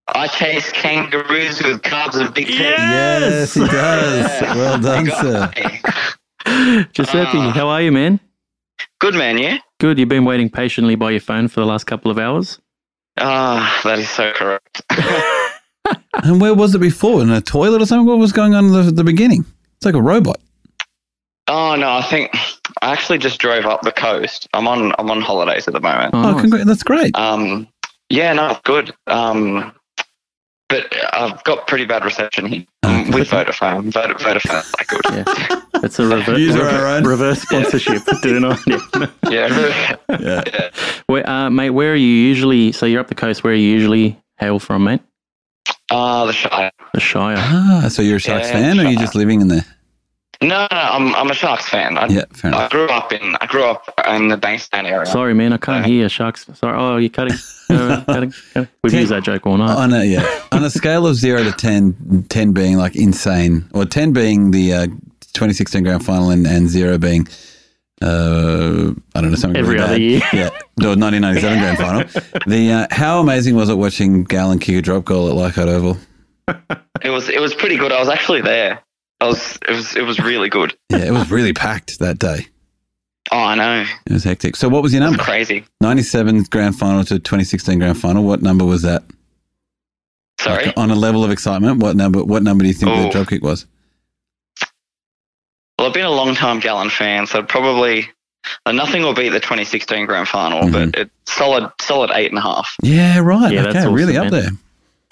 [SPEAKER 10] I chase kangaroos with carbs and big
[SPEAKER 2] yes, he does. Well done, sir.
[SPEAKER 1] Giuseppe,
[SPEAKER 10] Ah.
[SPEAKER 1] how are you, man?
[SPEAKER 10] Good man, yeah?
[SPEAKER 1] Good. You've been waiting patiently by your phone for the last couple of hours.
[SPEAKER 10] Ah, that is so correct.
[SPEAKER 2] And where was it before? In a toilet or something? What was going on at the, the beginning? It's like a robot.
[SPEAKER 10] Oh no, I think I actually just drove up the coast. I'm on I'm on holidays at the moment.
[SPEAKER 2] Oh,
[SPEAKER 1] nice.
[SPEAKER 2] congra- that's great.
[SPEAKER 10] Um, yeah, no, good. Um, but I've got pretty bad reception here
[SPEAKER 2] Oh,
[SPEAKER 10] um, with Vodafone. Vodafone, Vodafone's like good.
[SPEAKER 1] It's a reverse,
[SPEAKER 2] Use our own.
[SPEAKER 1] reverse, sponsorship. Doing on
[SPEAKER 10] Yeah,
[SPEAKER 2] Yeah.
[SPEAKER 1] Where, uh, mate, where are you usually? So you're up the coast. Where are you usually hail from, mate?
[SPEAKER 10] ah, the Shire.
[SPEAKER 1] The Shire.
[SPEAKER 2] Ah, so you're a Sharks
[SPEAKER 10] Yeah,
[SPEAKER 2] fan or are you just living in there?
[SPEAKER 10] No, no, I'm I'm a Sharks fan. I,
[SPEAKER 2] Yeah, fair enough.
[SPEAKER 10] I grew up in I grew up in the Bankstown area.
[SPEAKER 1] Sorry, man, I can't hear sharks. Sorry. Oh, you're cutting. Uh, cutting, cutting. We've
[SPEAKER 2] Ten-
[SPEAKER 1] used that joke all night.
[SPEAKER 2] on a yeah on a scale of zero to 10, 10 being like insane, or ten being the uh, twenty sixteen grand final, and, and zero being uh, I don't know something
[SPEAKER 1] Every
[SPEAKER 2] really
[SPEAKER 1] other
[SPEAKER 2] bad.
[SPEAKER 1] year.
[SPEAKER 2] yeah, no, nineteen ninety seven grand final. The uh, how amazing was it watching Gallon kick a drop goal at Leichhardt Oval?
[SPEAKER 10] It was it was pretty good. I was actually there. I was it was it was really good.
[SPEAKER 2] Yeah, it was really packed that day.
[SPEAKER 10] Oh, I know.
[SPEAKER 2] It was hectic. So what was your
[SPEAKER 10] It was
[SPEAKER 2] number?
[SPEAKER 10] crazy.
[SPEAKER 2] Ninety seven grand final to twenty sixteen grand final. What number was that?
[SPEAKER 10] Sorry.
[SPEAKER 2] Like, on a level of excitement, what number? What number do you think the
[SPEAKER 10] Oh.
[SPEAKER 2] drop kick was?
[SPEAKER 10] Well, I've been a long time Gallon fan, so probably uh, nothing will beat the 2016 grand final, but it's solid, solid eight and a half.
[SPEAKER 2] Yeah, right.
[SPEAKER 1] Yeah,
[SPEAKER 2] okay,
[SPEAKER 1] Mm-hmm. that's awesome,
[SPEAKER 2] really up
[SPEAKER 1] man.
[SPEAKER 2] there.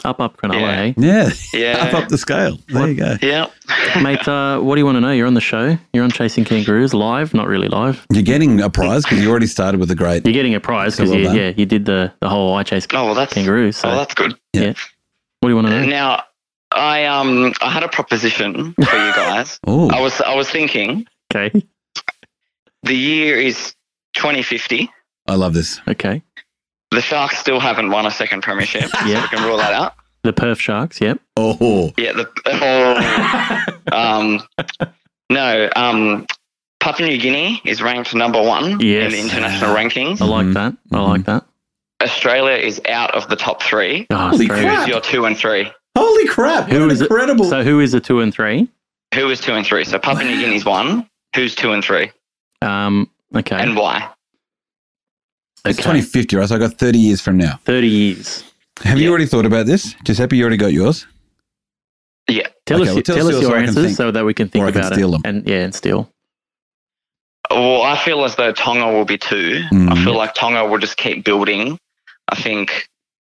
[SPEAKER 1] Up, up, Cronulla,
[SPEAKER 10] Yeah.
[SPEAKER 1] eh?
[SPEAKER 2] Oh. Yeah. up
[SPEAKER 10] Yeah,
[SPEAKER 2] up the scale. There you go.
[SPEAKER 10] yeah.
[SPEAKER 1] Mate, uh, what do you want to know? You're on the show. You're on Chasing Kangaroos live. Not really live.
[SPEAKER 2] You're getting a prize because you already started with a great.
[SPEAKER 1] You're getting a prize
[SPEAKER 2] So
[SPEAKER 1] because
[SPEAKER 2] well
[SPEAKER 1] you,
[SPEAKER 2] done.
[SPEAKER 1] yeah, you did the, the whole I chase
[SPEAKER 10] Oh well, that's
[SPEAKER 1] kangaroos. So
[SPEAKER 10] oh, that's good.
[SPEAKER 1] what do you want to know?
[SPEAKER 10] Now, I um, I had a proposition for you guys.
[SPEAKER 2] Oh,
[SPEAKER 10] I was, I was thinking
[SPEAKER 1] Okay.
[SPEAKER 10] the year is 2050.
[SPEAKER 2] I love this.
[SPEAKER 1] Okay.
[SPEAKER 10] The Sharks still haven't won a second premiership.
[SPEAKER 1] Yeah.
[SPEAKER 10] We can rule that out.
[SPEAKER 1] The Perth Sharks. Yep.
[SPEAKER 2] Oh,
[SPEAKER 10] Yeah. The oh, um, no. Um, Papua New Guinea is ranked number one in
[SPEAKER 1] Yes.
[SPEAKER 10] the international rankings.
[SPEAKER 1] I like
[SPEAKER 2] Mhm.
[SPEAKER 1] that. I like that.
[SPEAKER 10] Australia is out of the top three.
[SPEAKER 1] Oh,
[SPEAKER 2] Holy
[SPEAKER 1] Australia.
[SPEAKER 2] crap.
[SPEAKER 10] Who's your two and three?
[SPEAKER 2] holy crap!
[SPEAKER 1] Who
[SPEAKER 2] what
[SPEAKER 1] is it?
[SPEAKER 2] incredible.
[SPEAKER 1] So who is the two and three?
[SPEAKER 10] Who is two and three? So Papua New Guinea's one. Who's two and three?
[SPEAKER 1] Um, okay.
[SPEAKER 10] And why?
[SPEAKER 2] it's
[SPEAKER 1] okay.
[SPEAKER 2] 2050, right? So I got 30 years from now.
[SPEAKER 1] 30 years.
[SPEAKER 2] Have you
[SPEAKER 10] Yeah.
[SPEAKER 2] already thought about this, Giuseppe? You already got yours.
[SPEAKER 1] Tell
[SPEAKER 2] Okay,
[SPEAKER 1] us,
[SPEAKER 2] well,
[SPEAKER 1] tell us your
[SPEAKER 2] so I can
[SPEAKER 1] answers
[SPEAKER 2] think.
[SPEAKER 1] so that we can think
[SPEAKER 2] Or I can
[SPEAKER 1] about
[SPEAKER 2] steal
[SPEAKER 1] it.
[SPEAKER 2] them.
[SPEAKER 1] And yeah, and steal.
[SPEAKER 10] Well, I feel as though Tonga will be 2
[SPEAKER 2] Mm.
[SPEAKER 10] I feel like Tonga will just keep building. I think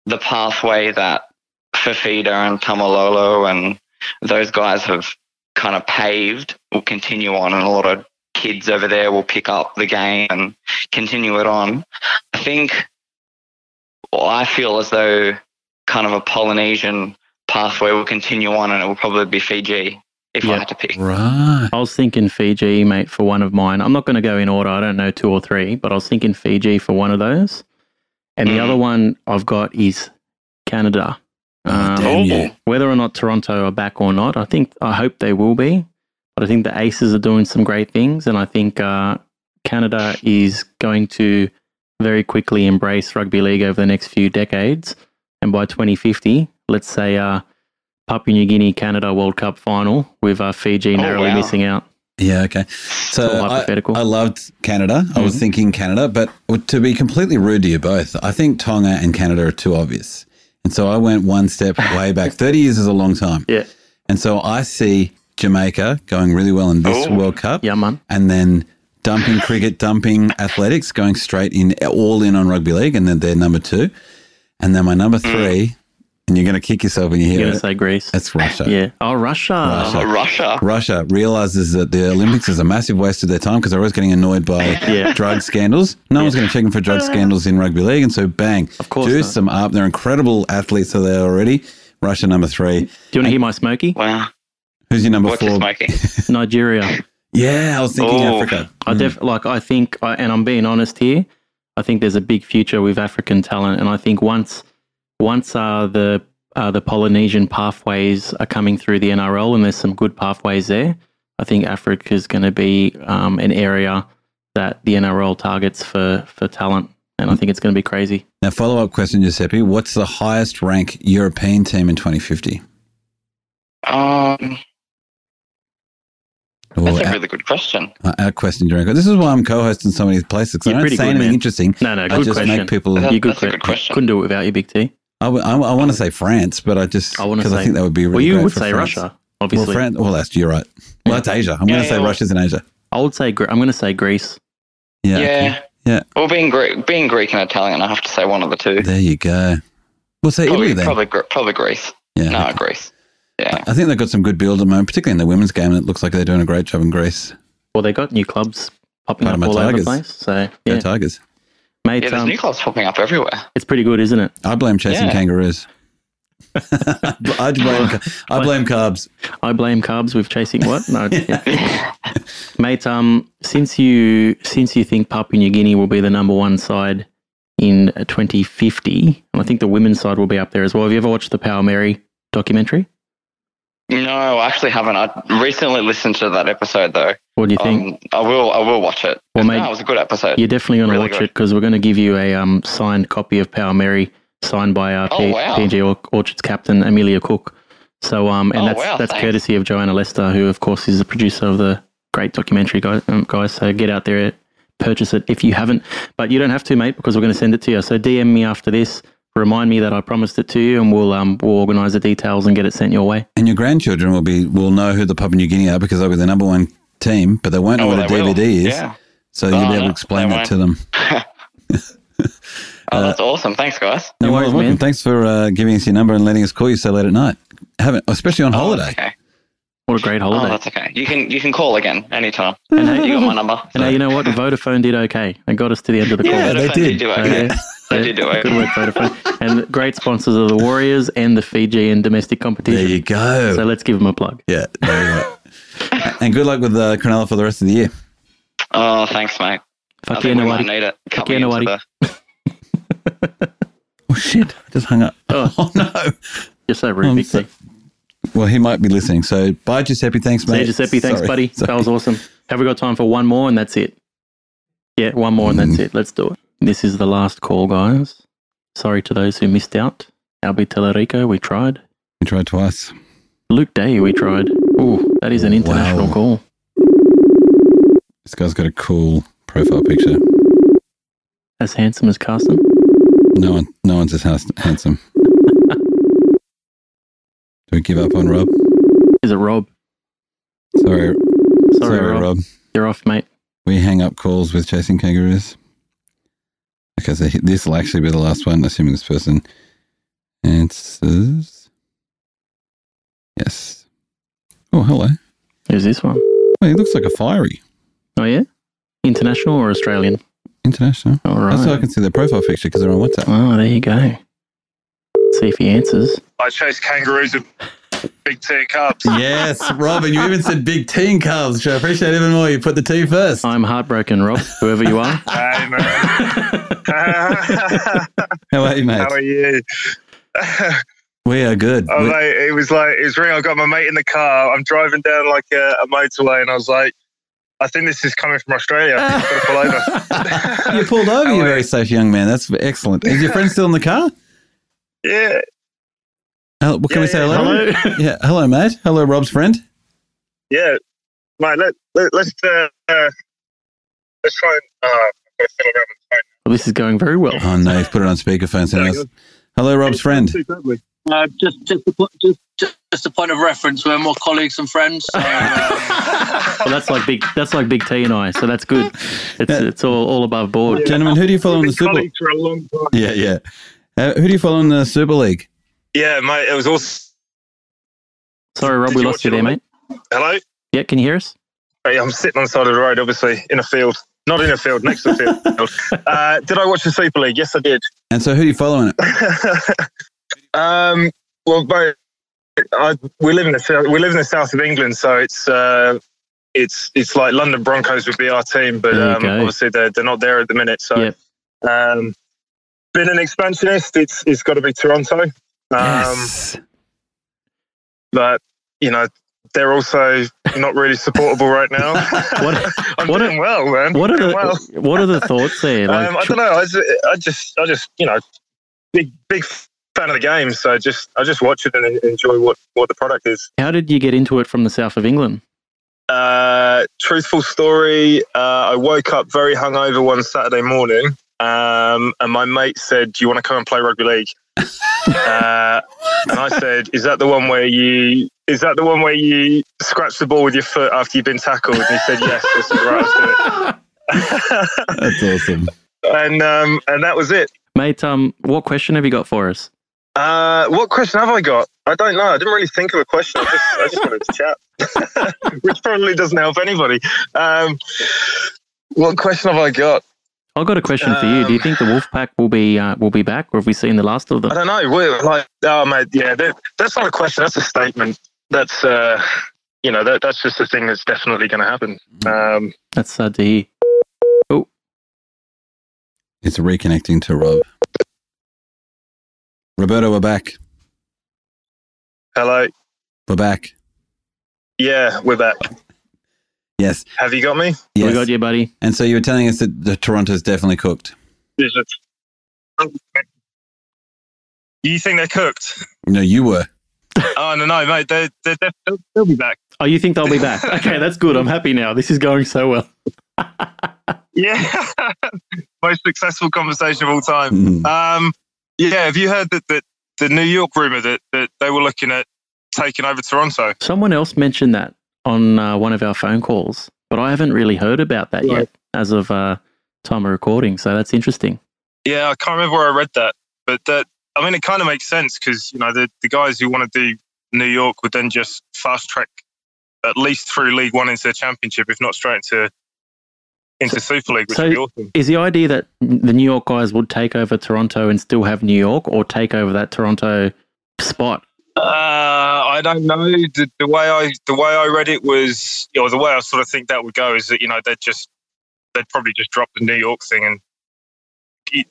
[SPEAKER 10] the pathway that Fafita and Tamalolo and those guys have kind of paved will continue on, and a lot of
[SPEAKER 9] kids over there will pick up the game and continue it on. I think, well, I feel as though kind of a Polynesian pathway will continue on and it will probably be Fiji if
[SPEAKER 1] Yeah.
[SPEAKER 9] I had to pick.
[SPEAKER 2] Right.
[SPEAKER 1] I was thinking Fiji, mate, for one of mine. I'm not going to go in order. I don't know two or three, but I was thinking Fiji for one of those. And the
[SPEAKER 9] Mhm.
[SPEAKER 1] other one I've got is Canada.
[SPEAKER 2] Oh,
[SPEAKER 1] Um,
[SPEAKER 2] damn you.
[SPEAKER 1] Whether or not Toronto are back or not, I think I hope they will be. But I think the Aces are doing some great things, and I think uh, Canada is going to very quickly embrace rugby league over the next few decades. And by 2050, let's say uh, Papua New Guinea Canada World Cup final with uh, Fiji
[SPEAKER 9] Oh,
[SPEAKER 1] narrowly
[SPEAKER 9] wow.
[SPEAKER 1] missing out.
[SPEAKER 2] Yeah. Okay. So
[SPEAKER 1] all
[SPEAKER 2] I,
[SPEAKER 1] hypothetical.
[SPEAKER 2] I loved Canada. I was
[SPEAKER 1] Mhm.
[SPEAKER 2] thinking Canada, but to be completely rude to you both, I think Tonga and Canada are too obvious. And so I went one step way back. 30 years is a long time.
[SPEAKER 1] Yeah.
[SPEAKER 2] And so I see Jamaica going really well in this
[SPEAKER 9] Oh.
[SPEAKER 2] World Cup
[SPEAKER 1] Yeah, man.
[SPEAKER 2] and then dumping cricket, dumping athletics, going straight in, all in on rugby league. And then they're number two. And then my number three, and you're going to kick yourself when you
[SPEAKER 1] Mm. You're
[SPEAKER 2] hear
[SPEAKER 1] gonna
[SPEAKER 2] it.
[SPEAKER 1] say Greece?
[SPEAKER 2] That's Russia.
[SPEAKER 1] yeah. Oh, Russia.
[SPEAKER 2] Russia.
[SPEAKER 9] Oh, Russia.
[SPEAKER 2] Russia realizes that the Olympics is a massive waste of their time because they're always getting annoyed by
[SPEAKER 1] Yeah.
[SPEAKER 2] drug scandals. No one's going to check them for drug scandals in rugby league, and so bang,
[SPEAKER 1] Of course
[SPEAKER 2] juice
[SPEAKER 1] not.
[SPEAKER 2] them up. They're incredible athletes, so they're already Russia number three.
[SPEAKER 1] Do you want to hear my smoky?
[SPEAKER 9] Wow.
[SPEAKER 2] Who's your number
[SPEAKER 9] What's
[SPEAKER 2] four?
[SPEAKER 9] it smoking?
[SPEAKER 1] Nigeria.
[SPEAKER 2] Yeah, I was thinking
[SPEAKER 9] Oh.
[SPEAKER 2] Africa. Hmm.
[SPEAKER 1] I def like I think, I, and I'm being honest here. I think there's a big future with African talent, and I think once, once uh, the uh, the Polynesian pathways are coming through the NRL, and there's some good pathways there. I think Africa is going to be um, an area that the NRL targets for for talent, and I think it's going to be crazy.
[SPEAKER 2] Now, follow up question, Giuseppe. What's the highest rank European team in 2050?
[SPEAKER 9] Um,
[SPEAKER 2] Or
[SPEAKER 9] that's a
[SPEAKER 2] our,
[SPEAKER 9] really good question.
[SPEAKER 2] our question during this is why I'm co-hosting so many places. 'cause
[SPEAKER 1] You're
[SPEAKER 2] I
[SPEAKER 1] pretty
[SPEAKER 2] don't say
[SPEAKER 1] good,
[SPEAKER 2] anything
[SPEAKER 1] man.
[SPEAKER 2] interesting.
[SPEAKER 1] No, no,
[SPEAKER 2] I
[SPEAKER 1] good
[SPEAKER 2] just
[SPEAKER 1] question.
[SPEAKER 2] make people.
[SPEAKER 9] That-
[SPEAKER 1] you good,
[SPEAKER 9] that's a good
[SPEAKER 1] question.
[SPEAKER 9] question.
[SPEAKER 1] Couldn't do it without you, Big T.
[SPEAKER 2] I, w- I, want to say France, but I just
[SPEAKER 1] I wanna
[SPEAKER 2] because I
[SPEAKER 1] say-
[SPEAKER 2] think that would be really
[SPEAKER 1] well, you
[SPEAKER 2] great
[SPEAKER 1] would
[SPEAKER 2] for
[SPEAKER 1] say
[SPEAKER 2] France.
[SPEAKER 1] Russia, obviously.
[SPEAKER 2] Well, oh, France. Well, that's you're right. Well, that's Asia. I'm
[SPEAKER 9] Yeah,
[SPEAKER 2] going to say
[SPEAKER 9] yeah, well-
[SPEAKER 2] Russia's in Asia.
[SPEAKER 1] I would say Gre- I'm going to say Greece.
[SPEAKER 2] Yeah.
[SPEAKER 9] Yeah.
[SPEAKER 2] okay. Yeah.
[SPEAKER 9] Well, being Greek, being Greek and Italian, I have to say one of the two.
[SPEAKER 2] There you go. We'll say
[SPEAKER 9] Probably,
[SPEAKER 2] Italy then.
[SPEAKER 9] Oh, probably, Gre- probably Greece.
[SPEAKER 2] Yeah.
[SPEAKER 9] No,
[SPEAKER 2] okay.
[SPEAKER 9] Greece. Yeah.
[SPEAKER 2] I think they've got some good build at the moment, particularly in the women's game. And it looks like they're doing a great job in Greece.
[SPEAKER 1] Well, they got new clubs popping
[SPEAKER 2] Part of my
[SPEAKER 1] up all over the
[SPEAKER 2] Tigers.
[SPEAKER 1] place. So
[SPEAKER 2] Go
[SPEAKER 1] yeah,
[SPEAKER 2] Tigers.
[SPEAKER 1] mate,
[SPEAKER 9] Yeah, there's
[SPEAKER 1] um,
[SPEAKER 9] new clubs popping up everywhere.
[SPEAKER 1] it's pretty good, isn't it?
[SPEAKER 2] I blame chasing
[SPEAKER 9] Yeah.
[SPEAKER 2] kangaroos. I blame I blame carbs.
[SPEAKER 1] I blame carbs with chasing what? No, mate. Um, since you since you think Papua New Guinea will be the number one side in 2050, and I think the women's side will be up there as well. Have you ever watched the Power Mary documentary?
[SPEAKER 9] No, I actually haven't. I recently listened to that episode though.
[SPEAKER 1] What do you think?
[SPEAKER 9] Um, I will. I will watch it.
[SPEAKER 1] Well,
[SPEAKER 9] Well,
[SPEAKER 1] mate,
[SPEAKER 9] no, it was a good episode.
[SPEAKER 1] You're definitely going to
[SPEAKER 9] Really
[SPEAKER 1] watch
[SPEAKER 9] good.
[SPEAKER 1] it because we're going to give you a um, signed copy of Power Mary, signed by uh,
[SPEAKER 9] Oh,
[SPEAKER 1] P-
[SPEAKER 9] wow.
[SPEAKER 1] PNG Or- Orchard's captain Amelia Cook. So, um, and
[SPEAKER 9] Oh,
[SPEAKER 1] that's
[SPEAKER 9] wow,
[SPEAKER 1] that's
[SPEAKER 9] thanks.
[SPEAKER 1] courtesy of Joanna Lester, who of course is the producer of the great documentary, guys. Um, guys, so get out there, purchase it if you haven't, but you don't have to, mate, because we're going to send it to you. So DM me after this, remind me that I promised it to you, and we'll um, we'll organise the details and get it sent your way.
[SPEAKER 2] And your grandchildren will be will know who the Papua New Guinea are because they'll be the number one team, but they won't know
[SPEAKER 9] Oh,
[SPEAKER 2] what a
[SPEAKER 9] they will.
[SPEAKER 2] DVD is.
[SPEAKER 9] Yeah.
[SPEAKER 2] So you'll
[SPEAKER 9] No,
[SPEAKER 2] be able to
[SPEAKER 9] no,
[SPEAKER 2] explain
[SPEAKER 9] they
[SPEAKER 2] that
[SPEAKER 9] won't.
[SPEAKER 2] to them.
[SPEAKER 9] Oh, that's awesome. Thanks, guys.
[SPEAKER 1] No
[SPEAKER 2] You're
[SPEAKER 1] worries,
[SPEAKER 2] welcome.
[SPEAKER 1] man.
[SPEAKER 2] Thanks for uh, giving us your number and letting us call you so late at night. Haven't, especially on
[SPEAKER 9] Oh,
[SPEAKER 2] holiday.
[SPEAKER 9] okay.
[SPEAKER 1] What a great
[SPEAKER 9] Oh,
[SPEAKER 1] holiday!
[SPEAKER 9] that's okay. You can you can call again anytime.
[SPEAKER 1] And hey-
[SPEAKER 9] you got my number.
[SPEAKER 1] and hey, you know what? Vodafone did okay. They got us to the end of the call.
[SPEAKER 2] Yeah, they
[SPEAKER 9] Vodafone
[SPEAKER 2] did.
[SPEAKER 9] do
[SPEAKER 1] Yeah.
[SPEAKER 9] okay. They
[SPEAKER 1] Yeah.
[SPEAKER 9] did do
[SPEAKER 1] Good
[SPEAKER 9] it.
[SPEAKER 1] work, Vodafone. and great sponsors are the Warriors and the Fijian domestic
[SPEAKER 2] There
[SPEAKER 1] competition.
[SPEAKER 2] you go.
[SPEAKER 1] So let's give them a plug.
[SPEAKER 2] Yeah. and good luck with uh, Cronulla for the rest of the year.
[SPEAKER 9] Oh, thanks, mate. I
[SPEAKER 1] Fuck yeah,
[SPEAKER 9] think we
[SPEAKER 1] no
[SPEAKER 9] might
[SPEAKER 1] worry.
[SPEAKER 9] need it. Cut
[SPEAKER 1] Fucking
[SPEAKER 9] me into
[SPEAKER 1] nobody.
[SPEAKER 9] the-
[SPEAKER 2] Oh shit! I just hung up.
[SPEAKER 1] Oh.
[SPEAKER 2] Oh no.
[SPEAKER 1] You're so rude,
[SPEAKER 2] I'm
[SPEAKER 1] Big
[SPEAKER 2] so-
[SPEAKER 1] T.
[SPEAKER 2] Well, he might be listening. So bye, Giuseppe. Thanks, mate.
[SPEAKER 1] Hey, Giuseppe, thanks,
[SPEAKER 2] Sorry.
[SPEAKER 1] buddy.
[SPEAKER 2] Sorry.
[SPEAKER 1] That was awesome. Have we got time for one more and that's it? Yeah, one more and
[SPEAKER 2] Mm.
[SPEAKER 1] that's it. Let's do it. This is the last call, guys. Sorry to those who missed out. Albi Telerico, we tried.
[SPEAKER 2] You tried twice.
[SPEAKER 1] Luke Day, we tried. Ooh, that is an international
[SPEAKER 2] Wow.
[SPEAKER 1] call.
[SPEAKER 2] This guy's got a cool profile picture.
[SPEAKER 1] As handsome as Carson.
[SPEAKER 2] No one, no one's as hans- handsome. Do we give up on Rob?
[SPEAKER 1] Is it Rob?
[SPEAKER 2] Sorry,
[SPEAKER 1] Sorry, Rob.
[SPEAKER 2] Rob.
[SPEAKER 1] You're off, mate.
[SPEAKER 2] We hang up calls with chasing kangaroos. Okay, so he- this will actually be the last one, assuming this person answers. Yes. Oh, hello.
[SPEAKER 1] Who's this one?
[SPEAKER 2] Well, he looks like a fiery.
[SPEAKER 1] Oh yeah, international or Australian?
[SPEAKER 2] International.
[SPEAKER 1] All right.
[SPEAKER 2] That's how I can see their profile picture because they're on WhatsApp.
[SPEAKER 1] Oh, there you go. See if he answers.
[SPEAKER 11] I chase kangaroos with big tear cubs.
[SPEAKER 2] yes, Robin, you even said big T in Cubs, which I appreciate even more. You put the T first.
[SPEAKER 1] I'm heartbroken, Rob. Whoever you are.
[SPEAKER 11] Hey, man. How
[SPEAKER 2] How are you, mate?
[SPEAKER 11] are you?
[SPEAKER 2] We are good.
[SPEAKER 11] Oh,
[SPEAKER 2] We-
[SPEAKER 11] mate, it was like it was ringing. I got my mate in the car. I'm driving down like a, a motorway, and I was like, I think this is coming from Australia. I'm gonna pull over.
[SPEAKER 2] you pulled over,
[SPEAKER 11] How
[SPEAKER 2] you
[SPEAKER 11] are
[SPEAKER 2] very safe young man. That's excellent. Is your friend still in the car?
[SPEAKER 11] Yeah,
[SPEAKER 2] Hel- Uh, What can
[SPEAKER 11] Yeah,
[SPEAKER 2] we say?
[SPEAKER 11] yeah.
[SPEAKER 2] Hello? yeah, hello, mate. Hello, Rob's friend.
[SPEAKER 11] yeah, mate. Let, let let's uh, uh, let's try and uh, I've got to fiddle around with
[SPEAKER 1] Well, this is going very well.
[SPEAKER 2] Oh no, he's put it on speakerphone. So
[SPEAKER 11] Yeah,
[SPEAKER 2] that's- hello, Rob's friend.
[SPEAKER 11] the phone. Superbly.
[SPEAKER 12] Uh, just, just, a, po- just, just- just a point of reference. We're more colleagues than friends. So, uh,
[SPEAKER 1] Well, that's like big. That's like Big T and I. So that's good. It's
[SPEAKER 2] Yeah.
[SPEAKER 1] it's all, all above board.
[SPEAKER 2] Gentlemen, who do you follow in
[SPEAKER 11] Been
[SPEAKER 2] the Super?
[SPEAKER 11] colleagues for a long time.
[SPEAKER 2] Yeah, yeah. Uh, who do you follow in the Super League?
[SPEAKER 11] Yeah, mate. It was also
[SPEAKER 1] Sorry, Rob,
[SPEAKER 11] Did
[SPEAKER 1] we
[SPEAKER 11] you
[SPEAKER 1] lost
[SPEAKER 11] watch
[SPEAKER 1] you
[SPEAKER 11] it
[SPEAKER 1] there,
[SPEAKER 11] on
[SPEAKER 1] mate.
[SPEAKER 11] hello.
[SPEAKER 1] Yeah, can you hear us?
[SPEAKER 11] Hey, I'm sitting on the side of the road, obviously in a field. Not in a field, next to a field. Uh, did I watch the Super League? Yes, I did.
[SPEAKER 2] And so, who do you follow in it?
[SPEAKER 11] um, well, bro, I, we live in the south, we live in the south of England, so it's uh, it's it's like London Broncos would be our team, but
[SPEAKER 1] There you
[SPEAKER 11] um,
[SPEAKER 1] go.
[SPEAKER 11] obviously they're they're not there at the minute. So,
[SPEAKER 1] Yep.
[SPEAKER 11] um, been an expansionist. It's it's got to be Toronto. Um,
[SPEAKER 2] Yes.
[SPEAKER 11] But you know they're also not really supportable right now.
[SPEAKER 1] What
[SPEAKER 11] I'm
[SPEAKER 1] what a-
[SPEAKER 11] doing well, man.
[SPEAKER 1] what are
[SPEAKER 11] Doing
[SPEAKER 1] the
[SPEAKER 11] well.
[SPEAKER 1] what are the thoughts there? Like,
[SPEAKER 11] Um, I don't know. I just, I just, I just, you know, big, big fan of the game. So just, I just watch it and en- enjoy what, what the product is.
[SPEAKER 1] how did you get into it from the south of England?
[SPEAKER 11] Uh, truthful story. Uh, I woke up very hungover one Saturday morning, um, and my mate said, "Do you want to come and play rugby league?" uh, and I said, "Is that the one where you?" Is that the one where you scratch the ball with your foot after you've been tackled? And he said, yes. I said, right, let's do it.
[SPEAKER 2] That's awesome.
[SPEAKER 11] and, um, and that was it.
[SPEAKER 1] Mate, um, what question have you got for us?
[SPEAKER 11] Uh, what question have I got? I don't know. I didn't really think of a question. I just, I just wanted to chat, which probably doesn't help anybody. Um, what question have I got?
[SPEAKER 1] I've got a question for you. Do you
[SPEAKER 11] Um,
[SPEAKER 1] think the Wolfpack will be uh, will be back, or have we seen the last of them?
[SPEAKER 11] I don't know. We're like, oh mate, yeah, that, that's not a question. That's a statement. That's, uh, you know, that that's just a thing that's definitely going to happen.
[SPEAKER 12] Mm-hmm.
[SPEAKER 11] Um,
[SPEAKER 1] That's sad to hear. Oh.
[SPEAKER 2] It's reconnecting to Rob. Roberto, we're back.
[SPEAKER 11] hello.
[SPEAKER 2] We're back.
[SPEAKER 11] Yeah, we're back.
[SPEAKER 2] Yes.
[SPEAKER 11] Have you got me?
[SPEAKER 2] Yes.
[SPEAKER 1] We got you, buddy.
[SPEAKER 2] And so you were telling us that the Toronto's definitely cooked.
[SPEAKER 11] Is it- You think they're cooked?
[SPEAKER 2] No, you were.
[SPEAKER 11] Oh no, no, mate. They're, they're def- they'll, they'll be back.
[SPEAKER 1] Oh, you think they'll be back? Okay, that's good. I'm happy now. This is going so well.
[SPEAKER 11] Yeah. Most successful conversation of all time.
[SPEAKER 2] Mm.
[SPEAKER 11] Um, yeah, have you heard that, that the New York rumor that, that they were looking at taking over Toronto?
[SPEAKER 1] Someone else mentioned that on uh, one of our phone calls, but I haven't really heard about that
[SPEAKER 11] Right.
[SPEAKER 1] yet as of uh, time of recording. So that's interesting.
[SPEAKER 11] Yeah, I can't remember where I read that, but that I mean, it kind of makes sense because you know the, the guys who want to do New York would then just fast track at least through League One into the Championship, if not straight into into Super League, which
[SPEAKER 1] so-
[SPEAKER 11] would be awesome.
[SPEAKER 1] Is the idea that the New York guys would take over Toronto and still have New York, or take over that Toronto spot?
[SPEAKER 11] Uh, I don't know. The, the way I the way I read it was, or the way I sort of think that would go is that you know they'd just they'd probably just drop the New York thing and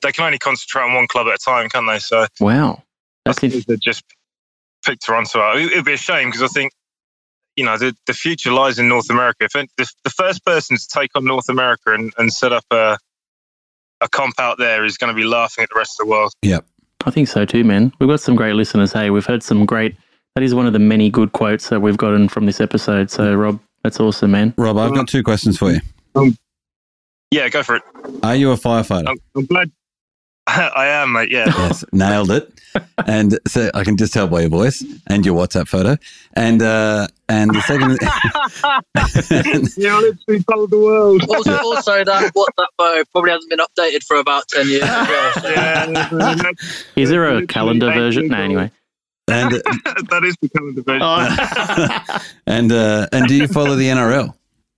[SPEAKER 11] they can only concentrate on one club at a time, can they? So
[SPEAKER 1] Wow,
[SPEAKER 11] I
[SPEAKER 1] that's in-
[SPEAKER 11] think they'd just pick Toronto out. It, would be a shame because I think you know the the future lies in North America. If any- the, the first person to take on North America and, and set up a a comp out there is going to be laughing at the rest of the world.
[SPEAKER 1] I think so too, man. We've got some great listeners. Hey, we've heard some great. That is one of the many good quotes that we've gotten from this episode. So, Rob, that's awesome, man.
[SPEAKER 2] Rob, I've got two questions for you.
[SPEAKER 11] Yeah, go for it.
[SPEAKER 2] Are you a firefighter?
[SPEAKER 11] I'm, I'm glad I am, mate. Yeah.
[SPEAKER 2] Yes, nailed it. And so I can just tell by your voice and your WhatsApp photo. And uh, and the second,
[SPEAKER 11] you literally told the world.
[SPEAKER 12] also, also that WhatsApp photo probably hasn't been updated for about ten years. As well, so.
[SPEAKER 11] Yeah, that,
[SPEAKER 1] Is there a
[SPEAKER 11] Literally
[SPEAKER 1] calendar
[SPEAKER 11] eight
[SPEAKER 1] version? No,
[SPEAKER 11] people.
[SPEAKER 1] anyway.
[SPEAKER 2] and
[SPEAKER 11] that is the calendar version.
[SPEAKER 1] Oh.
[SPEAKER 2] and uh, and do you follow the NRL?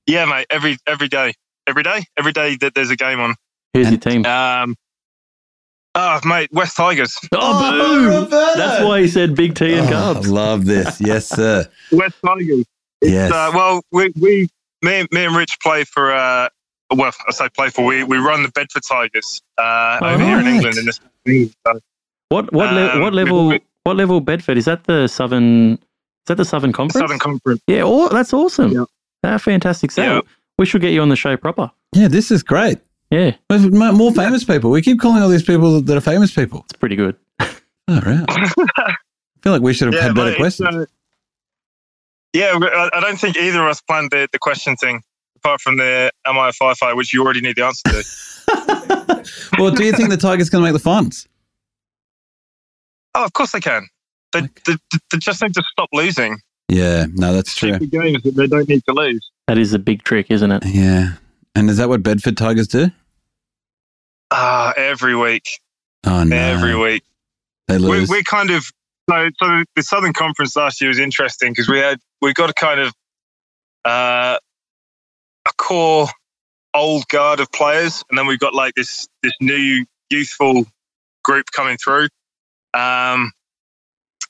[SPEAKER 11] Yeah, mate. Every every day, every day, every day that there's a game on.
[SPEAKER 1] Who's your team?
[SPEAKER 11] Um, oh, mate, West Tigers.
[SPEAKER 1] Oh, boom! That's why he said big T and
[SPEAKER 2] Oh, I
[SPEAKER 1] carbs.
[SPEAKER 2] love this. Yes, sir.
[SPEAKER 11] West Tigers. It's,
[SPEAKER 2] Yes.
[SPEAKER 11] Uh, well, we, we me, and- me and Rich play for. Uh, well, I say play for. We we run the Bedford Tigers uh, over here in
[SPEAKER 2] Alright.
[SPEAKER 11] England uh, in this. league, so-
[SPEAKER 1] What what le-
[SPEAKER 11] Um,
[SPEAKER 1] what
[SPEAKER 11] we-
[SPEAKER 1] level?
[SPEAKER 11] we-
[SPEAKER 1] What level? Bedford is that the southern? Is that the Southern Conference?
[SPEAKER 11] Southern Conference.
[SPEAKER 1] yeah, oh, that's awesome.
[SPEAKER 11] Yeah.
[SPEAKER 1] Ah, fantastic sound.
[SPEAKER 11] Yeah.
[SPEAKER 1] We should get you on the show proper.
[SPEAKER 2] Yeah, this is great.
[SPEAKER 1] Yeah,
[SPEAKER 2] There's m- More famous people. We keep calling all these people that are famous people.
[SPEAKER 1] it's pretty good.
[SPEAKER 2] All right. I feel like we should have had better
[SPEAKER 11] mate, it's,
[SPEAKER 2] questions.
[SPEAKER 11] uh, yeah, we- I, I don't think either of us planned the, the question thing, apart from the am I a firefighter, which you already knew the answer to.
[SPEAKER 2] well, do you think the Tigers going to make the finals?
[SPEAKER 11] oh, of course they can. They, they, they just need to stop losing.
[SPEAKER 2] Yeah, no, that's true.
[SPEAKER 11] Stupid games that they don't need to lose.
[SPEAKER 1] That is a big trick, isn't it?
[SPEAKER 2] Yeah. And is that what Bedford Tigers do?
[SPEAKER 11] Ah, every week,
[SPEAKER 2] Oh, no.
[SPEAKER 11] every week.
[SPEAKER 2] They
[SPEAKER 11] We,
[SPEAKER 2] lose.
[SPEAKER 11] we're kind of so, so the Southern Conference last year was interesting because we had we got a kind of uh, a core old guard of players, and then we've got like this this new youthful group coming through. Um,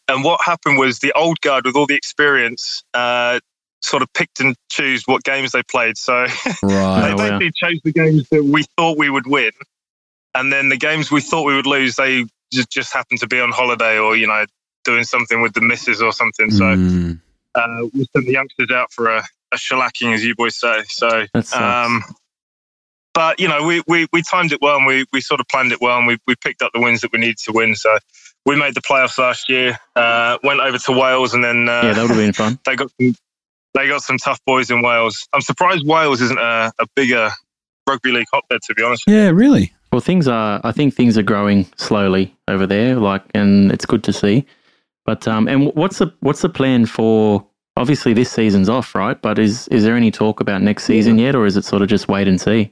[SPEAKER 11] and what happened was the old guard with all the experience uh, sort of picked and chose what games they played. So
[SPEAKER 2] right.
[SPEAKER 11] they
[SPEAKER 1] Oh, yeah.
[SPEAKER 11] basically chose the games that we thought we would win, and then the games we thought we would lose, they just, just happened to be on holiday or you know doing something with the missus or something. So
[SPEAKER 2] Mm,
[SPEAKER 11] uh, we sent the youngsters out for a, a shellacking, as you boys say. So,
[SPEAKER 1] That sucks.
[SPEAKER 11] um, but you know, we, we we timed it well and we we sort of planned it well and we we picked up the wins that we needed to win. So. We made the playoffs last year. Uh, went over to Wales, and then uh,
[SPEAKER 1] yeah, that would have been fun.
[SPEAKER 11] they got some, they got some tough boys in Wales. I'm surprised Wales isn't a, a bigger rugby league hotbed, to be honest.
[SPEAKER 2] yeah, really.
[SPEAKER 1] Well, things are. I think things are growing slowly over there. Like, and it's good to see. But um, and what's the what's the plan for? Obviously, this season's off, right? But is is there any talk about next season yet, or is it sort of just wait and see?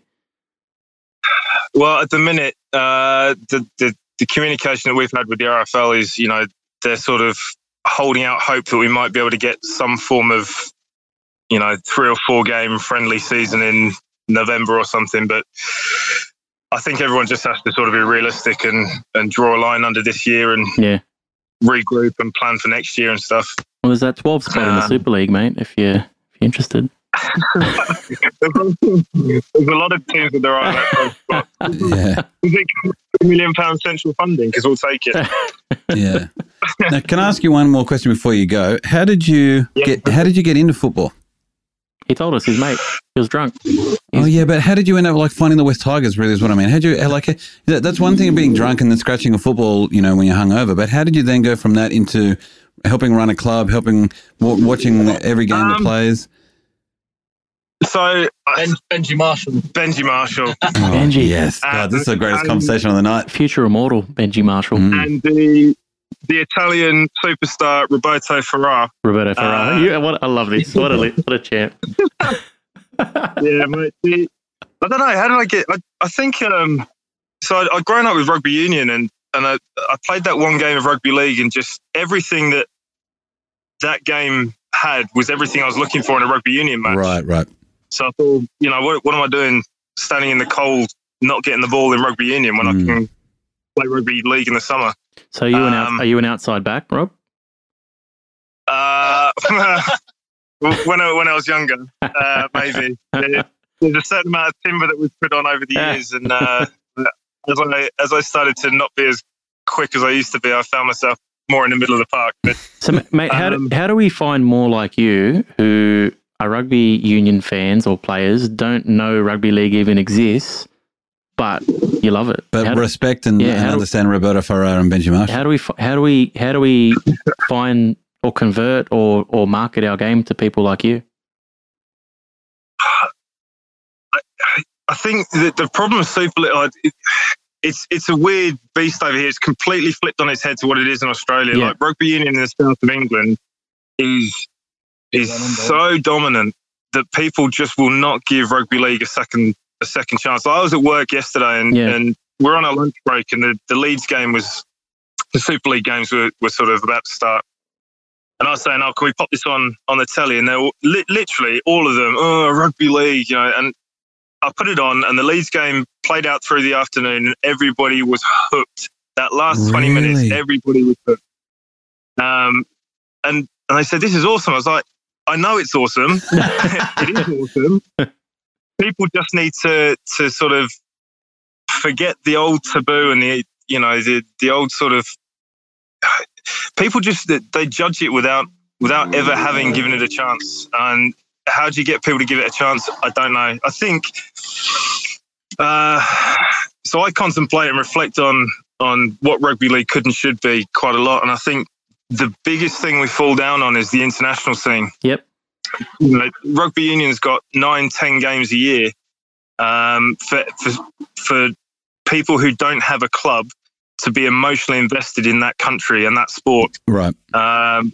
[SPEAKER 11] Well, at the minute, uh, the, the the communication that we've had with the RFL is, you know, they're sort of holding out hope that we might be able to get some form of, you know, three or four game friendly season in November or something. But I think everyone just has to sort of be realistic and and draw a line under this year and
[SPEAKER 1] Yeah.
[SPEAKER 11] regroup and plan for next year and stuff.
[SPEAKER 1] Well, there's that 12 spot in the
[SPEAKER 11] Um,
[SPEAKER 1] Super League, mate. If you're if you're interested.
[SPEAKER 11] There's a lot of teams that there are that close, but
[SPEAKER 2] Yeah.
[SPEAKER 11] if it comes with million pound central funding, because we'll take it.
[SPEAKER 2] Yeah. now, can I ask you one more question before you go? How did you
[SPEAKER 11] Yeah.
[SPEAKER 2] get how did you get into football?
[SPEAKER 1] He told us his mate. He was drunk.
[SPEAKER 2] Oh yeah, but how did you end up like finding the West Tigers? Really, is what I mean. How did you like? That, that's one thing of being drunk and then scratching a football, you know, when you're hungover. But how did you then go from that into helping run a club, helping w- watching every game that
[SPEAKER 11] Um,
[SPEAKER 2] plays?
[SPEAKER 11] So I-
[SPEAKER 12] Ben, Benji Marshall.
[SPEAKER 11] Benji Marshall
[SPEAKER 1] Oh, Benji.
[SPEAKER 2] Oh, yes, God,
[SPEAKER 11] Uh,
[SPEAKER 2] this is the
[SPEAKER 11] um,
[SPEAKER 2] greatest conversation of the night.
[SPEAKER 1] Future immortal Benji Marshall,
[SPEAKER 2] Mm.
[SPEAKER 11] and the the Italian superstar Roberto Ferrar.
[SPEAKER 1] Roberto Ferrara.
[SPEAKER 11] Uh,
[SPEAKER 1] You- what, I love this. What a li- what a champ.
[SPEAKER 11] Yeah, mate. the- I don't know. How did I get? I, I think um, so. I'd, I'd grown up with rugby union, and and I, I played that one game of rugby league, and just everything that that game had was everything I was looking for in a rugby union match.
[SPEAKER 2] Right, right.
[SPEAKER 11] So I thought, you know, what, what am I doing standing in the cold, not getting the ball in rugby union when
[SPEAKER 2] Mm.
[SPEAKER 11] I can play rugby league in the summer?
[SPEAKER 1] So you an out,
[SPEAKER 11] Um,
[SPEAKER 1] are you an outside back, Rob?
[SPEAKER 11] Uh, when, I, when I was younger, uh, maybe. There- There's a certain amount of timber that was put on over the
[SPEAKER 1] Yeah.
[SPEAKER 11] years. And uh, as, I, as I started to not be as quick as I used to be, I found myself more in the middle of the park. But
[SPEAKER 1] So, ma- mate, how,
[SPEAKER 11] Um,
[SPEAKER 1] do, how do we find more like you who are rugby union fans or players, don't know rugby league even exists, but you love it?
[SPEAKER 2] But
[SPEAKER 1] how, do,
[SPEAKER 2] respect and,
[SPEAKER 1] Yeah,
[SPEAKER 2] and
[SPEAKER 1] how do-
[SPEAKER 2] understand Roberto Ferrara and Benji Marshall.
[SPEAKER 1] how do we fi- how do we how do we find or convert or or market our game to people like you?
[SPEAKER 11] I think the, the problem with Super League, like, it, it's it's a weird beast over here. It's completely flipped on its head to what it is in Australia.
[SPEAKER 1] Yeah.
[SPEAKER 11] Like rugby union in the south of England is is so dominant that people just will not give rugby league a second a second chance. I was at work yesterday and,
[SPEAKER 1] Yeah.
[SPEAKER 11] and we're on our lunch break and the, the Leeds game was the Super League games were, were sort of about to start. And I was saying, "Oh, can we pop this on on the telly?" And they were li- literally all of them, "Oh, rugby league," you know. And I put it on, and the Leeds game played out through the afternoon, and everybody was hooked. That last twenty minutes,
[SPEAKER 13] Really?
[SPEAKER 11] everybody was hooked. Um, and and they said, "This is awesome." I was like, "I know it's awesome. it is awesome. People just need to to sort of forget the old taboo and the you know the the old sort of people just they- they judge it without without ever having given it a chance and how do you get people to give it a chance i don't know i think uh, so i contemplate and reflect on on what rugby league could and should be quite a lot and i think the biggest thing we fall down on is the international scene
[SPEAKER 1] Yep.
[SPEAKER 11] you know, rugby union's got nine, ten games a year. Um, for, for for people who don't have a club to be emotionally invested in that country and that sport.
[SPEAKER 2] Right.
[SPEAKER 11] Um,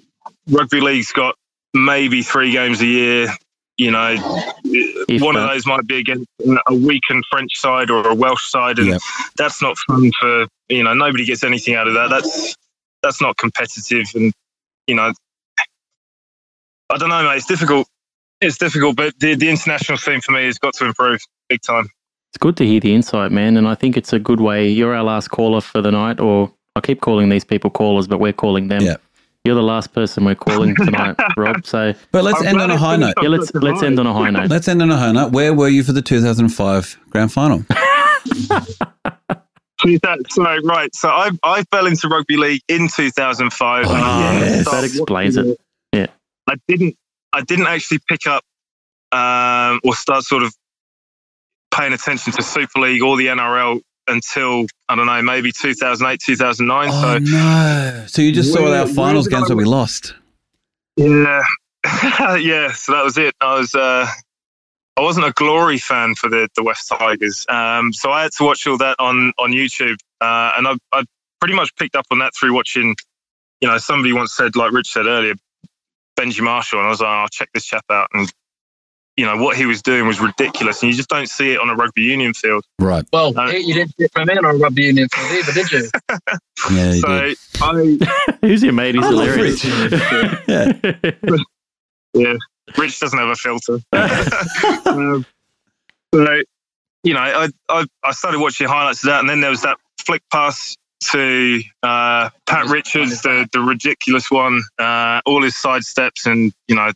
[SPEAKER 11] rugby league's got maybe three games a year. You know, one of
[SPEAKER 1] that.
[SPEAKER 11] those might be against a weakened French side or a Welsh side, and that's not fun for you know. Nobody gets anything out of that. That's that's not competitive, and you know, I don't know, mate. It's difficult. It's difficult, but the, the international scene for me has got to improve big time.
[SPEAKER 1] It's good to hear the insight, man. And I think it's a good way. You're our last caller for the night, or I keep calling these people callers, but we're calling them. Yeah. You're the last person we're calling tonight, Rob. So,
[SPEAKER 2] But let's end on a high note.
[SPEAKER 1] Yeah, let's let's end on a high note.
[SPEAKER 2] Let's end on a high note. Where were you for the 2005 grand final?
[SPEAKER 11] So right, so I I fell into rugby league in 2005. and I
[SPEAKER 1] Ah, yes.
[SPEAKER 11] started
[SPEAKER 1] That explains
[SPEAKER 11] watching
[SPEAKER 1] it. Yeah.
[SPEAKER 11] I didn't I didn't actually pick up um, or start sort of paying attention to Super League or the NRL until I don't know maybe 2008 2009. so
[SPEAKER 2] Oh, no. So you just saw
[SPEAKER 11] Where-
[SPEAKER 2] our
[SPEAKER 11] where
[SPEAKER 2] finals
[SPEAKER 11] did I
[SPEAKER 2] games that we lost.
[SPEAKER 11] Yeah, yeah. So that was it. I was uh, I wasn't a glory fan for the the West Tigers, um, so I had to watch all that on on YouTube, uh, and I, I pretty much picked up on that through watching. You know, somebody once said, like Rich said earlier, Benji Marshall, and I was like, I'll check this chap out, and you know what he was doing was ridiculous, and you just don't see it on a rugby union field. Uh,
[SPEAKER 2] Right.
[SPEAKER 11] Well,
[SPEAKER 12] You didn't get my man on rugby union field either, did you?
[SPEAKER 2] Yeah, you
[SPEAKER 11] so
[SPEAKER 2] did.
[SPEAKER 11] I
[SPEAKER 1] Who's your mate? He's
[SPEAKER 11] I love
[SPEAKER 1] hilarious.
[SPEAKER 2] yeah.
[SPEAKER 11] yeah, Rich doesn't have a filter. um, so, uh, you know, I, I I started watching highlights of that, and then there was that flick pass to uh, Pat Richards, the the ridiculous one, uh, all his side steps, and you know,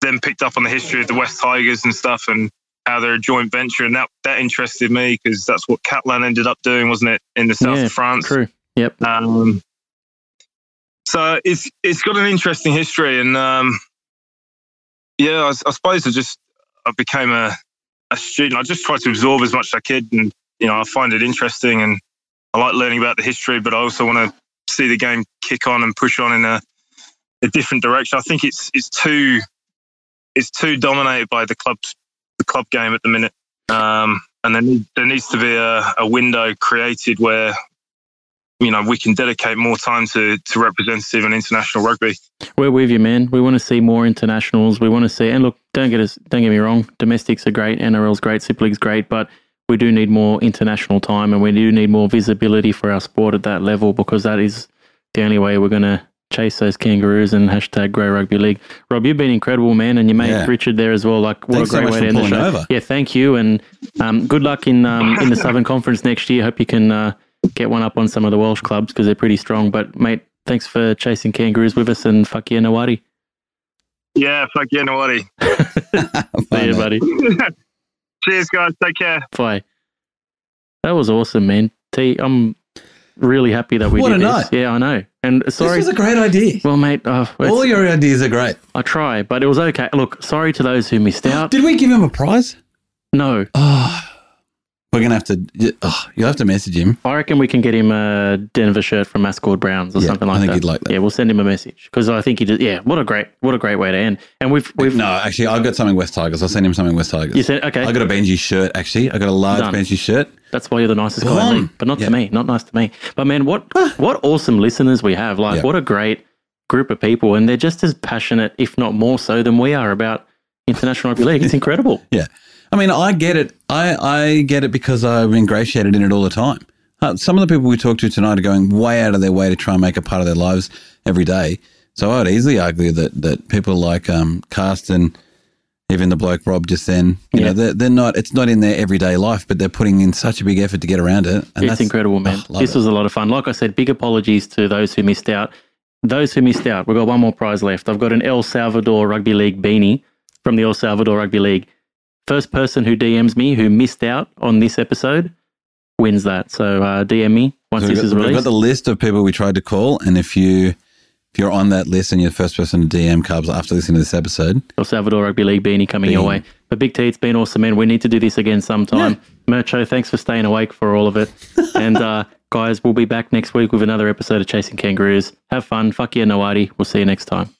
[SPEAKER 11] then picked up on the history of the West Tigers and stuff, and how they're a joint venture, and that that interested me because that's what Catalan ended up doing, wasn't it, in the south
[SPEAKER 1] Yeah,
[SPEAKER 11] of France?
[SPEAKER 1] True. Yep.
[SPEAKER 11] Um, so it's it's got an interesting history, and um, yeah, I, s- I suppose I just I became a, a student. I just tried to absorb as much as I could, and you know I find it interesting, and I like learning about the history, but I also want to see the game kick on and push on in a, a different direction. I think it's it's too it's too dominated by the club's the club game at the minute, um, and there need, there needs to be a, a window created where you know we can dedicate more time to to representative and international rugby.
[SPEAKER 1] We're with you, man. We want to see more internationals. We want to see, and look, don't get us, don't get me wrong. Domestics are great, NRL's great, Super League's great, but we do need more international time, and we do need more visibility for our sport at that level because that is the only way we're going to chase those kangaroos and hashtag Grey Rugby League. Rob, you've been incredible, man, and your mate
[SPEAKER 2] Yeah.
[SPEAKER 1] Richard there as well. Like, what
[SPEAKER 2] Thanks
[SPEAKER 1] a
[SPEAKER 2] so
[SPEAKER 1] great
[SPEAKER 2] much
[SPEAKER 1] way
[SPEAKER 2] for
[SPEAKER 1] to end the
[SPEAKER 2] pulling
[SPEAKER 1] show.
[SPEAKER 2] over.
[SPEAKER 1] Yeah, thank you, and um, good luck in um, in the Southern Conference next year. Hope you can uh, get one up on some of the Welsh clubs because they're pretty strong. But mate, thanks for chasing kangaroos with us, and fuck yeah, Nawadi.
[SPEAKER 11] Yeah, fuck you, Nawadi.
[SPEAKER 1] See you, buddy.
[SPEAKER 11] Cheers, guys. Take care.
[SPEAKER 1] Bye. That was awesome, man. T, I'm really happy that we
[SPEAKER 2] What
[SPEAKER 1] did
[SPEAKER 2] a
[SPEAKER 1] this. Yeah, I know. And sorry,
[SPEAKER 2] was a great idea.
[SPEAKER 1] Well, mate, uh,
[SPEAKER 2] All your ideas are great.
[SPEAKER 1] I try, but it was okay. Look, sorry to those who missed out.
[SPEAKER 2] Did we give him a prize? Ah.
[SPEAKER 1] No.
[SPEAKER 2] We're going to have to, y- oh, you'll have to message him.
[SPEAKER 1] I reckon we can get him a Denver shirt from Mascord Browns or
[SPEAKER 2] Yeah,
[SPEAKER 1] something
[SPEAKER 2] I
[SPEAKER 1] like
[SPEAKER 2] think
[SPEAKER 1] that.
[SPEAKER 2] he'd like that.
[SPEAKER 1] Yeah, we'll send him a message because I think he did. Yeah, what a great, what a great way to end. And we've we've
[SPEAKER 2] No, actually, I've got something West Tigers. I'll send him something West Tigers.
[SPEAKER 1] You said- okay.
[SPEAKER 2] I got a Benji shirt, actually. I got a large
[SPEAKER 1] Done.
[SPEAKER 2] Benji shirt.
[SPEAKER 1] That's why you're the nicest guy, in
[SPEAKER 2] Boom. Ah.
[SPEAKER 1] the league, but not to me. Not nice to me. But man, what what awesome listeners we have! Like,
[SPEAKER 2] Yeah.
[SPEAKER 1] what a great group of people, and they're just as passionate, if not more so, than we are about international rugby league. It's incredible.
[SPEAKER 2] Yeah. I mean, I get it. I, I get it because I'm ingratiated in it all the time. Uh, some of the people we talk to tonight are going way out of their way to try and make it part of their lives every day. So I would easily argue that that people like um, Carsten, even the bloke Rob just then, you know, they're, they're not. It's not in their everyday life, but they're putting in such a big effort to get around it. And
[SPEAKER 1] it's incredible, man.
[SPEAKER 2] Oh, love
[SPEAKER 1] this
[SPEAKER 2] it.
[SPEAKER 1] was a lot of fun. Like I said, big apologies to those who missed out. Those who missed out, we've got one more prize left. I've got an El Salvador Rugby League beanie from the El Salvador Rugby League. First person who DMs me who missed out on this episode wins that. So uh, DM me once
[SPEAKER 2] So we've
[SPEAKER 1] this
[SPEAKER 2] got-
[SPEAKER 1] is
[SPEAKER 2] We've got
[SPEAKER 1] released.
[SPEAKER 2] the list of people we tried to call, and if you if you're on that list and you're the first person to DM Cubs after listening to this episode,
[SPEAKER 1] El Salvador Rugby League beanie coming your
[SPEAKER 2] Beanie.
[SPEAKER 1] way. But Big T, it's been awesome, man. We need to do this again sometime. Mercho, thanks for staying awake for all of it. and uh, guys, we'll be back next week with another episode of Chasing Kangaroos. Have fun. Fuck yeah, Nawadi. We'll see you next time.